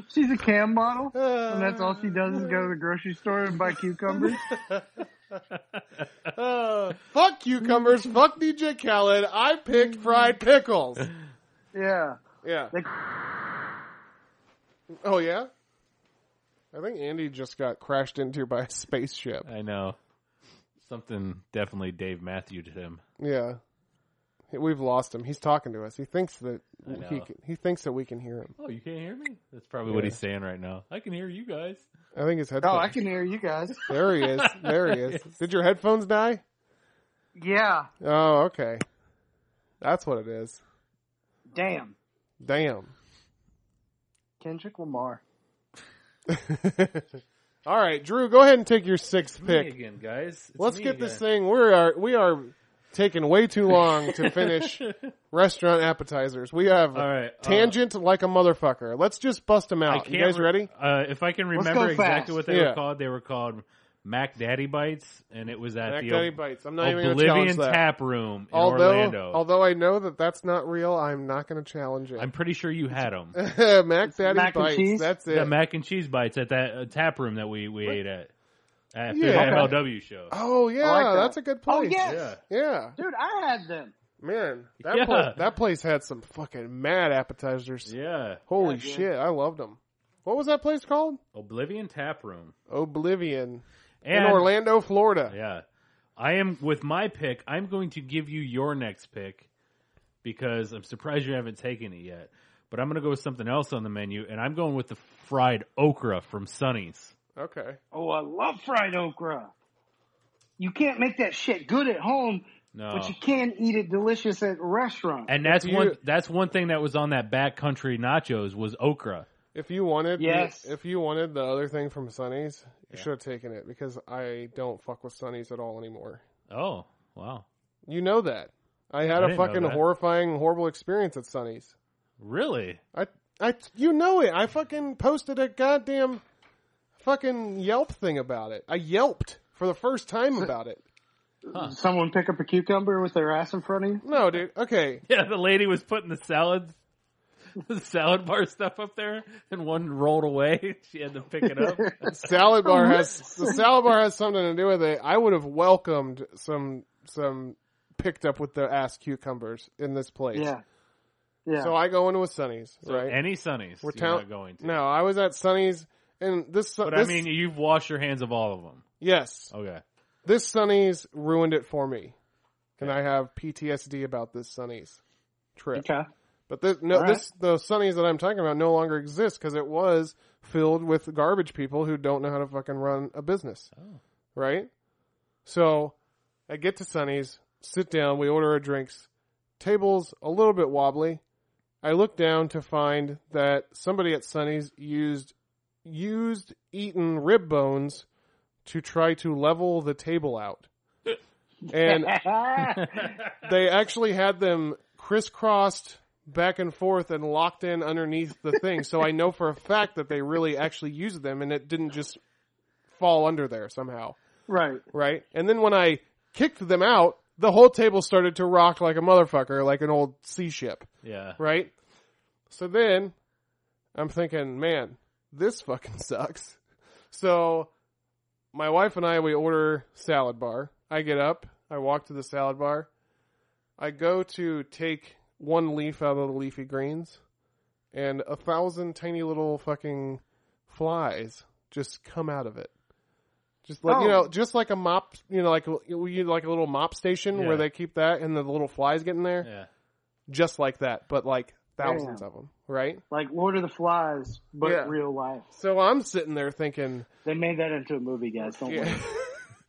She's a cam model, and that's all she does is go to the grocery store and buy cucumbers.
Uh, fuck cucumbers. Fuck DJ Khaled. I picked fried pickles.
Yeah.
Yeah.
Like-
Oh, yeah? I think Andy just got crashed into by a spaceship.
I know something definitely Dave Matthews him
Yeah. We've lost him. He's talking to us. He thinks that
I know.
he can, he thinks that we can hear him.
Oh, you can't hear me? That's probably what he's saying right now. I can hear you guys.
I think his headphones.
Oh, I can hear you guys.
There he is. There he is. Did your headphones die?
Yeah.
Oh, okay. That's what it is.
Damn.
Damn.
Kendrick Lamar.
All right, Drew, go ahead and take your sixth
It's me
pick.
again, guys. It's
Let's
me
get this
again.
thing. We are we are taking way too long to finish Oh, restaurant appetizers. We have
All right, uh,
tangent like a motherfucker. Let's just bust them
I
out.
can't
You guys
re-
ready?
Uh, if I can
Let's
remember
go fast.
exactly what they
Yeah.
were called, they were called Mac Daddy Bites, and it was at
Mac
the
Daddy
Ob-
bites. I'm not even going to challenge
Oblivion
that.
Tap Room in
although
Orlando.
although I know that that's not real, I'm not going to challenge it.
I'm pretty sure you had them.
Mac Daddy
Mac and
bites.
cheese?
That's it.
The mac and cheese bites at that uh, tap room that we, we ate at after
Yeah.
the MLW show.
oh yeah,
I like that.
that's a good
Oh
place.
yes.
Yeah.
Yeah,
Dude, I had them.
man, that
Yeah.
place, that place had some fucking mad appetizers.
Yeah,
Holy
Yeah, dude.
shit, I loved them. What was that place called?
Oblivion Tap Room
Oblivion
and
in Orlando, Florida.
Yeah, I am with my pick. I'm going to give you your next pick because I'm surprised you haven't taken it yet. But I'm going to go with something else on the menu, and I'm going with the fried okra from Sonny's.
Okay.
Oh, I love fried okra. You can't make that shit good at home,
No,
but you can eat it delicious at a restaurant.
and that's
If you-
one that's one thing that was on that backcountry nachos was okra.
If you wanted,
Yes.
if you wanted the other thing from Sonny's, you should have taken it because I don't fuck with Sonny's at all anymore.
Oh wow,
You know that. I
I
had a
didn't know
fucking
that.
horrifying, horrible experience at Sonny's.
really?
I, I, you know it. I fucking posted a goddamn fucking Yelp thing about it. I yelped for the first time about it.
Someone pick up a cucumber with their ass in front of you.
No, dude. Okay.
Yeah, the lady was putting the salad, the salad bar stuff up there, and one rolled away. She had to pick it up.
salad bar has the salad bar has something to do with it. I would have welcomed some some picked up with the ass cucumbers in this place.
Yeah. Yeah.
So I go into a Sonny's, right?
Any Sunnies?
We're
We're
town-
not going to.
no, I was at Sonny's, and this.
but
this
I mean, you've washed your hands of all of them.
yes,
Okay.
this Sonny's ruined it for me, and I have PTSD about this Sonny's trip.
okay.
But this, no,
All right.
this the Sunnies that I'm talking about no longer exists because it was filled with garbage people who don't know how to fucking run a business, right? So I get to Sunnies, sit down, we order our drinks. Table's a little bit wobbly. I look down to find that somebody at Sunnies used used eaten rib bones to try to level the table out, and they actually had them crisscrossed back and forth and locked in underneath the thing. so I know for a fact that they really actually used them and it didn't just fall under there somehow.
right.
Right. And then when I kicked them out, the whole table started to rock like a motherfucker, like an old sea ship.
Yeah.
Right. So then I'm thinking, man, this fucking sucks. So my wife and I, we order salad bar. I get up, I walk to the salad bar. I go to take one leaf out of the leafy greens and a thousand tiny little fucking flies just come out of it. Just like, you
Oh.
know, just like a mop, you know, like, you like a little mop station
Yeah.
where they keep that and the little flies get in there
Yeah.
just like that, but like thousands
Damn.
of them, right?
Like Lord of the Flies, but
Yeah.
real life.
So I'm sitting there thinking,
They made that into a movie, guys. Don't
yeah,
worry.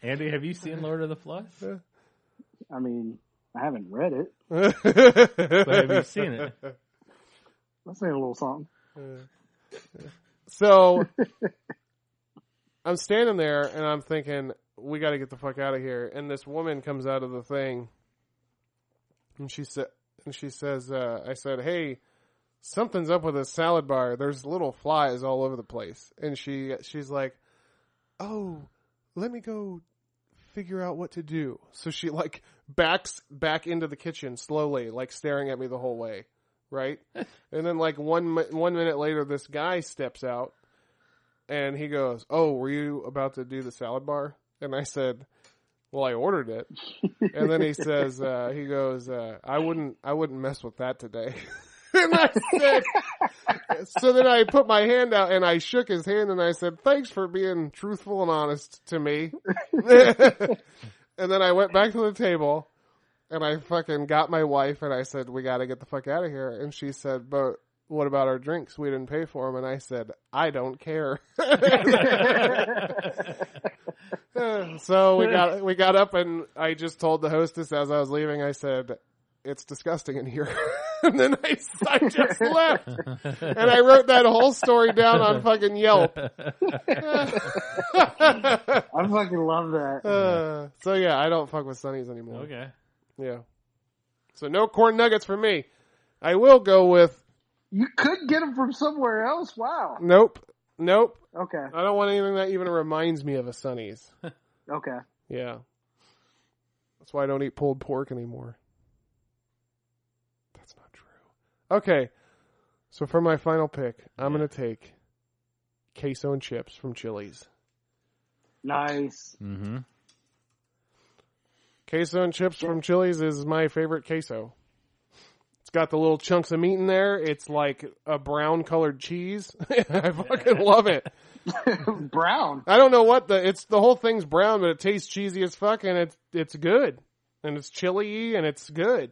Andy, have you seen Lord of the Flies?
I mean, I haven't read it.
But have you seen it?
Let's sing a little song.
so I'm standing there and I'm thinking, we got to get the fuck out of here. And this woman comes out of the thing, and she said, and she says, uh, I said, hey. Something's up with this salad bar. There's little flies all over the place, and she she's like, "Oh, let me go figure out what to do." So she like backs back into the kitchen slowly, like staring at me the whole way, right? And then like one mi- one minute later, this guy steps out, and he goes, "Oh, were you about to do the salad bar?" And I said, "Well, I ordered it." and then he says, uh, "He goes, uh, I wouldn't, I wouldn't mess with that today." and I said, so then I put my hand out and I shook his hand and I said, "Thanks for being truthful and honest to me." and then I went back to the table. and I fucking got my wife and I said, we got to get the fuck out of here. And she said, but what about our drinks? We didn't pay for them. And I said, I don't care. so we got, we got up and I just told the hostess as I was leaving, I said, it's disgusting in here. and then I, I just left and I wrote that whole story down on fucking Yelp.
I fucking love that.
Uh, so yeah, I don't fuck with Sunnies anymore.
okay.
Yeah. So no corn nuggets for me. I will go with
You could get them from somewhere else. Wow.
nope, nope.
Okay.
I don't want anything that even reminds me of a Sunny's.
Okay.
Yeah. That's why I don't eat pulled pork anymore. That's not true. Okay. So for my final pick, I'm gonna take queso and chips from Chili's.
Nice.
Hmm.
Mm-hmm.
Queso and chips from Chili's is my favorite queso. It's got the little chunks of meat in there. It's like a brown colored cheese. I fucking love it.
Brown.
I don't know what the it's the whole thing's brown, but it tastes cheesy as fuck, and it's it's good, and it's chili, and it's good.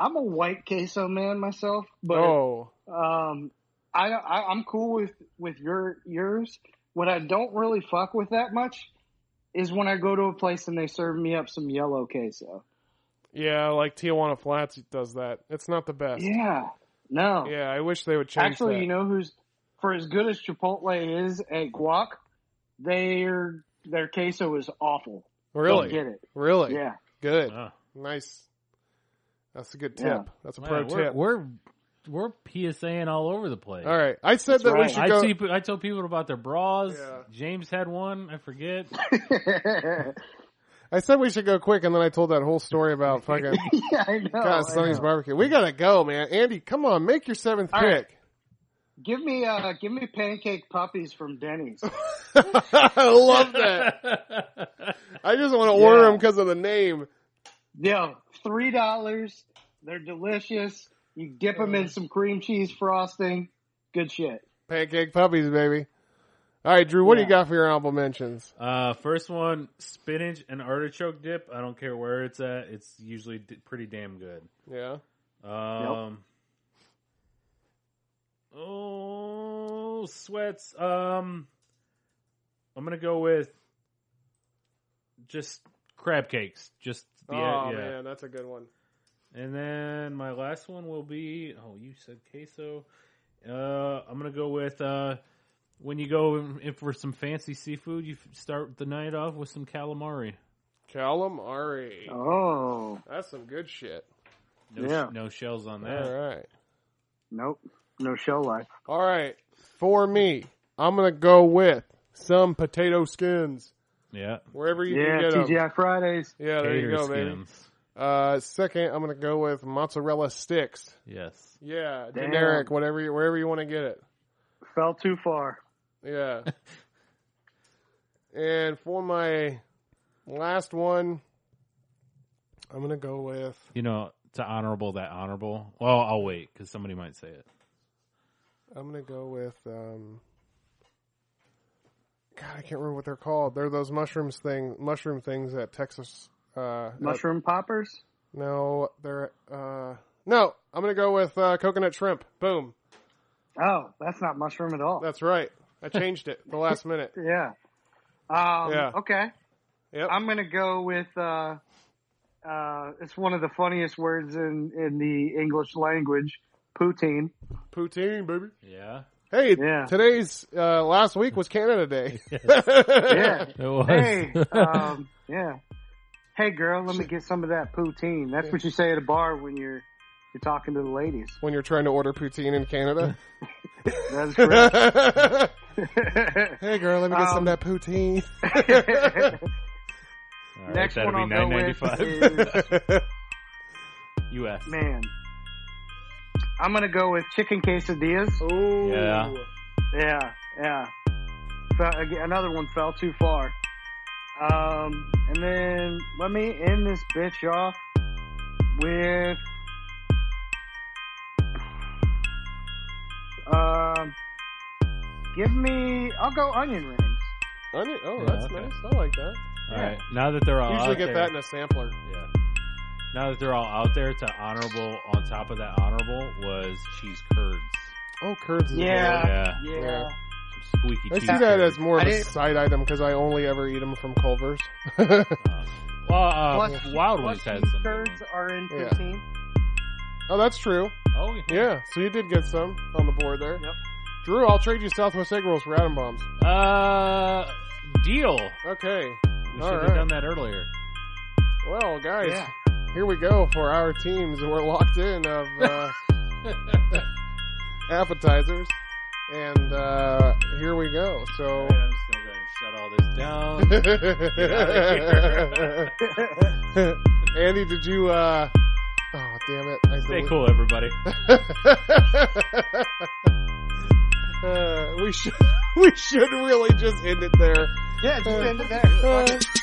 I'm a white queso man myself, but
Oh,
um, I, I I'm cool with with your yours. What I don't really fuck with that much is when I go to a place and they serve me up some yellow queso.
yeah, like Tijuana Flats does that. It's not the best. Yeah,
Yeah. No.
I wish they would change.
Actually,
that.
you know who's for as good as Chipotle is at guac, their their queso is awful.
really,
Don't get it.
really,
Yeah.
good,
Oh.
nice. That's a good tip.
Yeah.
That's a
Man,
pro
we're,
tip.
We're we're PSAing all over the place.
All right, I said
That's
that we
right.
should
I
go.
see. I told people about their bras.
Yeah.
James had one. I forget.
I said we should go quick, and then I told that whole story about fucking
yeah, I know. Oh, I
God, Sonny's
know.
barbecue. We gotta go, man. Andy, come on, make your seventh
All right.
pick.
Give me uh give me pancake puppies from Denny's.
I love that. I just want to 'em order
Yeah.
them because of the name.
Yo, three dollars. They're delicious. You dip them in some cream cheese frosting. Good shit.
Pancake puppies, baby. All right, Drew, what do you
Yeah.
got for your honorable mentions?
Uh, first one, spinach and artichoke dip. I don't care where it's at. It's usually d- pretty damn good.
Yeah.
Um, Oh, sweats. Um, I'm gonna go with just crab cakes. Just the,
oh
yeah.
man, that's a good one.
And then my last one will be oh, you said queso. Uh, I'm gonna go with uh, when you go in, in for some fancy seafood, you f- start the night off with some calamari.
Calamari.
Oh
That's some good shit.
No, sh-
Yeah.
no shells on
All
that.
right.
nope, no show life.
All right. For me, I'm gonna go with some potato skins
Yeah,
wherever you
Yeah,
can get 'em.
TGI Fridays.
Yeah, there you
Gator
go, baby.
skins.
Uh, second, I'm gonna go with mozzarella sticks.
Yes.
Yeah,
Damn.
generic, whatever, you, wherever you want to get it.
Fell too far.
Yeah. and for my last one, I'm gonna go with
You know, to honorable that honorable. Well, I'll wait because somebody might say it.
I'm gonna go with um. God, I can't remember what they're called. They're those mushrooms thing, mushroom things at Texas. Uh, at-
Mushroom poppers.
no, they're uh. No, I'm gonna go with uh, coconut shrimp. Boom.
Oh, that's not mushroom at all.
That's right. I changed it the last minute.
yeah. Um,
Yeah.
Okay.
Yep.
I'm gonna go with. Uh, uh, it's one of the funniest words in in the English language. Poutine.
Poutine, baby.
Yeah.
Hey,
Yeah.
today's uh, last week was Canada Day.
Yeah.
It was.
hey, um, yeah. Hey, girl, let me get some of that poutine. That's what you say at a bar when you're you're talking to the ladies.
when you're trying to order poutine in Canada.
That's correct.
hey, girl, let me get
Um,
some of that poutine.
All right,
Next
that'll
one
be
I'll go
nine ninety
with
five
is
US.
man. I'm gonna go with chicken quesadillas.
Ooh.
Yeah.
Yeah, yeah. Fe- again, another one fell too far. Um, and then let me end this bitch off with um, give me. I'll go onion rings.
Onion- oh,
Yeah,
that's
okay. Oh,
nice. I like that.
All right. Now that they're all
Usually
out
get
there,
that in a sampler.
Yeah. now that they're all out there, to honorable on top of that honorable was cheese curds.
Oh, curds. Is
Yeah.
Yeah,
Yeah.
Yeah.
some squeaky
I
cheese.
see that
curds.
as more
I
of a
didn't-
side item because I only ever eat them from Culver's. oh,
well, uh,
Plus-
Wild
Plus,
Wings had
these
some. good
curds are in
Yeah.
15.
Oh, that's true.
ones. Oh
Yeah, so you did get some on the board there.
Yep.
Drew, I'll trade you Southwest egg rolls for atom bombs.
yeah. Uh, deal.
Okay.
We
All
should have
right.
done that earlier.
Well, guys,
Yeah.
here we go for our teams. We're locked in of uh, appetizers, and uh, here we go. So.
I'm just gonna go ahead and shut all this down.
Andy, did you? uh Oh, damn it! I
Stay
deli-
cool, everybody.
uh, we should we should really just end it there.
Yeah, just end it there.
Uh,